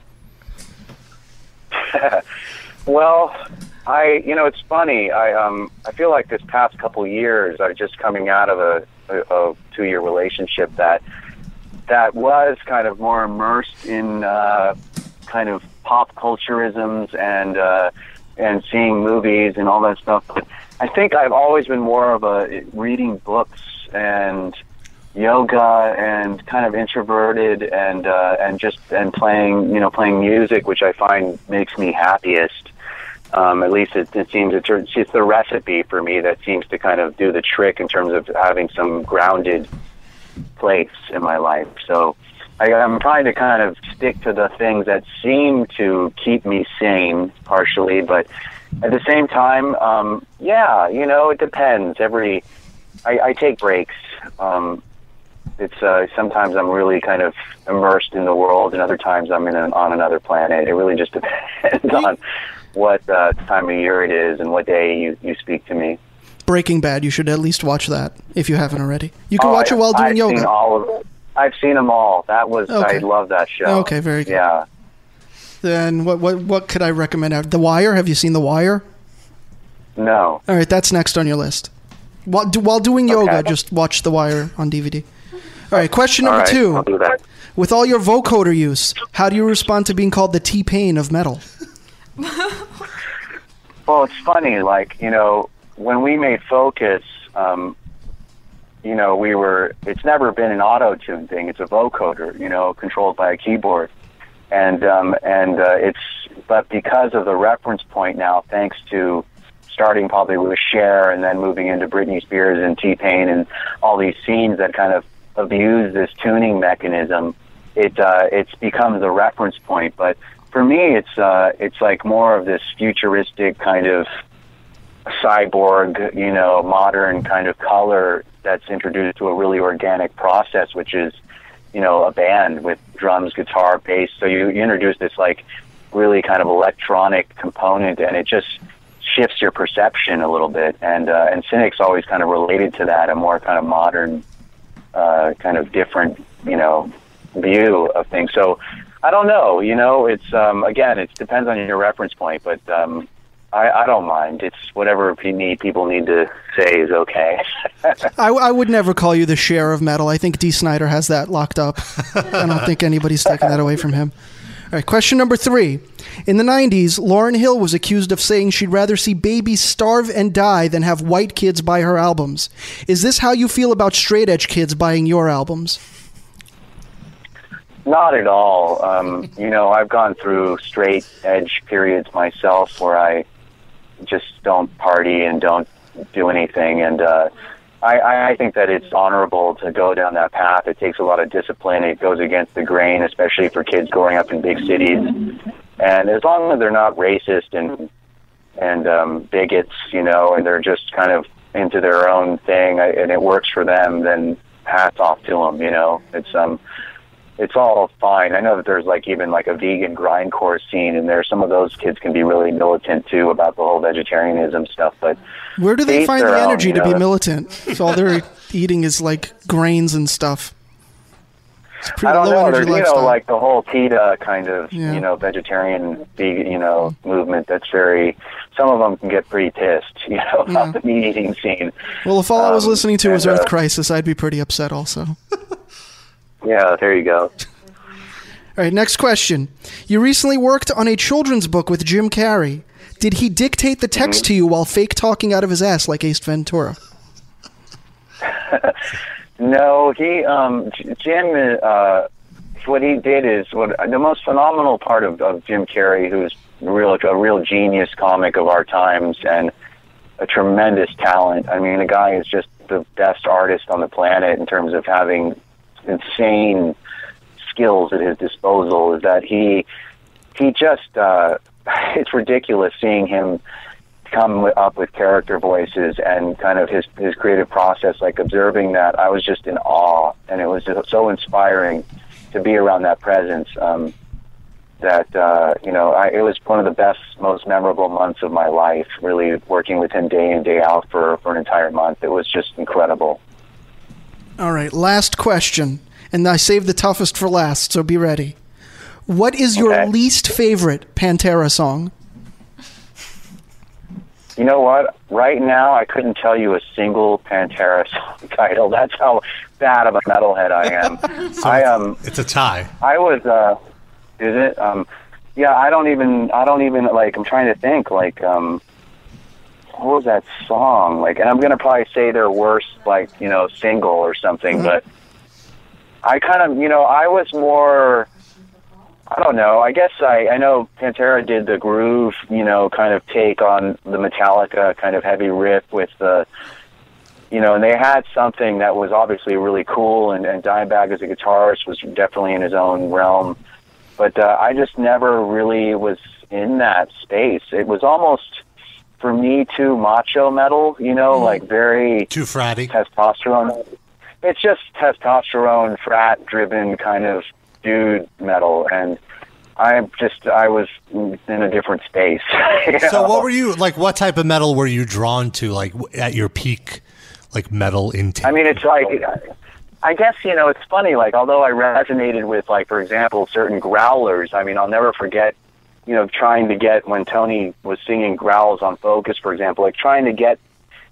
Speaker 15: well, I you know it's funny. I um I feel like this past couple years I'm just coming out of a, a, a two year relationship that that was kind of more immersed in uh, kind of pop culturisms and uh, and seeing movies and all that stuff. But I think I've always been more of a reading books and yoga and kind of introverted and uh, and just and playing you know playing music, which I find makes me happiest. Um, at least it, it seems it's, it's the recipe for me that seems to kind of do the trick in terms of having some grounded place in my life. So I, I'm trying to kind of stick to the things that seem to keep me sane partially, but at the same time, um, yeah, you know, it depends. Every I, I take breaks. Um, it's uh, sometimes I'm really kind of immersed in the world, and other times I'm in an, on another planet. It really just depends on what uh, time of year it is and what day you, you speak to me.
Speaker 3: Breaking Bad. You should at least watch that if you haven't already. You can
Speaker 15: Oh,
Speaker 3: watch
Speaker 15: I-
Speaker 3: it while doing
Speaker 15: I've
Speaker 3: yoga.
Speaker 15: Seen all of, I've seen them all. That was
Speaker 3: Okay.
Speaker 15: I love that show.
Speaker 3: Okay, very good.
Speaker 15: Yeah.
Speaker 3: Then what what what could I recommend? out- The Wire. Have you seen The Wire?
Speaker 15: No.
Speaker 3: All right, that's next on your list. While, do, while doing yoga, just watch The Wire on DVD. All right, question
Speaker 15: All
Speaker 3: number
Speaker 15: right,
Speaker 3: two.
Speaker 15: I'll do that.
Speaker 3: With all your vocoder use, how do you respond to being called the T Pain of metal?
Speaker 15: Well, it's funny. Like you know, when we made Focus, um, you know, we were. It's never been an auto tune thing. It's a vocoder, you know, controlled by a keyboard, and um, and uh, it's. But because of the reference point now, thanks to starting probably with Cher and then moving into Britney Spears and T Pain and all these scenes that kind of abuse this tuning mechanism, it uh, it's becomes a reference point. But for me, it's uh, it's like more of this futuristic kind of cyborg, you know, modern kind of color that's introduced to a really organic process, which is, you know, a band with drums, guitar, bass. So you, you introduce this like really kind of electronic component, and it just shifts your perception a little bit. And uh, and Cynic's always kind of related to that, a more kind of modern, uh, kind of different, you know, view of things. So I don't know. You know, it's um, again, it depends on your reference point, but um, I, I don't mind. It's whatever you need. People need to say is okay.
Speaker 3: I, I would never call you the share of metal. I think D. Snyder has that locked up. I don't think anybody's taking that away from him. All right, question number three. In the 90s, Lauren Hill was accused of saying she'd rather see babies starve and die than have white kids buy her albums. Is this how you feel about straight edge kids buying your albums?
Speaker 15: Not at all. Um, you know, I've gone through straight edge periods myself where I just don't party and don't do anything. And uh, I- I, I think that it's honorable to go down that path. It takes a lot of discipline. It goes against the grain, especially for kids growing up in big cities. And as long as they're not racist and and um, bigots, you know, and they're just kind of into their own thing, I- and it works for them, then hats off to them. You know, it's um it's all fine. I know that there's like even like a vegan grindcore scene, and there some of those kids can be really militant too about the whole vegetarianism stuff. But
Speaker 3: Where do
Speaker 15: to
Speaker 3: they
Speaker 15: each
Speaker 3: find
Speaker 15: their
Speaker 3: the
Speaker 15: own,
Speaker 3: energy
Speaker 15: you
Speaker 3: to
Speaker 15: know,
Speaker 3: be
Speaker 15: that's-
Speaker 3: militant? So all they're eating is like grains and stuff. It's pretty
Speaker 15: I don't
Speaker 3: low
Speaker 15: know.
Speaker 3: energy
Speaker 15: There's, you
Speaker 3: lifestyle.
Speaker 15: know, like the whole PETA kind of,
Speaker 3: Yeah.
Speaker 15: you know, vegetarian, vegan, you know, movement. That's very. Some of them can get pretty pissed, you know, about the meat eating scene.
Speaker 3: well, if all I was
Speaker 15: um,
Speaker 3: listening to was
Speaker 15: and, uh,
Speaker 3: Earth Crisis, I'd be pretty upset also.
Speaker 15: Yeah, there you
Speaker 3: All
Speaker 15: go.
Speaker 3: right, next question. You recently worked on a children's book with Jim Carrey. Did he dictate the text to you while fake talking out of his ass like Ace Ventura?
Speaker 15: No, he, um, J- Jim, uh, what he did is what the most phenomenal part of, of Jim Carrey, who's real a real genius comic of our times and a tremendous talent. I mean, the guy is just the best artist on the planet in terms of having insane skills at his disposal. Is that he? He just uh, it's ridiculous seeing him come wi- up with character voices and kind of his his creative process like observing that I was just in awe and it was just so inspiring to be around that presence um that uh you know I it was one of the best most memorable months of my life really working with him day in day out for for an entire month it was just incredible
Speaker 3: All right, last question. And I saved the toughest for last, so be ready. What is your least favorite Pantera song?
Speaker 15: You know what? Right now, I couldn't tell you a single Pantera song title. That's how bad of a metalhead I am. I um,
Speaker 2: It's a tie.
Speaker 15: I was uh, is it um, yeah. I don't even. I don't even like. I'm trying to think. Like um, what was that song? Like, and I'm gonna probably say their worst, like you know, single or something. But I kind of, you know, I was more. I don't know. I guess I I know Pantera did the groove, you know, kind of take on the Metallica kind of heavy riff with the you know, and they had something that was obviously really cool and, and Dimebag as a guitarist was definitely in his own realm. But uh, I just never really was in that space. It was almost for me too macho metal, you know, like very
Speaker 2: Mm. too fratty
Speaker 15: testosterone. It's just testosterone, frat driven kind of dude metal, and I just I was in a different space. you
Speaker 2: So,
Speaker 15: know?
Speaker 2: what were you like? What type of metal were you drawn to? Like w- at your peak, like metal intake.
Speaker 15: I mean, it's like I guess you know it's funny. Like although I resonated with like for example certain growlers. I mean I'll never forget. You know, trying to get when Tony was singing growls on Focus, for example, like trying to get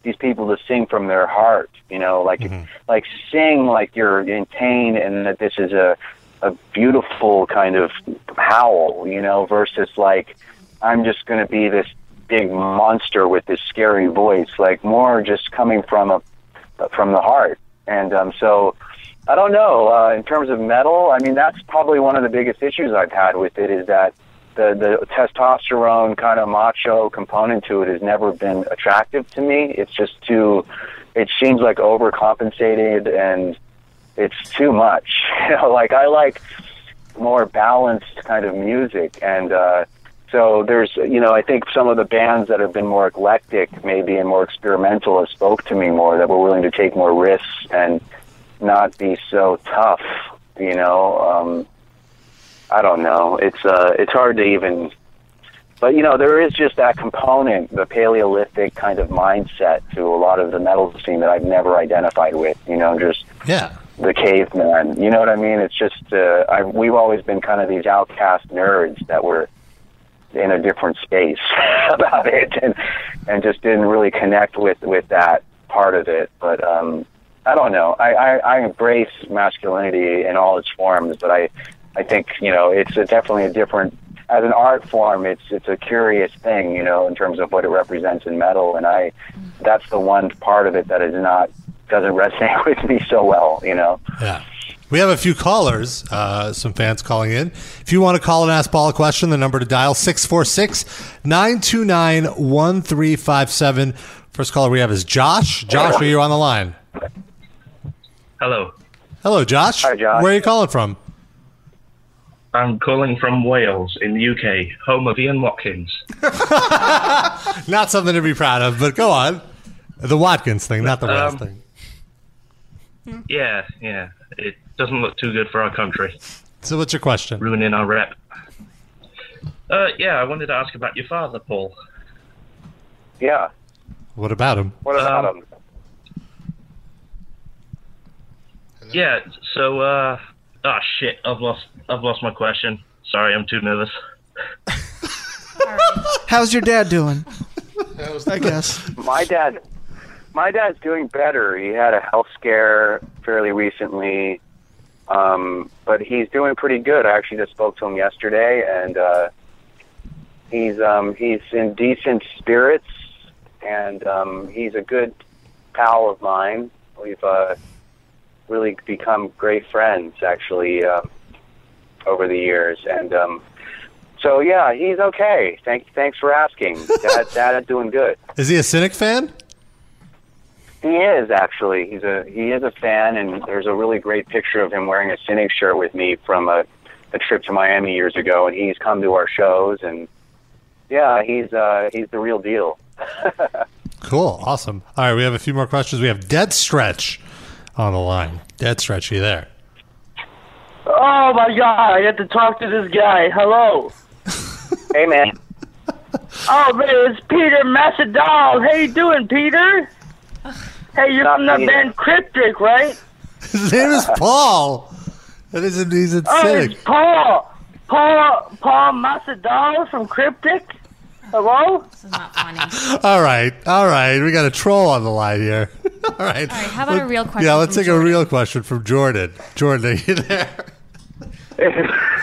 Speaker 15: these people to sing from their heart. You know, like like sing like you're in pain and that this is a a beautiful kind of howl. You know, versus like I'm just going to be this big monster with this scary voice. Like more just coming from a from the heart. And um, so, I don't know. Uh, in terms of metal, I mean, that's probably one of the biggest issues I've had with it is that the the testosterone kind of macho component to it has never been attractive to me. It's just too. It seems like overcompensated and it's too much. You know, like I like more balanced kind of music and. uh so there's, you know, I think some of the bands that have been more eclectic, maybe, and more experimental, have spoke to me more. That were willing to take more risks and not be so tough. You know, um, I don't know. It's uh, it's hard to even. But you know, there is just that component, the Paleolithic kind of mindset to a lot of the metal scene that I've never identified with. You know, just
Speaker 2: Yeah.
Speaker 15: the caveman. You know what I mean? It's just uh, I, we've always been kind of these outcast nerds that were in a different space about it, and and just didn't really connect with with that part of it. But um, I don't know. I, I, I embrace masculinity in all its forms, but I I think you know it's a, definitely a different as an art form. It's it's a curious thing, you know, in terms of what it represents in metal, and I that's the one part of it that is not doesn't resonate with me so well, you know.
Speaker 2: Yeah. We have a few callers, uh, some fans calling in. If you want to call and ask Paul a question, the number to dial 646 929 1357. First caller we have is Josh. Josh, are you on the line?
Speaker 12: Hello,
Speaker 2: Hello, Josh. Hi, Josh. Where are you calling from?
Speaker 12: I'm calling from Wales in the UK, home of Ian Watkins.
Speaker 2: Not something to be proud of, but go on. The Watkins thing, not the Wales
Speaker 12: Um,
Speaker 2: thing.
Speaker 12: Yeah, yeah. It doesn't look too good for our country,
Speaker 2: So, what's your question?
Speaker 12: ruining our rep. Uh, yeah, I wanted to ask about your father, Paul.
Speaker 15: Yeah.
Speaker 2: What about him?
Speaker 15: What
Speaker 12: Um,
Speaker 15: about him?
Speaker 12: Yeah. So, uh, ah, shit. I've lost. I've lost my question. Sorry, I'm too nervous.
Speaker 3: How's your dad doing?
Speaker 15: I
Speaker 3: guess.
Speaker 15: My dad, my dad's doing better. He had a health scare fairly recently, um, but he's doing pretty good. I actually just spoke to him yesterday, and uh, he's um, he's in decent spirits, and um, he's a good pal of mine. We've uh, really become great friends, actually, uh, over the years, and. Um, so yeah, he's okay. Thank, thanks for asking. Dad, Dad is doing good.
Speaker 2: Is he a Cynic fan?
Speaker 15: He is actually. He's a he is a fan, and there's a really great picture of him wearing a Cynic shirt with me from a, a trip to Miami years ago, and he's come to our shows, and yeah, he's uh, he's the real deal.
Speaker 2: Cool. Awesome. All right, we have a few more questions. We have Dead Stretch on the line. Dead Stretch, you there?
Speaker 16: Oh my god, I had to talk to this guy. Hello.
Speaker 15: hey man.
Speaker 16: Oh man, it's Peter Macedal. How you doing, Peter? Hey, you're from that
Speaker 2: Peter.
Speaker 16: band Cryptic, right?
Speaker 2: His name is Paul. That is a, he's a
Speaker 16: Oh,
Speaker 2: Cynic.
Speaker 16: it's Paul. Paul Paul Macedal from Cryptic. Hello? This is not funny.
Speaker 2: All right, all right. We got a troll on the line here. All right. All right.
Speaker 5: How about a real question?
Speaker 2: yeah, let's
Speaker 5: from
Speaker 2: take a real question from Jordan. Jordan, are you there?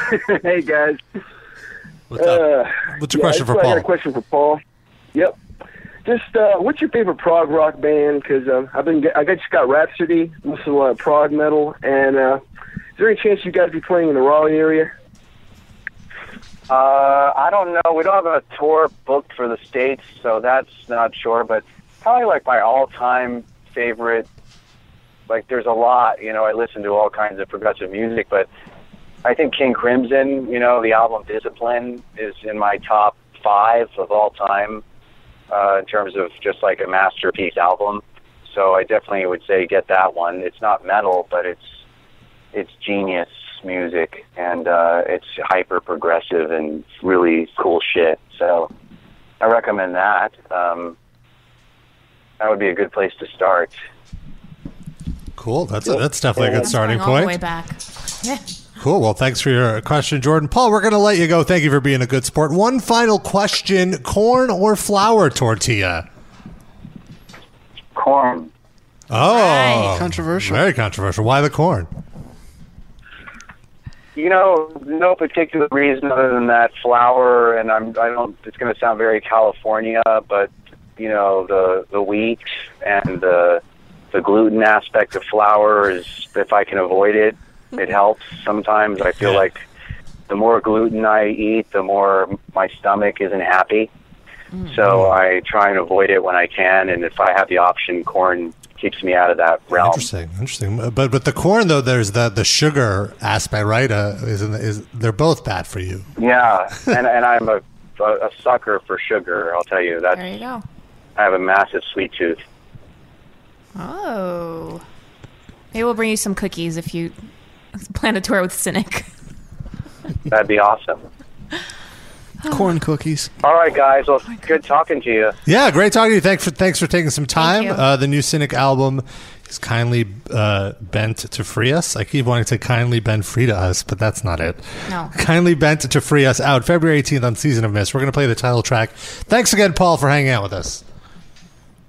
Speaker 17: hey guys. Uh,
Speaker 2: What's up? What's your question for
Speaker 17: I got
Speaker 2: Paul?
Speaker 17: a question for Paul. Yep. Just uh, what's your favorite prog rock band? Because uh, I've been I just got Rhapsody, listen to a lot of prog metal, and uh, is there any chance you guys be playing in the Raleigh area?
Speaker 15: Uh, I don't know. We don't have a tour booked for the states, so that's not sure. But probably like my all-time favorite. Like, there's a lot. You know, I listen to all kinds of progressive music, but I think King Crimson. You know, the album Discipline is in my top five of all time uh, in terms of just like a masterpiece album. So I definitely would say get that one. It's not metal, but it's it's genius music and uh, it's hyper progressive and really cool shit. So I recommend that. Um, that would be a good place to start.
Speaker 2: Cool. That's a, that's definitely a good
Speaker 5: That's
Speaker 2: starting
Speaker 5: going all the way
Speaker 2: point.
Speaker 5: back. Yeah.
Speaker 2: Cool. Well, thanks for your question, Jordan. Paul, we're going to let you go. Thank you for being a good sport. One final question: corn or flour tortilla?
Speaker 15: Corn.
Speaker 2: Oh,
Speaker 3: Controversial.
Speaker 2: Very controversial. Why the corn?
Speaker 15: You know, no particular reason other than that flour, and I'm I don't. It's going to sound very California, but you know the the wheat and the the gluten aspect of flour is if I can avoid it, it helps. Sometimes I feel like the more gluten I eat, the more my stomach isn't happy. So I try and avoid it when I can, and if I have the option, corn keeps me out of that realm.
Speaker 2: Interesting. Interesting. Uh, But but the corn though, there's the the sugar aspect, right? Uh, isn't is they're both bad for you?
Speaker 15: Yeah, and and I'm a a sucker for sugar. I'll tell you
Speaker 5: There
Speaker 15: that
Speaker 5: you go.
Speaker 15: I have a massive sweet tooth.
Speaker 5: Oh. Maybe we'll bring you some cookies if you plan a tour with Cynic.
Speaker 15: That'd be awesome.
Speaker 3: Corn cookies.
Speaker 15: All right, guys.
Speaker 5: Oh
Speaker 15: Well, good talking to you.
Speaker 2: Yeah, great talking to you. Thanks for thanks for taking some time. Uh, the new Cynic album is kindly uh, bent to free us. I keep wanting to kindly bend free to us, but that's not it.
Speaker 5: No.
Speaker 2: Kindly bent to free us out February 18th on Season of Mist. We're going to play the title track. Thanks again, Paul, for hanging out with us.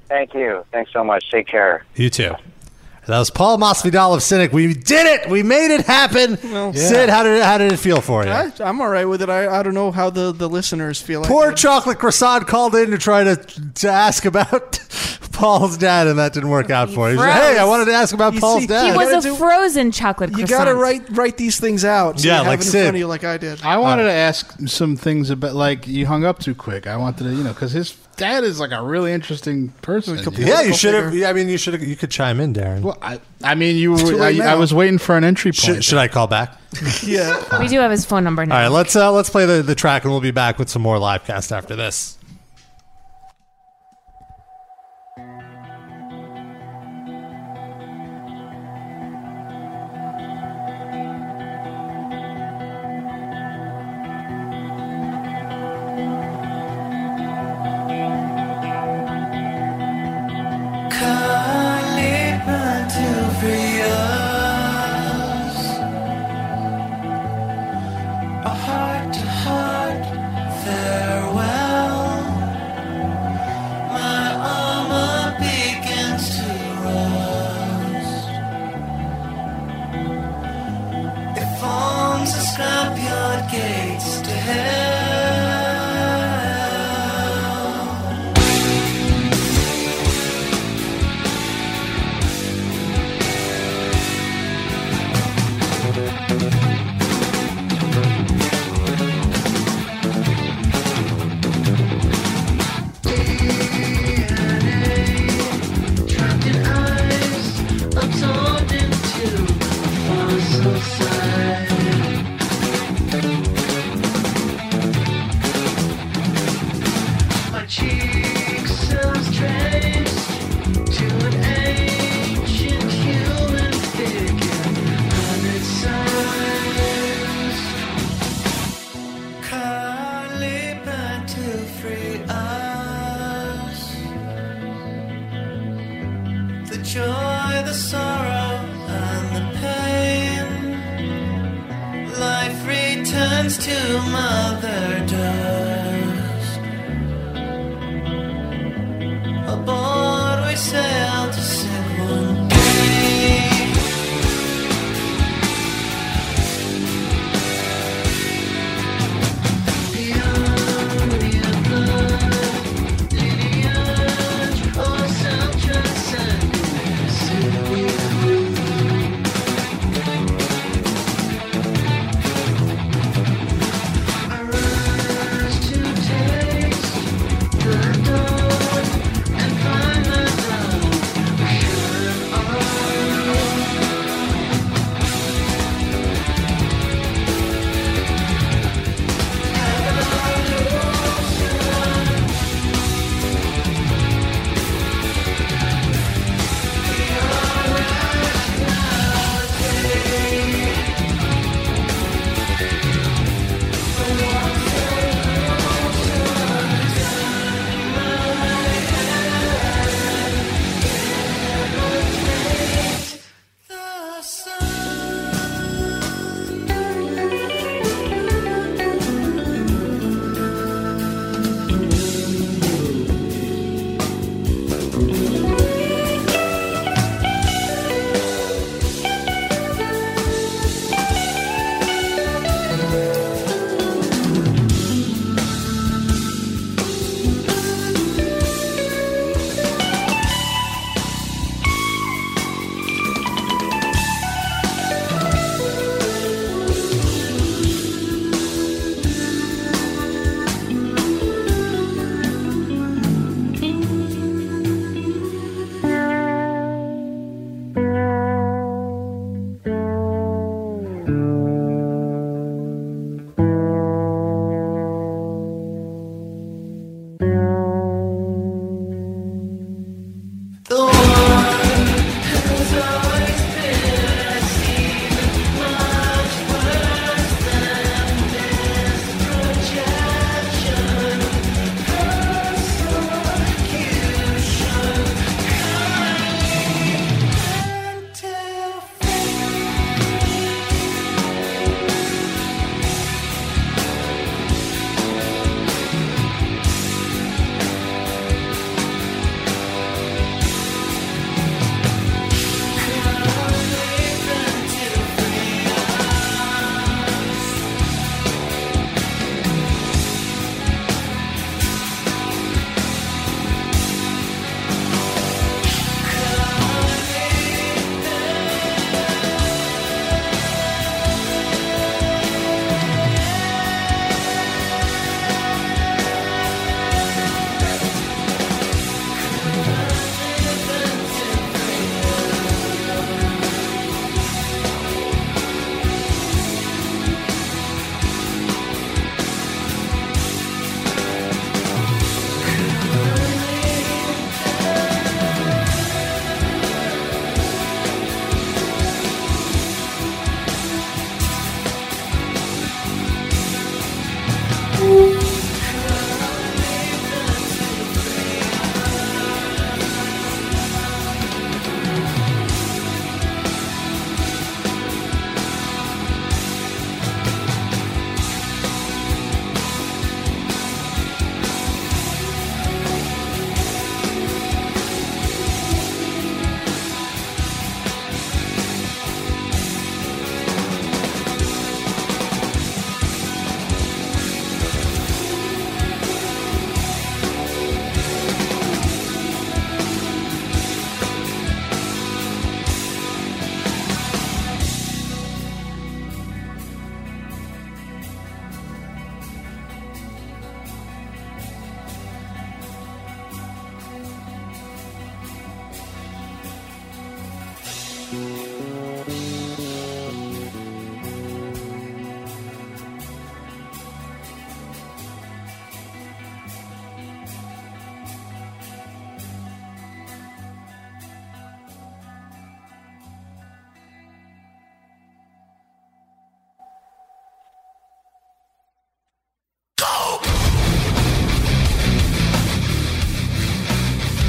Speaker 15: Thank you. Thanks so much. Take care.
Speaker 2: You too. That was Paul Masvidal of Cynic. We did it. We made it happen.
Speaker 3: Well-
Speaker 2: Sid, how did it, how did it feel for you?
Speaker 3: I, I'm all right with it. I, I don't know how the, the listeners feel.
Speaker 2: Poor chocolate croissant called in to try to to ask about Paul's dad, and that didn't work out for you. He said, hey, I wanted to ask about Paul's dad.
Speaker 5: He was a frozen chocolate
Speaker 3: You
Speaker 5: croissant.
Speaker 3: gotta write write these things out. So
Speaker 2: Yeah,
Speaker 3: you have
Speaker 2: like
Speaker 3: it in
Speaker 2: Sid. Uh,
Speaker 3: front of you, like I did.
Speaker 18: I
Speaker 4: Uh,
Speaker 18: wanted to ask some things about like you hung up too quick. I wanted to, you know, because his dad is like a really interesting person.
Speaker 2: yeah, you should have. I mean, you should. You could chime in, Darren.
Speaker 18: Well, I, I mean, you
Speaker 2: It's too
Speaker 18: were. I,
Speaker 2: late
Speaker 18: I
Speaker 2: now.
Speaker 18: was waiting for an entry point.
Speaker 2: should, should I call back?
Speaker 3: yeah.
Speaker 5: We do have his phone number
Speaker 2: All
Speaker 5: now.
Speaker 2: right, let's uh, let's play the, the track, and we'll be back with some more live cast after this.
Speaker 10: Kindly bend to free us. A heart-to-heart farewell. My armor begins to rust. It forms a scrapyard gates to hell. My cheeks sounds traced to an ancient human figure on its sides. Kindly bend to free us. The joy, the sorrow, and the pain. Life returns to mother dust. Aboard we sail to sing one day. I rise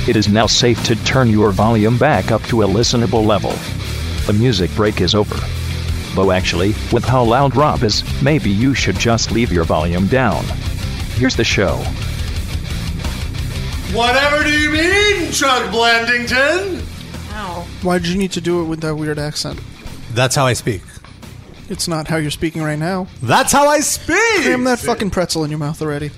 Speaker 1: It is now safe to turn your volume back up to a listenable level. The music break is over. Though actually, with how loud Rob is, maybe you should just leave your volume down. Here's the show.
Speaker 2: Whatever do you mean, Chuck Blandington?
Speaker 3: Why did you need to do it with that weird accent?
Speaker 2: That's how I speak.
Speaker 3: It's not how you're speaking right now.
Speaker 2: That's how I speak.
Speaker 3: Cram that fucking pretzel in your mouth already.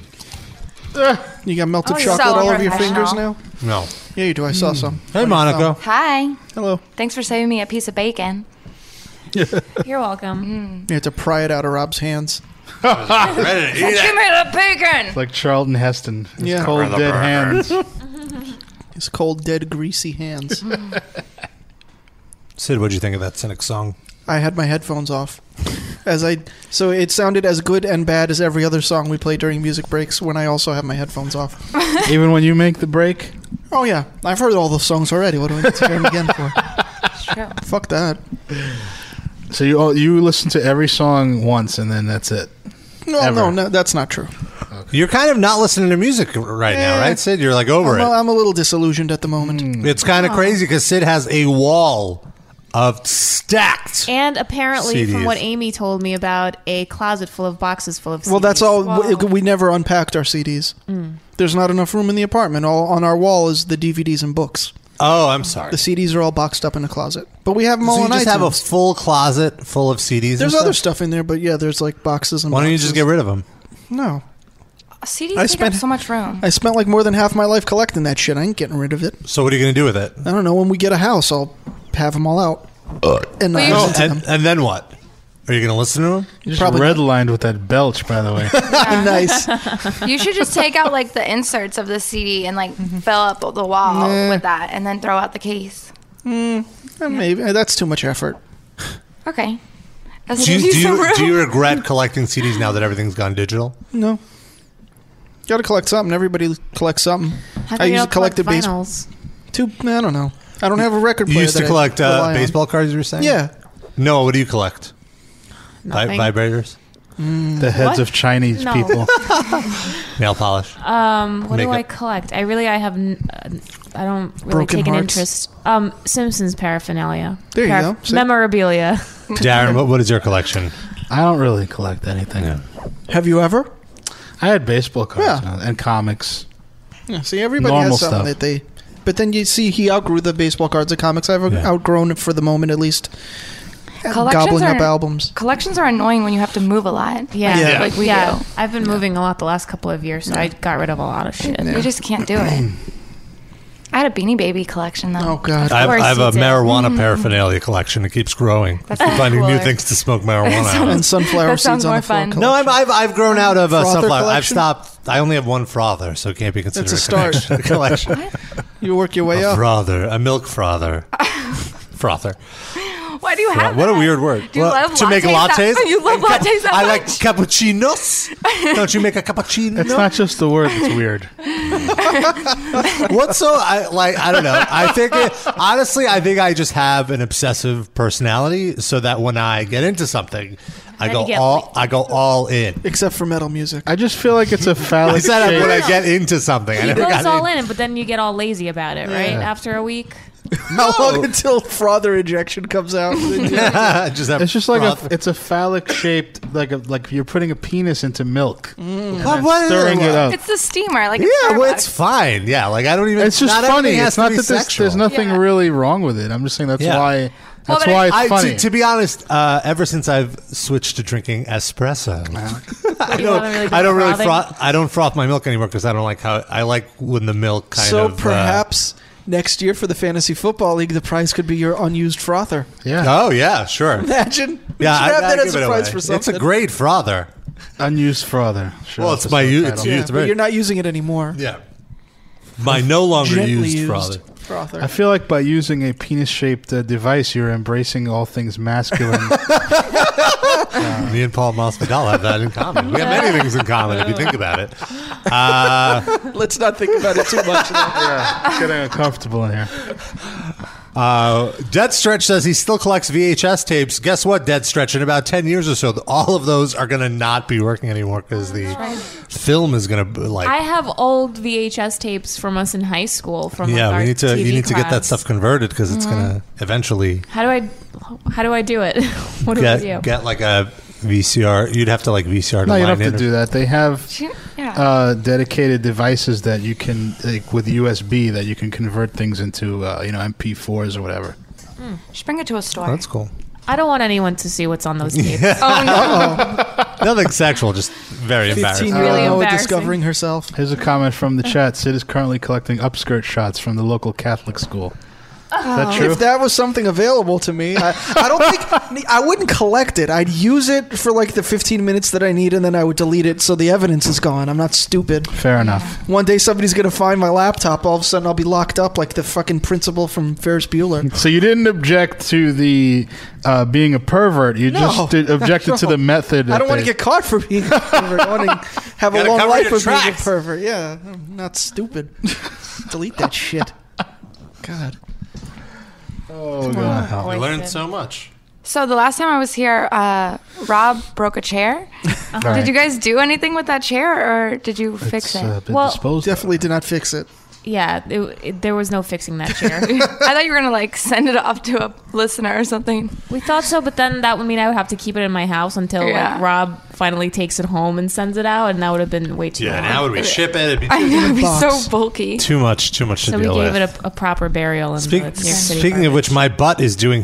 Speaker 3: You got melted
Speaker 9: Oh, you're
Speaker 3: chocolate
Speaker 9: so
Speaker 3: all over your fingers now.
Speaker 9: professional.
Speaker 2: No.
Speaker 3: Yeah, you do. I saw
Speaker 18: Hmm.
Speaker 2: Mm.
Speaker 3: some.
Speaker 2: Hey,
Speaker 3: On your
Speaker 2: Monica.
Speaker 3: thumb.
Speaker 9: Hi.
Speaker 3: Hello.
Speaker 9: Thanks for saving me a piece of bacon. Mm. You're welcome.
Speaker 3: You had to pry it out of Rob's hands.
Speaker 9: Give me the bacon.
Speaker 18: It's like Charlton Heston. His
Speaker 3: Yeah.
Speaker 18: cold dead hands.
Speaker 3: His cold, dead, greasy hands.
Speaker 2: Sid, what'd you think of that Cynic song?
Speaker 3: I had my headphones off. As I so it sounded as good and bad as every other song we play during music breaks when I also have my headphones off.
Speaker 18: Even when you make the break,
Speaker 3: Oh yeah, I've heard all those songs already. What do I need to hear them again for? Fuck that.
Speaker 18: so you all, you listen to every song once and then that's it.
Speaker 3: No,
Speaker 18: Ever.
Speaker 3: no, no, that's not true.
Speaker 2: You're kind of not listening to music right now,
Speaker 3: Eh.
Speaker 2: right, Sid? You're like over
Speaker 3: I'm,
Speaker 2: it. Hmm.
Speaker 3: A, I'm a little disillusioned at the moment.
Speaker 2: Mm. It's kind of
Speaker 5: Oh.
Speaker 2: crazy because Sid has a wall of stacked.
Speaker 5: And apparently, from
Speaker 3: CDs.
Speaker 5: what Amy told me about a closet full of boxes full of CDs.
Speaker 3: Well, that's all.
Speaker 5: Wow.
Speaker 3: We, we never unpacked our CDs.
Speaker 5: Mm.
Speaker 3: There's not enough room in the apartment. All on our wall is the DVDs and books.
Speaker 2: Oh, I'm sorry.
Speaker 3: The CDs are all boxed up in a closet, but we have them all
Speaker 2: so you
Speaker 3: on
Speaker 2: just
Speaker 3: iTunes.
Speaker 2: have a full closet full of CDs.
Speaker 3: there's
Speaker 2: and
Speaker 3: other stuff in there, but yeah, there's like boxes and.
Speaker 2: Why don't you
Speaker 3: boxes.
Speaker 2: just get rid of them?
Speaker 3: No,
Speaker 9: CDs
Speaker 3: I
Speaker 9: take
Speaker 3: spent-
Speaker 9: up so much room.
Speaker 3: I spent like more than half my life collecting that shit. I ain't getting rid of it.
Speaker 2: So what are you going to do with it?
Speaker 3: I don't know. When we get a house, I'll have them all out. Uh, And not
Speaker 2: Oh,
Speaker 3: listen to
Speaker 2: and, and then what? Are you going to listen to them?
Speaker 18: You just Probably redlined with that belch, by the way.
Speaker 2: Ah,
Speaker 3: nice.
Speaker 9: You should just take out like the inserts of the CD and like fill up the wall
Speaker 3: Nah.
Speaker 9: with that, and then throw out the case.
Speaker 3: Mm, eh, Maybe eh, that's too much effort.
Speaker 9: Okay. That's
Speaker 2: Do you, do,
Speaker 9: some
Speaker 2: you,
Speaker 9: room.
Speaker 2: do you regret collecting CDs now that everything's gone digital?
Speaker 3: No. Got to collect something. Everybody collects something.
Speaker 5: How come
Speaker 3: I
Speaker 5: you
Speaker 3: used to
Speaker 5: don't
Speaker 3: collect the
Speaker 5: collect
Speaker 3: baseball. Two. I don't know. I don't have a record
Speaker 2: You
Speaker 3: player.
Speaker 2: used to
Speaker 3: that I
Speaker 2: collect
Speaker 3: rely
Speaker 2: uh,
Speaker 3: on.
Speaker 2: baseball cards, you were saying?
Speaker 3: Yeah.
Speaker 2: No, what do you collect? Vi-
Speaker 5: Nothing.
Speaker 2: vibrators?
Speaker 3: Mm.
Speaker 18: The heads
Speaker 5: What?
Speaker 18: of Chinese
Speaker 5: No.
Speaker 18: people.
Speaker 2: Nail polish.
Speaker 5: Um, what do I
Speaker 2: Makeup.
Speaker 5: collect? I really, I have, n- uh, I don't really
Speaker 2: Broken
Speaker 5: take an
Speaker 2: hearts.
Speaker 5: interest. Um, Simpsons paraphernalia.
Speaker 2: There you
Speaker 5: Paraph-
Speaker 2: go. See?
Speaker 5: Memorabilia.
Speaker 2: Darren, what, what is your collection?
Speaker 18: I don't really collect anything.
Speaker 3: Have you ever?
Speaker 18: I had baseball cards and- and comics.
Speaker 3: Yeah, see, everybody
Speaker 18: Normal
Speaker 3: has something
Speaker 18: stuff.
Speaker 3: that they. But then you see, he outgrew the baseball cards, the comics. I've outgrown for the moment, at least.
Speaker 9: Collections
Speaker 3: Gobbling up
Speaker 9: are-
Speaker 3: albums.
Speaker 9: Collections are annoying when you have to move a lot.
Speaker 5: Yeah,
Speaker 3: Yeah.
Speaker 9: like we
Speaker 5: yeah.
Speaker 9: do.
Speaker 5: I've been moving a lot the last couple of years, so I got rid of a lot of shit.
Speaker 9: You just can't do it. I had a Beanie Baby collection though. Oh
Speaker 3: God,
Speaker 2: I have, I have a marijuana
Speaker 9: Mm-hmm.
Speaker 2: paraphernalia collection. It keeps growing.
Speaker 9: That's
Speaker 2: Keep finding new
Speaker 9: cooler.
Speaker 2: things to smoke marijuana. out of.
Speaker 3: and sunflower
Speaker 9: that
Speaker 3: seeds
Speaker 9: sounds
Speaker 3: on
Speaker 9: more
Speaker 3: the floor.
Speaker 9: fun.
Speaker 2: No, I've, I've, I've grown out of uh,
Speaker 3: Frother
Speaker 2: sunflower. I've
Speaker 3: collection?
Speaker 2: stopped. I only have one frother, so it can't be considered
Speaker 3: That's a start.
Speaker 2: connection- collection.
Speaker 3: You work your way
Speaker 2: a
Speaker 3: up.
Speaker 2: frother, a milk frother, frother.
Speaker 9: Why do you have?
Speaker 2: What a weird word.
Speaker 9: Do you love
Speaker 2: to make
Speaker 9: lattes that-
Speaker 2: lattes?
Speaker 9: you love
Speaker 2: And cap-
Speaker 9: lattes that
Speaker 2: I like cappuccinos. Don't you make a cappuccino?
Speaker 18: It's not just the word that's weird.
Speaker 2: What's so I like? I don't know. I think it, honestly, I think I just have an obsessive personality, so that when I get into something, I
Speaker 3: Then
Speaker 2: go
Speaker 3: you get
Speaker 2: all I go all in.
Speaker 3: Except for metal music.
Speaker 18: I just feel like it's a
Speaker 2: I
Speaker 18: phallic.
Speaker 2: said when I
Speaker 18: shape.
Speaker 2: get into something, I
Speaker 5: He
Speaker 2: never
Speaker 5: goes
Speaker 2: got
Speaker 5: all in, but then you get all lazy about it, right?
Speaker 2: Yeah.
Speaker 5: After a week.
Speaker 3: How long until frother injection comes out?
Speaker 2: just have
Speaker 18: it's just like
Speaker 2: froth.
Speaker 18: a, it's a phallic shaped like a, like you're putting a penis into milk. And
Speaker 2: What-
Speaker 18: then
Speaker 2: what-
Speaker 18: stirring it up.
Speaker 9: It's the steamer, like
Speaker 2: yeah,
Speaker 9: yeah,
Speaker 2: well, it's fine. Yeah, like I don't even.
Speaker 18: It's just
Speaker 2: not
Speaker 18: funny.
Speaker 2: everything has
Speaker 18: It's
Speaker 2: to
Speaker 18: not
Speaker 2: be
Speaker 18: that there's,
Speaker 2: sexual.
Speaker 18: there's nothing really wrong with it. I'm just saying that's
Speaker 2: Yeah.
Speaker 18: why that's why it's
Speaker 2: I- to-
Speaker 18: funny.
Speaker 2: To, be honest, uh, ever since I've switched to drinking espresso,
Speaker 18: Ah,
Speaker 2: I
Speaker 5: You
Speaker 2: don't,
Speaker 5: haven't really been
Speaker 2: I don't really
Speaker 5: frothing?
Speaker 2: froth, I don't froth my milk anymore because I don't like how I like when the milk kind
Speaker 3: so
Speaker 2: of. uh,
Speaker 3: perhaps next year for the fantasy football league, the prize could be your unused frother.
Speaker 2: Oh yeah, sure.
Speaker 3: Imagine. We
Speaker 2: Yeah,
Speaker 3: should
Speaker 2: I-
Speaker 3: have
Speaker 2: I
Speaker 3: that
Speaker 2: give
Speaker 3: as a
Speaker 2: it
Speaker 3: prize
Speaker 2: away.
Speaker 3: for
Speaker 2: It's a
Speaker 3: something.
Speaker 2: great frother.
Speaker 18: Unused frother. Sure,
Speaker 2: well, it's
Speaker 18: that's
Speaker 2: my
Speaker 18: the
Speaker 2: u-
Speaker 18: title.
Speaker 2: it's
Speaker 3: Yeah,
Speaker 2: used,
Speaker 3: but
Speaker 2: right.
Speaker 3: you're not using it anymore.
Speaker 2: Yeah. my no longer
Speaker 3: Gently
Speaker 2: used,
Speaker 3: used.
Speaker 2: frother.
Speaker 3: Frother.
Speaker 18: I feel like by using a penis-shaped uh, device, you're embracing all things masculine.
Speaker 2: Uh, Me and Paul Masvidal have that in common. We have many things in common if you think about it. Uh,
Speaker 3: Let's not think about it too much.
Speaker 18: yeah, it's getting uncomfortable in here.
Speaker 2: Uh, Dead Stretch says he still collects VHS tapes. Guess what, Dead Stretch? In about 10 years or so, all of those are going to not be working anymore because the
Speaker 5: right.
Speaker 2: film is going to, like,
Speaker 5: I have old VHS tapes from us in high school. From like,
Speaker 2: yeah,
Speaker 5: our
Speaker 2: we need to,
Speaker 5: TV
Speaker 2: you need to get that
Speaker 5: class.
Speaker 2: stuff converted because it's
Speaker 5: Mhm.
Speaker 2: going to eventually
Speaker 5: How do I? How do I do it? what do
Speaker 2: get,
Speaker 5: I do?
Speaker 2: get like a VCR. You'd have to, like, VCR to
Speaker 18: No, you don't
Speaker 2: line
Speaker 18: have
Speaker 2: in
Speaker 18: to
Speaker 2: or-
Speaker 18: do that. They have
Speaker 5: Yeah.
Speaker 18: uh, dedicated devices that you can, like with USB, that you can convert things into, uh, you know, MP4s or whatever.
Speaker 9: Just bring it to a store.
Speaker 2: That's cool.
Speaker 5: Hmm. I don't want anyone to see what's on those tapes.
Speaker 9: Oh,
Speaker 5: no.
Speaker 2: Nothing sexual, just very embarrassing.
Speaker 3: Really
Speaker 4: Oh.
Speaker 3: Noah embarrassing. discovering herself.
Speaker 18: Here's a comment from the chat. Sid is currently collecting upskirt shots from the local Catholic school. Is that true?
Speaker 3: Uh-huh. If that was something available to me, I, I don't think I wouldn't collect it. I'd use it for like the 15 minutes that I need, and then I would delete it so the evidence is gone. I'm not stupid.
Speaker 18: Fair enough.
Speaker 3: One day somebody's gonna find my laptop. All of a sudden, I'll be locked up like the fucking principal from Ferris Bueller.
Speaker 18: So you didn't object to the uh, being a pervert. You
Speaker 3: No,
Speaker 18: just did, objected to
Speaker 3: no.
Speaker 18: the method.
Speaker 3: I
Speaker 18: that
Speaker 3: don't want to
Speaker 18: they-
Speaker 3: get caught for being a pervert. I want to have a
Speaker 18: Gotta
Speaker 3: long
Speaker 18: cover
Speaker 3: life
Speaker 18: your
Speaker 3: of being a
Speaker 18: tracks.
Speaker 3: pervert. Yeah, I'm not stupid. Delete that shit. God.
Speaker 18: Oh
Speaker 9: God.
Speaker 2: Wow, We
Speaker 9: Wasted.
Speaker 2: learned so much.
Speaker 9: So the last time I was here, uh, Rob broke a chair.
Speaker 2: Right.
Speaker 9: Did you guys do anything with that chair, or did you fix
Speaker 3: uh,
Speaker 18: uh,
Speaker 9: it?
Speaker 3: definitely did not fix it.
Speaker 5: yeah, it- it- there was no fixing that chair.
Speaker 9: I thought you were gonna like send it off to a listener or something.
Speaker 5: We thought so, but then that would mean I would have to keep it in my house until
Speaker 9: Yeah.
Speaker 5: like Rob finally takes it home and sends it out, and that would have been way too.
Speaker 2: Yeah,
Speaker 5: long.
Speaker 2: now would we ship it? It'd be
Speaker 5: I know, it'd be
Speaker 2: Box.
Speaker 5: so bulky.
Speaker 2: Too much, too much
Speaker 5: So
Speaker 2: to
Speaker 5: we
Speaker 2: deal
Speaker 5: gave
Speaker 2: with.
Speaker 5: it a, a proper burial in
Speaker 2: Speak-
Speaker 5: the New York City.
Speaker 2: speaking of which, my butt is doing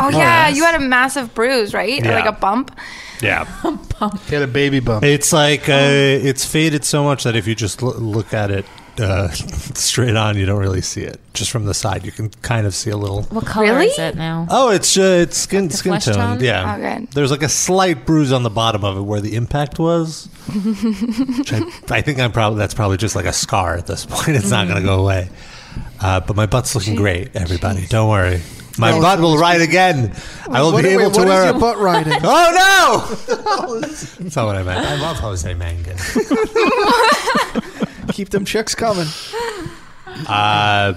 Speaker 9: Oh yeah, you had a massive bruise, right? Or
Speaker 2: Yeah.
Speaker 9: like a bump.
Speaker 2: yeah.
Speaker 9: bump.
Speaker 18: He had a baby bump.
Speaker 2: It's like uh,
Speaker 5: Oh.
Speaker 2: it's faded so much that if you just lo- look at it uh, straight on, you don't really see it. Just from the side, you can kind of see a little.
Speaker 5: What color is it now?
Speaker 2: Oh, it's uh, it's skin
Speaker 5: the
Speaker 2: skin
Speaker 5: flesh
Speaker 2: tone.
Speaker 5: tone?
Speaker 2: Yeah.
Speaker 5: Oh, good.
Speaker 2: There's like a slight bruise on the bottom of it where the impact was. Which I, I think I'm probably that's probably just like a scar at this point. It's not going to go away. Uh, but my butt's looking great, everybody. Don't worry. My
Speaker 3: Oh.
Speaker 2: butt will ride again. I will
Speaker 3: What-
Speaker 2: be
Speaker 3: wait,
Speaker 2: able to
Speaker 3: what is
Speaker 2: wear
Speaker 3: your
Speaker 2: a-
Speaker 3: butt riding?
Speaker 2: oh no! That's not what I meant. I love Jose Mangan.
Speaker 3: Keep them checks coming.
Speaker 2: Uh,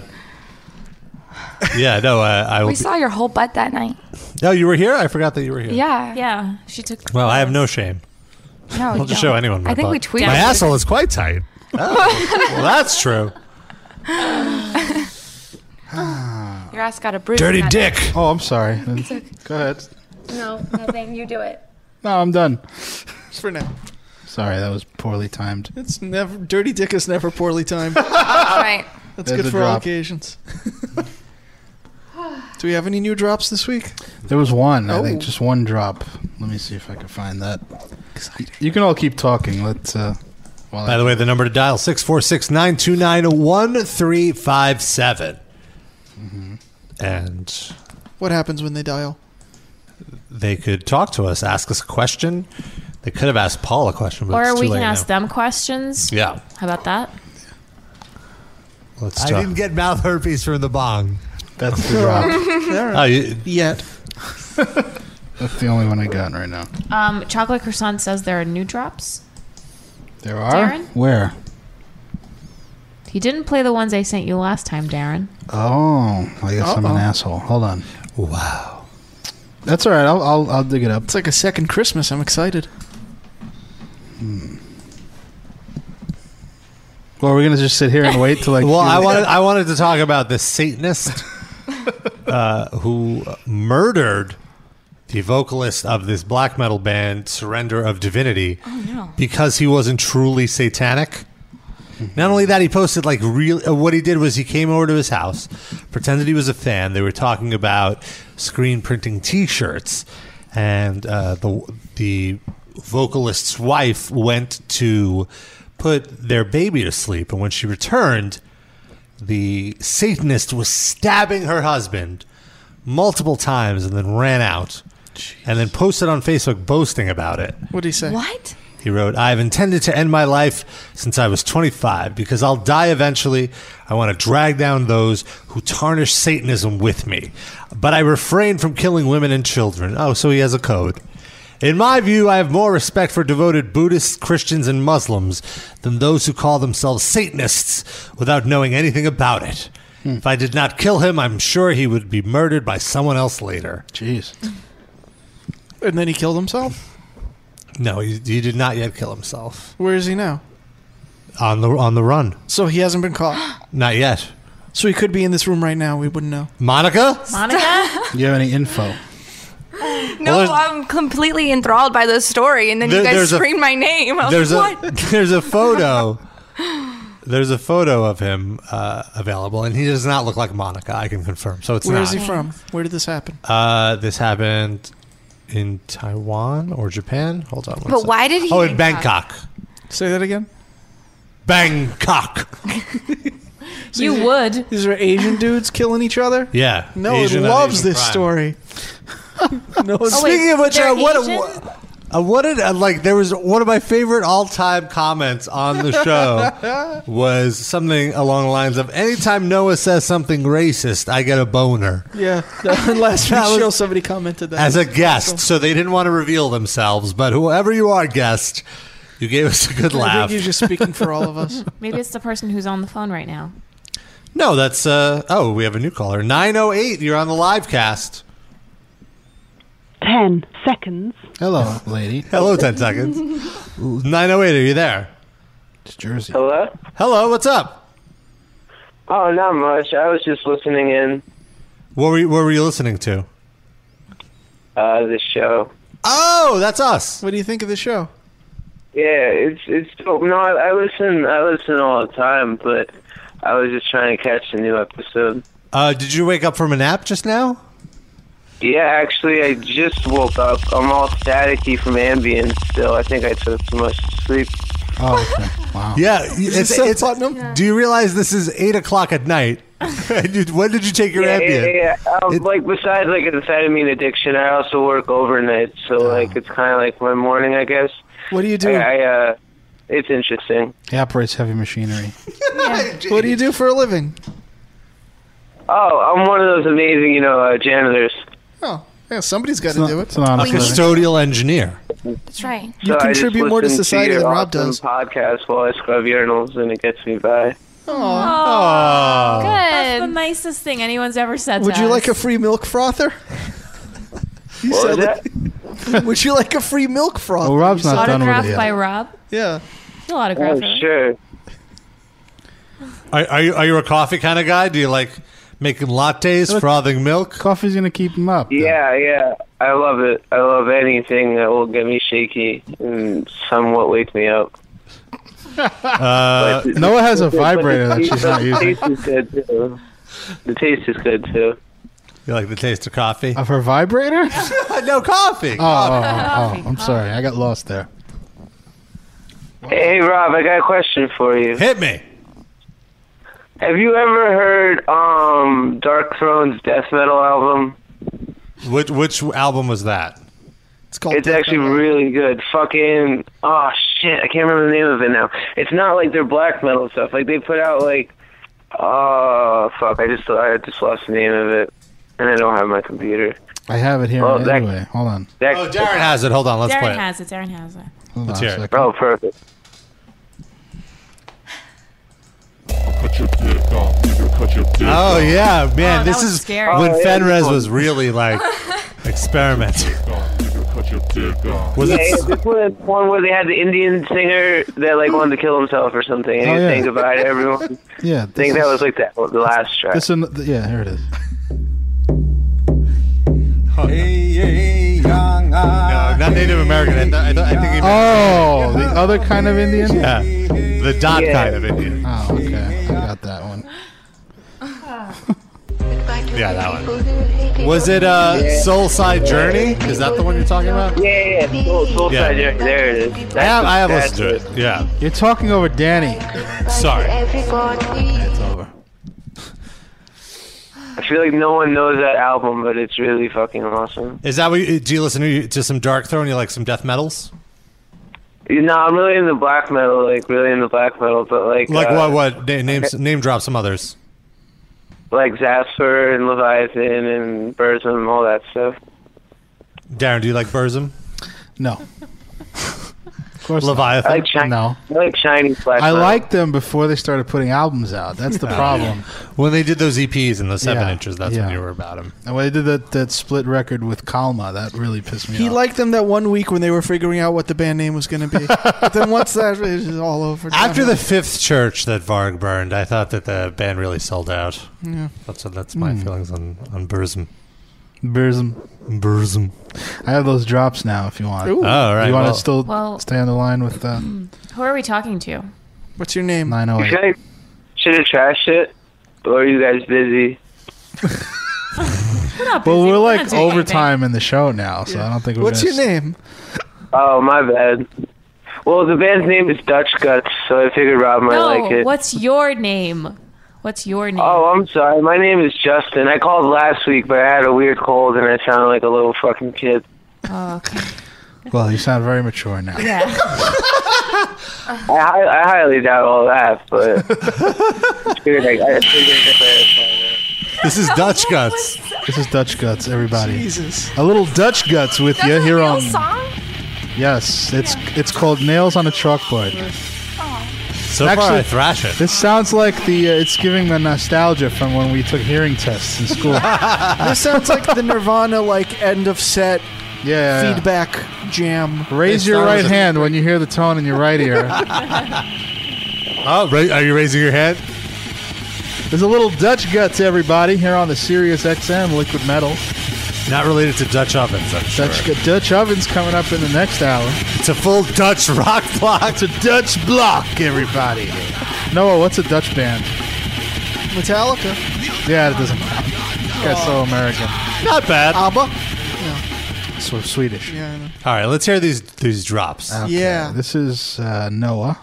Speaker 2: yeah, no, uh, I will.
Speaker 9: We
Speaker 2: Be,
Speaker 9: saw your whole butt that night.
Speaker 2: no, you were here. I forgot that you were here.
Speaker 9: Yeah.
Speaker 5: Yeah. She took.
Speaker 2: Well, I have no shame.
Speaker 9: No,
Speaker 2: I'll
Speaker 9: you
Speaker 2: just
Speaker 9: don't.
Speaker 2: show anyone. My
Speaker 9: Oh, I think
Speaker 2: butt.
Speaker 9: we tweeted.
Speaker 2: My asshole is quite tight. Oh, well, that's true.
Speaker 18: Ah.
Speaker 9: Your ass got a bruise.
Speaker 2: Dirty
Speaker 9: Not-
Speaker 2: dick.
Speaker 18: Oh, I'm sorry. Go ahead.
Speaker 9: No, nothing. You do it.
Speaker 18: No, I'm done.
Speaker 3: Just for now.
Speaker 18: Sorry, that was poorly timed.
Speaker 3: It's never dirty dick is never poorly timed.
Speaker 2: Oh.
Speaker 9: right.
Speaker 3: That's
Speaker 18: There's
Speaker 3: good
Speaker 18: a
Speaker 3: for all
Speaker 18: drop.
Speaker 3: occasions. Do we have any new drops this week?
Speaker 18: There was one. I think
Speaker 3: Oh.
Speaker 18: just one drop. Let me see if I can find that. You can all keep talking. Let's. Uh, while
Speaker 2: By
Speaker 18: I-
Speaker 2: the way, the number to dial six four six nine two nine one three five seven. Mm-hmm. And
Speaker 3: What happens when they dial?
Speaker 2: they could talk to us, ask us a question. They could have asked Paul a question, but
Speaker 5: Or
Speaker 2: it's too
Speaker 5: we
Speaker 2: late
Speaker 5: can
Speaker 2: now.
Speaker 5: ask them questions.
Speaker 2: Yeah.
Speaker 5: How about that?
Speaker 2: Let's
Speaker 3: I
Speaker 2: talk.
Speaker 3: didn't
Speaker 2: get mouth herpes from the bong.
Speaker 18: That's
Speaker 3: the drop. All right.
Speaker 2: Oh, you,
Speaker 3: Yet.
Speaker 18: That's the only one I got right now.
Speaker 5: Um, Chocolate Croissant says there are new drops.
Speaker 18: There are.
Speaker 5: Darren?
Speaker 18: Where?
Speaker 5: He didn't play the ones I sent you last time, Darren.
Speaker 18: Oh, I guess I'm an
Speaker 5: Uh-oh.
Speaker 18: asshole. Hold on.
Speaker 2: Wow.
Speaker 18: That's all right. I'll, I'll I'll dig it up.
Speaker 3: It's like a second Christmas. I'm excited.
Speaker 2: Mm.
Speaker 18: Well, we're gonna just sit here and wait till like.
Speaker 2: Well, I wanted I wanted to talk about the Satanist uh, who murdered the vocalist of this black metal band Surrender of Divinity
Speaker 10: Oh, no.
Speaker 2: because he wasn't truly satanic. Not only that, he posted like real. Uh, what he did was he came over to his house, pretended he was a fan. They were talking about screen printing T-shirts, and uh, the the vocalist's wife went to put their baby to sleep, and when she returned, the Satanist was stabbing her husband multiple times, and then ran out, and then posted on Facebook boasting about it.
Speaker 3: What do you say?
Speaker 9: What?
Speaker 2: He wrote, I've intended to end my life since I was 25 because I'll die eventually. I want to drag down those who tarnish Satanism with me. But I refrain from killing women and children. Oh, so he has a code. In my view, I have more respect for devoted Buddhists, Christians, and Muslims than those who call themselves Satanists without knowing anything about it. If I did not kill him, I'm sure he would be murdered by someone else later.
Speaker 4: Jeez.
Speaker 3: And then he killed himself.
Speaker 2: No, he, he did not yet kill himself.
Speaker 3: Where is he now?
Speaker 2: On the on the run.
Speaker 3: So he hasn't been caught.
Speaker 2: Not yet.
Speaker 3: So he could be in this room right now. We wouldn't know.
Speaker 2: Monica?
Speaker 9: Monica?
Speaker 2: Do you have any info?
Speaker 9: No,
Speaker 2: there's-
Speaker 9: I'm completely enthralled by this story, and then
Speaker 2: There-
Speaker 9: you guys
Speaker 2: there's a-
Speaker 9: scream my name. I was
Speaker 2: there's
Speaker 9: like,
Speaker 2: a
Speaker 9: what?
Speaker 2: there's a photo there's a photo of him uh, available and he does not look like monica i can confirm so it's
Speaker 3: Where
Speaker 2: not
Speaker 3: is he from? Where did this happen?
Speaker 2: uh, this happened in taiwan or japan hold on one
Speaker 9: But
Speaker 2: sec.
Speaker 9: why did he
Speaker 2: oh in
Speaker 9: get caught?
Speaker 2: bangkok
Speaker 3: say that again
Speaker 2: bangkok
Speaker 5: you would.
Speaker 3: These are Asian dudes killing each other.
Speaker 2: yeah
Speaker 3: No,
Speaker 2: Asian
Speaker 3: it
Speaker 2: on
Speaker 3: loves
Speaker 2: Asian
Speaker 3: this
Speaker 2: crime.
Speaker 3: story. no,
Speaker 2: Oh, wait, Speaking of which, they're uh, what- Asian? what- Uh, what did uh, like? There was one of my favorite all-time comments on the show was something along the lines of, "Anytime Noah says something racist, I get a boner."
Speaker 3: yeah. Last
Speaker 2: That
Speaker 3: week's
Speaker 2: was-
Speaker 3: show, somebody commented that
Speaker 2: as a guest, so they didn't want to reveal themselves. But whoever you are, guest, you gave us a good
Speaker 3: I
Speaker 2: laugh.
Speaker 3: think you're just speaking for all of us.
Speaker 5: Maybe it's the person who's on the phone right now.
Speaker 2: no, that's uh oh, we have a new caller, nine oh eight. You're on the live cast.
Speaker 19: 10 seconds.
Speaker 2: Hello, lady. Hello, ten seconds. Nine oh eight. Are you there? It's Jersey.
Speaker 20: Hello?
Speaker 2: Hello. What's up?
Speaker 20: Oh, not much. I was just listening in
Speaker 2: What were you, what were you listening to?
Speaker 20: uh, this show.
Speaker 2: Oh, that's us.
Speaker 3: What do you think of the show?
Speaker 20: Yeah, it's it's dope. no. I, I listen. I listen all the time, but I was just trying to catch a new episode.
Speaker 2: Uh, did you wake up from a nap just now?
Speaker 20: Yeah, actually, I just woke up. I'm all staticky from Ambien still. I think I took too much sleep.
Speaker 2: Oh, okay. wow. Yeah, it's,
Speaker 20: still
Speaker 2: it's Do you realize this is eight o'clock at night? And you- when did you take your
Speaker 20: yeah, yeah,
Speaker 2: Ambien?
Speaker 20: yeah. Um, like besides like an amphetamine addiction, I also work overnight, so like it's kind of like my morning, I guess.
Speaker 3: What do you
Speaker 20: do? I, I uh, it's interesting.
Speaker 18: He operates heavy machinery.
Speaker 3: What do you do for a living?
Speaker 20: Oh, I'm one of those amazing, you know, uh, janitors.
Speaker 3: Oh, yeah, somebody's got
Speaker 20: It's
Speaker 3: to
Speaker 20: not-
Speaker 3: do it.
Speaker 20: it's not
Speaker 2: a custodial engineer.
Speaker 9: That's right.
Speaker 3: You
Speaker 20: I just
Speaker 3: contribute more to
Speaker 20: listen
Speaker 3: society
Speaker 20: your
Speaker 3: than Rob
Speaker 20: awesome
Speaker 3: does.
Speaker 20: Podcast while I scrub urinals and it gets me by.
Speaker 5: Aw. That's the nicest thing anyone's ever said.
Speaker 3: Would
Speaker 5: to
Speaker 3: you
Speaker 5: us.
Speaker 3: like a free milk frother? You
Speaker 20: What was
Speaker 3: sound like- Would you like a free milk frother?
Speaker 18: Well, Rob's
Speaker 3: You
Speaker 18: not done
Speaker 3: sound-
Speaker 18: with it
Speaker 5: autograph by Rob?
Speaker 3: Yeah.
Speaker 5: He'll autograph
Speaker 20: Oh,
Speaker 5: it.
Speaker 20: sure.
Speaker 2: Are, are you are you a coffee kind of guy? Do you like making lattes, frothing milk?
Speaker 18: Coffee's gonna keep him up.
Speaker 20: Yeah, yeah. I love it. I love anything that will get me shaky and somewhat wake me up.
Speaker 2: Uh,
Speaker 18: Noah has a
Speaker 20: But the
Speaker 18: vibrator that
Speaker 20: taste-
Speaker 18: she's not
Speaker 20: The
Speaker 18: using.
Speaker 20: taste is good too. The taste is good too.
Speaker 2: You like the taste of coffee?
Speaker 18: Of her vibrator?
Speaker 2: no coffee.
Speaker 18: Oh, oh, oh, oh, I'm sorry. I got lost there.
Speaker 20: Hey, Rob, I got a question for you.
Speaker 2: Hit me.
Speaker 20: Have you ever heard um Dark Throne's death metal album?
Speaker 2: Which which album was that?
Speaker 3: It's
Speaker 20: It's actually really good. Fucking oh shit, I can't remember the name of it now. It's not like their black metal stuff. Like they put out like oh fuck, I just I just lost the name of it, and I don't have my computer.
Speaker 18: I have it here
Speaker 20: Oh, that-
Speaker 18: anyway. Hold on.
Speaker 20: That,
Speaker 2: Oh, Darren has it. Hold on, let's
Speaker 5: Darren
Speaker 2: play it.
Speaker 5: has it. Darren has it.
Speaker 18: Hold
Speaker 2: Let's
Speaker 18: on a
Speaker 2: hear it.
Speaker 20: Oh, perfect.
Speaker 2: Oh yeah, man!
Speaker 5: Oh, that
Speaker 2: this
Speaker 5: was
Speaker 2: is
Speaker 5: scary.
Speaker 2: when
Speaker 5: Oh, yeah,
Speaker 2: Fenrez
Speaker 5: this one.
Speaker 2: was really like experimenting. Was
Speaker 20: yeah,
Speaker 2: it?
Speaker 20: yeah, this one, this one where they had the Indian singer that like wanted to kill himself or something, and
Speaker 18: Oh,
Speaker 20: he
Speaker 18: yeah.
Speaker 20: sang goodbye to everyone.
Speaker 18: Yeah,
Speaker 20: I think that was like that, the last track.
Speaker 18: This one, th- yeah, here it is.
Speaker 2: Hey, hey, young no, not Native American. I, thought I, thought I think he
Speaker 18: Oh, the other kind of Indian?
Speaker 2: Yeah, the Don kind of Indian.
Speaker 18: Oh, okay. I got that one.
Speaker 2: Yeah, that one. Was it uh,
Speaker 18: Yeah.
Speaker 2: Soul Side Journey? Is that the one you're talking about?
Speaker 20: Yeah, yeah, Soul, Soul
Speaker 2: Yeah.
Speaker 20: Side Journey. There it is.
Speaker 2: I have, I have
Speaker 20: That's
Speaker 2: listened to it. Yeah.
Speaker 18: You're talking over Danny.
Speaker 2: Sorry.
Speaker 18: It's over.
Speaker 20: I feel like no one knows that album, but it's really fucking awesome.
Speaker 2: Is that what? You, do you listen to, to some Dark Throne? You like some death metals?
Speaker 20: You know, I'm really into black metal, like really into black metal, but like
Speaker 2: Like
Speaker 20: uh,
Speaker 2: what? What Na- name? Name drop some others.
Speaker 20: like Zasper and Leviathan and Burzum, all that stuff.
Speaker 2: Darren, do you like Burzum?
Speaker 18: No.
Speaker 4: course.
Speaker 2: Leviathan.
Speaker 4: I like Chinese. No.
Speaker 20: I like Chinese black
Speaker 4: I
Speaker 20: metal.
Speaker 4: liked them before they started putting albums out. That's the
Speaker 2: Yeah.
Speaker 4: problem.
Speaker 2: When they did those EPs and the seven
Speaker 4: Yeah.
Speaker 2: inches, that's when
Speaker 4: Yeah.
Speaker 2: you were about him.
Speaker 4: And when they did that, that split record with Kalma, that really pissed me
Speaker 3: He
Speaker 4: off.
Speaker 3: liked them that one week when they were figuring out what the band name was going to be. but then once that it was all over.
Speaker 2: After the fifth church that Varg burned, I thought that the band really sold out.
Speaker 3: Yeah.
Speaker 2: That's that's my
Speaker 4: Hmm.
Speaker 2: feelings on on Burzum.
Speaker 4: Burzum.
Speaker 2: Burzum.
Speaker 4: I have those drops now if you want.
Speaker 2: Ooh. Oh, all right,
Speaker 4: You want
Speaker 2: well-
Speaker 4: to still
Speaker 5: Well-
Speaker 4: stay on the line with uh,
Speaker 5: Who are we talking to?
Speaker 3: What's your name?
Speaker 4: Nine oh
Speaker 20: You
Speaker 4: eight.
Speaker 20: should, should have trashed it, or are you guys busy?
Speaker 4: Well, we're
Speaker 20: We're
Speaker 4: like
Speaker 20: not doing anything.
Speaker 4: overtime in the show now, so I don't think we're
Speaker 20: What's
Speaker 4: gonna
Speaker 20: your
Speaker 3: name?
Speaker 20: Oh, my bad. Well, the band's name is Dutch Guts, so I figured Rob might
Speaker 5: no,
Speaker 20: like it.
Speaker 5: what's your name?
Speaker 3: oh
Speaker 5: What's your name?
Speaker 20: Oh, I'm sorry. My name is Justin. I called last week, but I had a weird cold and I sounded like a little fucking kid.
Speaker 5: Oh, okay.
Speaker 4: Well, you sound very mature now.
Speaker 5: Yeah.
Speaker 20: I, hi- I highly doubt all that, but I figured I, I figured I
Speaker 4: This is Dutch Guts. This is Dutch Guts, everybody.
Speaker 3: Jesus.
Speaker 4: A little Dutch Guts with you here on.
Speaker 10: song?
Speaker 4: Yes, it's it's called Nails on a Chalkboard.
Speaker 3: Oh.
Speaker 2: So far, I thrash it.
Speaker 4: This sounds like the uh, it's giving the nostalgia from when we took hearing tests in school.
Speaker 3: this sounds like the Nirvana like end of set
Speaker 4: yeah, yeah.
Speaker 3: feedback jam.
Speaker 4: Raise your right hand when you hear the tone in your right ear.
Speaker 2: Oh, ra- are you raising your hand?
Speaker 4: There's a little Dutch Guts, everybody, here on the Sirius XM Liquid Metal.
Speaker 2: Not related to Dutch ovens, I'm sure.
Speaker 4: Dutch, Dutch Oven's coming up in the next hour.
Speaker 2: It's a full Dutch rock block.
Speaker 4: It's a Dutch block, everybody. Noah, what's a Dutch band?
Speaker 3: Metallica.
Speaker 4: Yeah, it doesn't matter. This guy's so American.
Speaker 2: Not bad.
Speaker 3: ABBA.
Speaker 4: So Swedish.
Speaker 3: Yeah. I know.
Speaker 2: All right, let's hear these these drops.
Speaker 4: Okay, This is uh, Noah.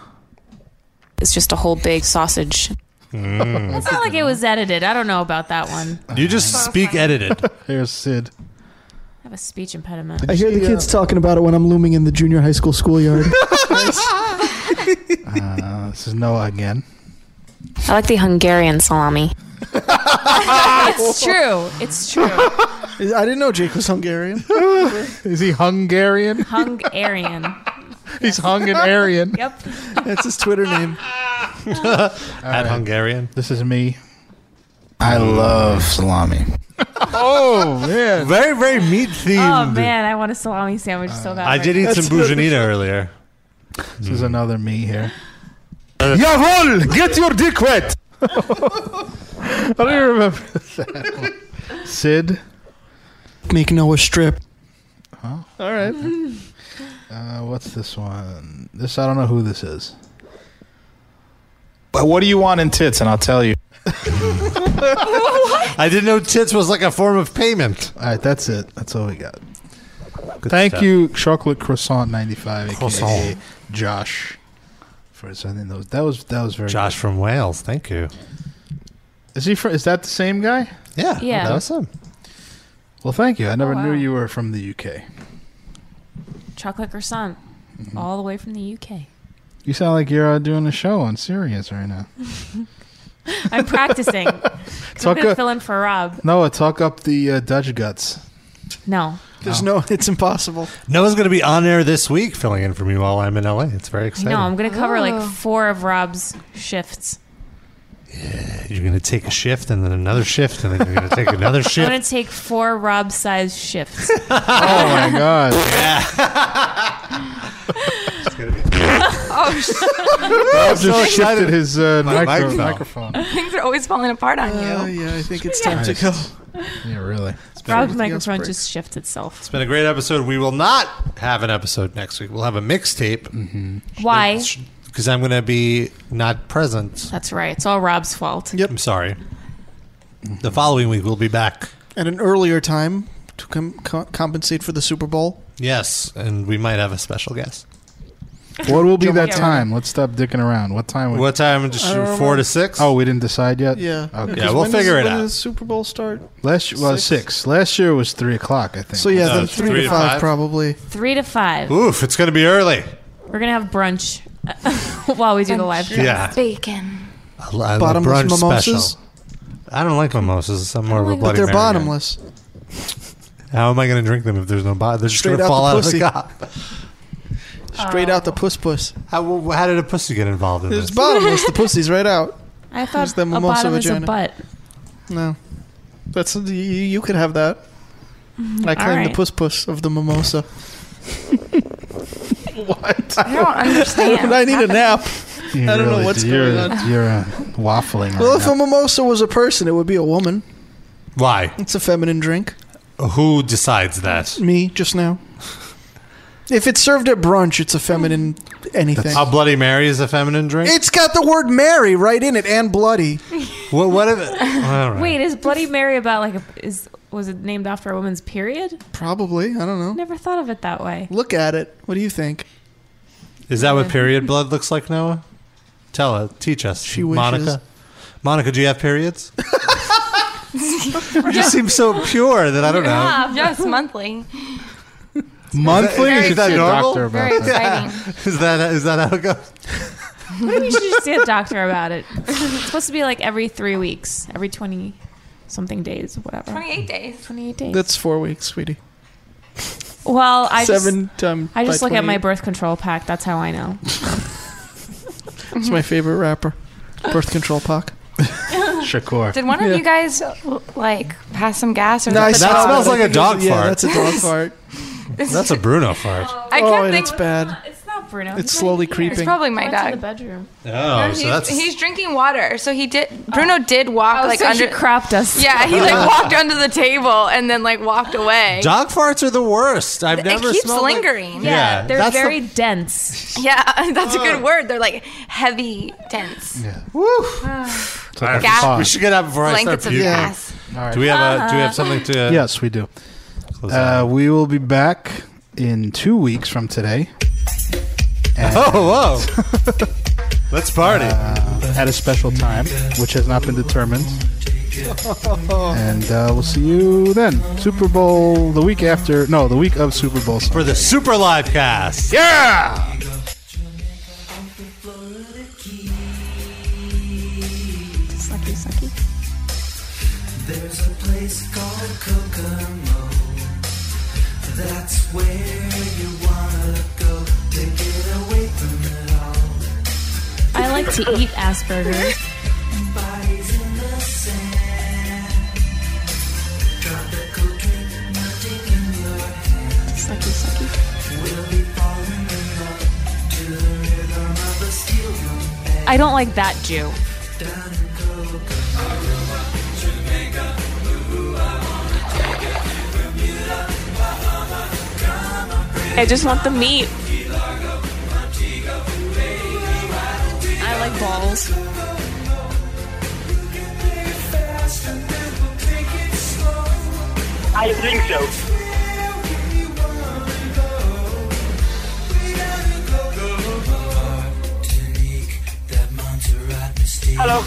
Speaker 5: It's just a whole big sausage.
Speaker 2: Mm.
Speaker 5: It sounded like it was edited. I don't know about that one.
Speaker 2: You just speak edited.
Speaker 4: Here's Sid.
Speaker 5: I have a speech impediment.
Speaker 3: I hear the kids
Speaker 2: uh,
Speaker 3: talking about it when I'm looming in the junior high school schoolyard.
Speaker 4: Uh, this is Noah again.
Speaker 5: I like the Hungarian salami. it's true. It's true.
Speaker 3: I didn't know Jake was Hungarian.
Speaker 4: is he Hungarian?
Speaker 5: Hungarian.
Speaker 4: He's hung and Aryan.
Speaker 5: Yep.
Speaker 3: That's his Twitter name.
Speaker 2: At Hungarian.
Speaker 4: This is me. I love salami.
Speaker 5: oh
Speaker 4: man.
Speaker 2: Very, very meat
Speaker 5: Oh
Speaker 2: themed.
Speaker 5: man, I want a salami sandwich so bad.
Speaker 2: Uh, I
Speaker 5: right
Speaker 2: did eat
Speaker 5: now.
Speaker 2: some bujanita earlier.
Speaker 4: This is another me here. Yavol, get your dick wet. I don't even remember that one. Sid.
Speaker 3: Make Noah strip.
Speaker 4: All right. Uh, what's this one? This I don't know who this is.
Speaker 21: But what do you want in tits? And I'll tell you.
Speaker 2: I didn't know tits was like a form of payment.
Speaker 4: All right, that's it. That's all we got.
Speaker 2: Good
Speaker 4: Thank
Speaker 2: stuff.
Speaker 4: you, Chocolate Croissant ninety five, aka
Speaker 2: Croissant.
Speaker 4: Josh, for sending those. That was that was very.
Speaker 2: Josh from Wales. Thank you.
Speaker 4: Is he? Fr- is that the same guy?
Speaker 2: Yeah.
Speaker 5: Yeah.
Speaker 4: Okay.
Speaker 5: that's
Speaker 2: him.
Speaker 4: Well, thank you. I never
Speaker 5: Oh, wow.
Speaker 4: knew you were from the UK.
Speaker 5: chocolate croissant,
Speaker 2: Mm-hmm.
Speaker 5: all the way from the UK.
Speaker 4: You sound like you're uh, doing a show on Sirius right now.
Speaker 5: I'm practicing. 'Cause I'm
Speaker 4: Talk
Speaker 5: gonna
Speaker 4: a-
Speaker 5: fill in for Rob.
Speaker 4: Noah, talk up the uh, Dutch guts.
Speaker 5: No.
Speaker 3: There's no. Oh, It's impossible.
Speaker 2: Noah's going to be on air this week filling in for me while I'm in LA. It's very
Speaker 5: I
Speaker 2: exciting.
Speaker 5: know. I'm gonna cover like
Speaker 10: Oh.
Speaker 5: four of Rob's shifts.
Speaker 2: You're going to take a shift and then another shift and then you're going to take another
Speaker 5: I'm
Speaker 2: shift.
Speaker 5: gonna take four Rob size shifts.
Speaker 4: Oh my god.
Speaker 9: oh,
Speaker 4: Rob
Speaker 9: shit.
Speaker 4: just shifted his uh, micro- microphone.
Speaker 9: Things are always falling apart on you.
Speaker 3: Uh, yeah, I think
Speaker 9: it's
Speaker 3: time to
Speaker 4: go. Yeah, really.
Speaker 5: Rob's microphone just shifts itself.
Speaker 2: It's been a great episode. We will not have an episode next week. We'll have a mixtape
Speaker 4: Mm-hmm.
Speaker 5: Why?
Speaker 2: because I'm going to be not present.
Speaker 5: That's right. It's all Rob's fault.
Speaker 3: Yep.
Speaker 2: I'm sorry. The following week we'll be back.
Speaker 3: At an earlier time to com- co- compensate for the Super Bowl.
Speaker 2: Yes, and we might have a special guest.
Speaker 4: What will be
Speaker 3: Jump
Speaker 4: that
Speaker 3: on.
Speaker 4: time? Let's stop dicking around. What time? would-
Speaker 2: What time? Just
Speaker 3: I don't
Speaker 2: four
Speaker 3: know.
Speaker 2: to six.
Speaker 4: Oh, we didn't decide yet.
Speaker 3: Yeah.
Speaker 4: Okay.
Speaker 2: Yeah, we'll
Speaker 3: When does-
Speaker 2: figure it
Speaker 3: when
Speaker 2: out.
Speaker 3: does the Super Bowl start?
Speaker 4: Last year was six. Last year was three o'clock, I think.
Speaker 3: So yeah,
Speaker 2: No,
Speaker 3: then
Speaker 2: it's
Speaker 3: three, to five, probably.
Speaker 5: Three to five.
Speaker 2: Oof, it's going to be early.
Speaker 5: We're gonna have brunch while we do the live.
Speaker 2: Brunch. Yeah.
Speaker 5: Bacon.
Speaker 2: I lo- I love
Speaker 3: Bottomless
Speaker 2: brunch
Speaker 3: mimosas?
Speaker 2: special. I don't like mimosas. I'm more of a
Speaker 3: But
Speaker 2: bloody
Speaker 3: they're
Speaker 2: Mary guy.
Speaker 3: bottomless.
Speaker 2: How am I going to drink them if there's no bottom? They're just
Speaker 3: Straight out
Speaker 2: going to fall
Speaker 3: the
Speaker 2: out of the
Speaker 3: pussy.
Speaker 2: cup.
Speaker 3: Straight
Speaker 5: Oh.
Speaker 3: out the puss puss.
Speaker 2: How, how did a pussy get involved in
Speaker 3: It's
Speaker 2: this?
Speaker 3: bottomless. the pussy's right out.
Speaker 5: I thought
Speaker 3: It's the
Speaker 5: a
Speaker 3: mimosa
Speaker 5: bottom is a
Speaker 3: vagina.
Speaker 5: butt.
Speaker 3: No, that's you. You could have that. I
Speaker 5: Mm-hmm. All
Speaker 3: claim
Speaker 5: right.
Speaker 3: the puss puss of the mimosa. what?
Speaker 9: I don't understand.
Speaker 3: I need a nap.
Speaker 4: You
Speaker 3: I don't know
Speaker 4: really
Speaker 3: what's
Speaker 4: do. you're,
Speaker 3: going on.
Speaker 4: You're uh, waffling. right
Speaker 3: Well, if
Speaker 4: now.
Speaker 3: a mimosa was a person, it would be a woman.
Speaker 2: Why?
Speaker 3: It's a feminine drink.
Speaker 2: Who decides that?
Speaker 3: Me just now. If it's served at brunch, it's a feminine anything.
Speaker 2: A Bloody Mary is a feminine drink?
Speaker 3: It's got the word Mary right in it and bloody.
Speaker 2: what, what if, all right.
Speaker 5: Wait, is Bloody Mary about like a, is was it named after a woman's period?
Speaker 3: Probably. I don't know.
Speaker 5: Never thought of it that way.
Speaker 3: Look at it. What do you think?
Speaker 2: Is that what period blood looks like, Noah? Tell us. Teach us. She
Speaker 3: wishes.
Speaker 2: Monica? Monica, do you have periods? You just seem so pure that I don't know.
Speaker 9: Yeah, just monthly.
Speaker 2: Monthly?
Speaker 9: Very
Speaker 2: Is that
Speaker 9: cute.
Speaker 2: normal?
Speaker 9: Very exciting.
Speaker 2: Is that is that how it goes?
Speaker 5: Maybe you should just see a doctor about it. It's supposed to be like every three weeks, every twenty something days, whatever.
Speaker 9: 28 days.
Speaker 5: 28 days.
Speaker 3: That's four weeks, sweetie.
Speaker 5: Well, I
Speaker 3: Seven
Speaker 5: just,
Speaker 3: times
Speaker 5: I just
Speaker 3: by
Speaker 5: look at my
Speaker 3: 28.
Speaker 5: birth control pack. That's how I know.
Speaker 3: It's my favorite rapper. Birth control pack.
Speaker 4: Shakur.
Speaker 9: Did one of
Speaker 3: Yeah.
Speaker 9: you guys like pass some gas or
Speaker 3: No, I
Speaker 9: was that
Speaker 3: saw
Speaker 9: the dog?
Speaker 3: it.
Speaker 2: smells like a
Speaker 3: I think
Speaker 2: dog
Speaker 3: it- yeah,
Speaker 2: fart.
Speaker 3: that's a dog fart.
Speaker 2: That's a Bruno fart.
Speaker 9: I
Speaker 3: oh,
Speaker 9: kept
Speaker 3: and
Speaker 9: thinking-
Speaker 3: it's bad.
Speaker 5: It's not Bruno.
Speaker 3: It's slowly creeping.
Speaker 9: It's probably my
Speaker 5: Went to
Speaker 9: dog.
Speaker 5: the bedroom.
Speaker 2: Oh,
Speaker 9: No,
Speaker 2: so
Speaker 9: he's,
Speaker 2: that's
Speaker 9: he's drinking water. So he did. Bruno did walk
Speaker 5: Oh,
Speaker 9: like
Speaker 5: so he
Speaker 9: under.
Speaker 5: crapped us.
Speaker 9: Yeah, he like walked under the table and then like walked away.
Speaker 2: dog farts are the worst. I've
Speaker 9: it
Speaker 2: never
Speaker 9: keeps
Speaker 2: smelled like-
Speaker 9: lingering.
Speaker 2: Yeah, Yeah, they're that's the- very
Speaker 5: dense.
Speaker 9: Yeah, that's a good word. They're like heavy, dense.
Speaker 2: Yeah.
Speaker 9: Woo.
Speaker 2: All right,
Speaker 9: Gas.
Speaker 2: we should get out before I
Speaker 9: Blankets of
Speaker 2: start puking.
Speaker 9: gas.
Speaker 2: Do we have a? Do we have something to? uh,
Speaker 4: Yes, we do.
Speaker 2: Close
Speaker 4: Uh, we will be back in two weeks from today.
Speaker 2: Oh, whoa! Let's party
Speaker 4: Uh, at a special time, which has not been determined. And uh, we'll see you then. Super Bowl the week after. No, the week of Super Bowl.
Speaker 2: for the Super Live Cast.
Speaker 4: Yeah.
Speaker 5: Sucky, sucky.
Speaker 10: There's a place called Kokomo. That's where you wanna go to get away from it all.
Speaker 5: I like to eat Asperger's.
Speaker 10: Bodies in the sand. Tropical drink melting in your hand.
Speaker 5: Sucky, sucky.
Speaker 10: We'll be falling in love to the rhythm of a steel drum band.
Speaker 5: I don't like that Jew.
Speaker 10: Down in Kokomo.
Speaker 5: I just want the meat. I like balls.
Speaker 10: I think so.
Speaker 8: Uh,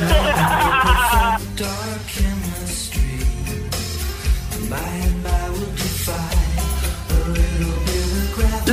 Speaker 10: Hello. Dark in the street. By and by we'll defy a little bit of gravity.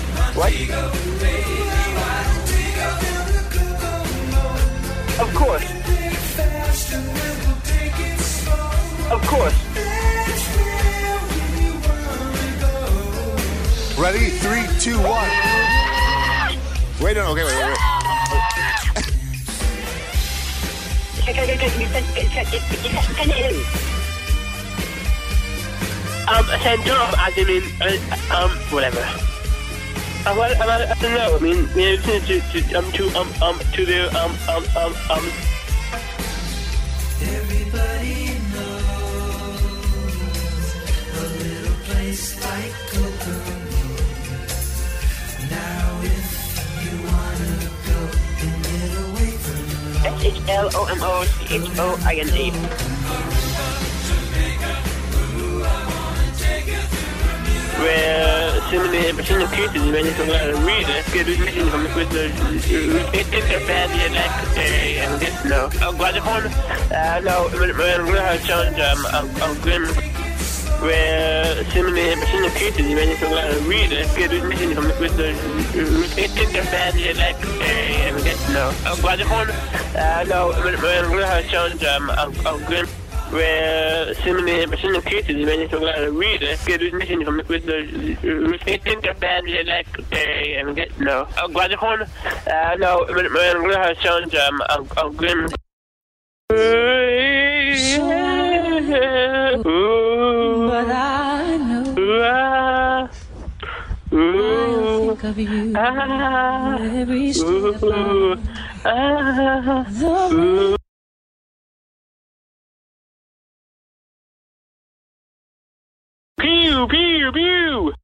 Speaker 10: What? Of course. Of course. Ready? Three, two, one. Wait, no, okay, wait, wait,
Speaker 8: Um, send job, as in, in, uh, um, whatever. I, well, I, well, I don't know. I mean, you know, to, to, to, um, to, um, um, to the, um, um, um, um.
Speaker 10: Everybody knows a little place like Kokomo. Now, if you wanna go and get away from
Speaker 8: S H L O M O H O I N E.
Speaker 10: Jamaica, ooh, I wanna take you through Bermuda.
Speaker 8: eh, personas tristes y varias sobre la vida. Que Luis Messi nos compuso Interferia Next Day and uh, Get Low. Guadalajara, ah, no, algunas son um, where similar personas tristes y varias sobre la vida. Que Luis Messi nos compuso Interferia Next Day and uh, Get Low. Guadalajara, ah, no, algunas son um, where similar personas tristes y varias sobre la vida. Que Luis Messi nos compuso uh, Interferia Next Day and Get Low. Guadalajara, ah, no, algunas son
Speaker 10: But I know I'll think of you every step of the way.
Speaker 8: Pew, pew, pew!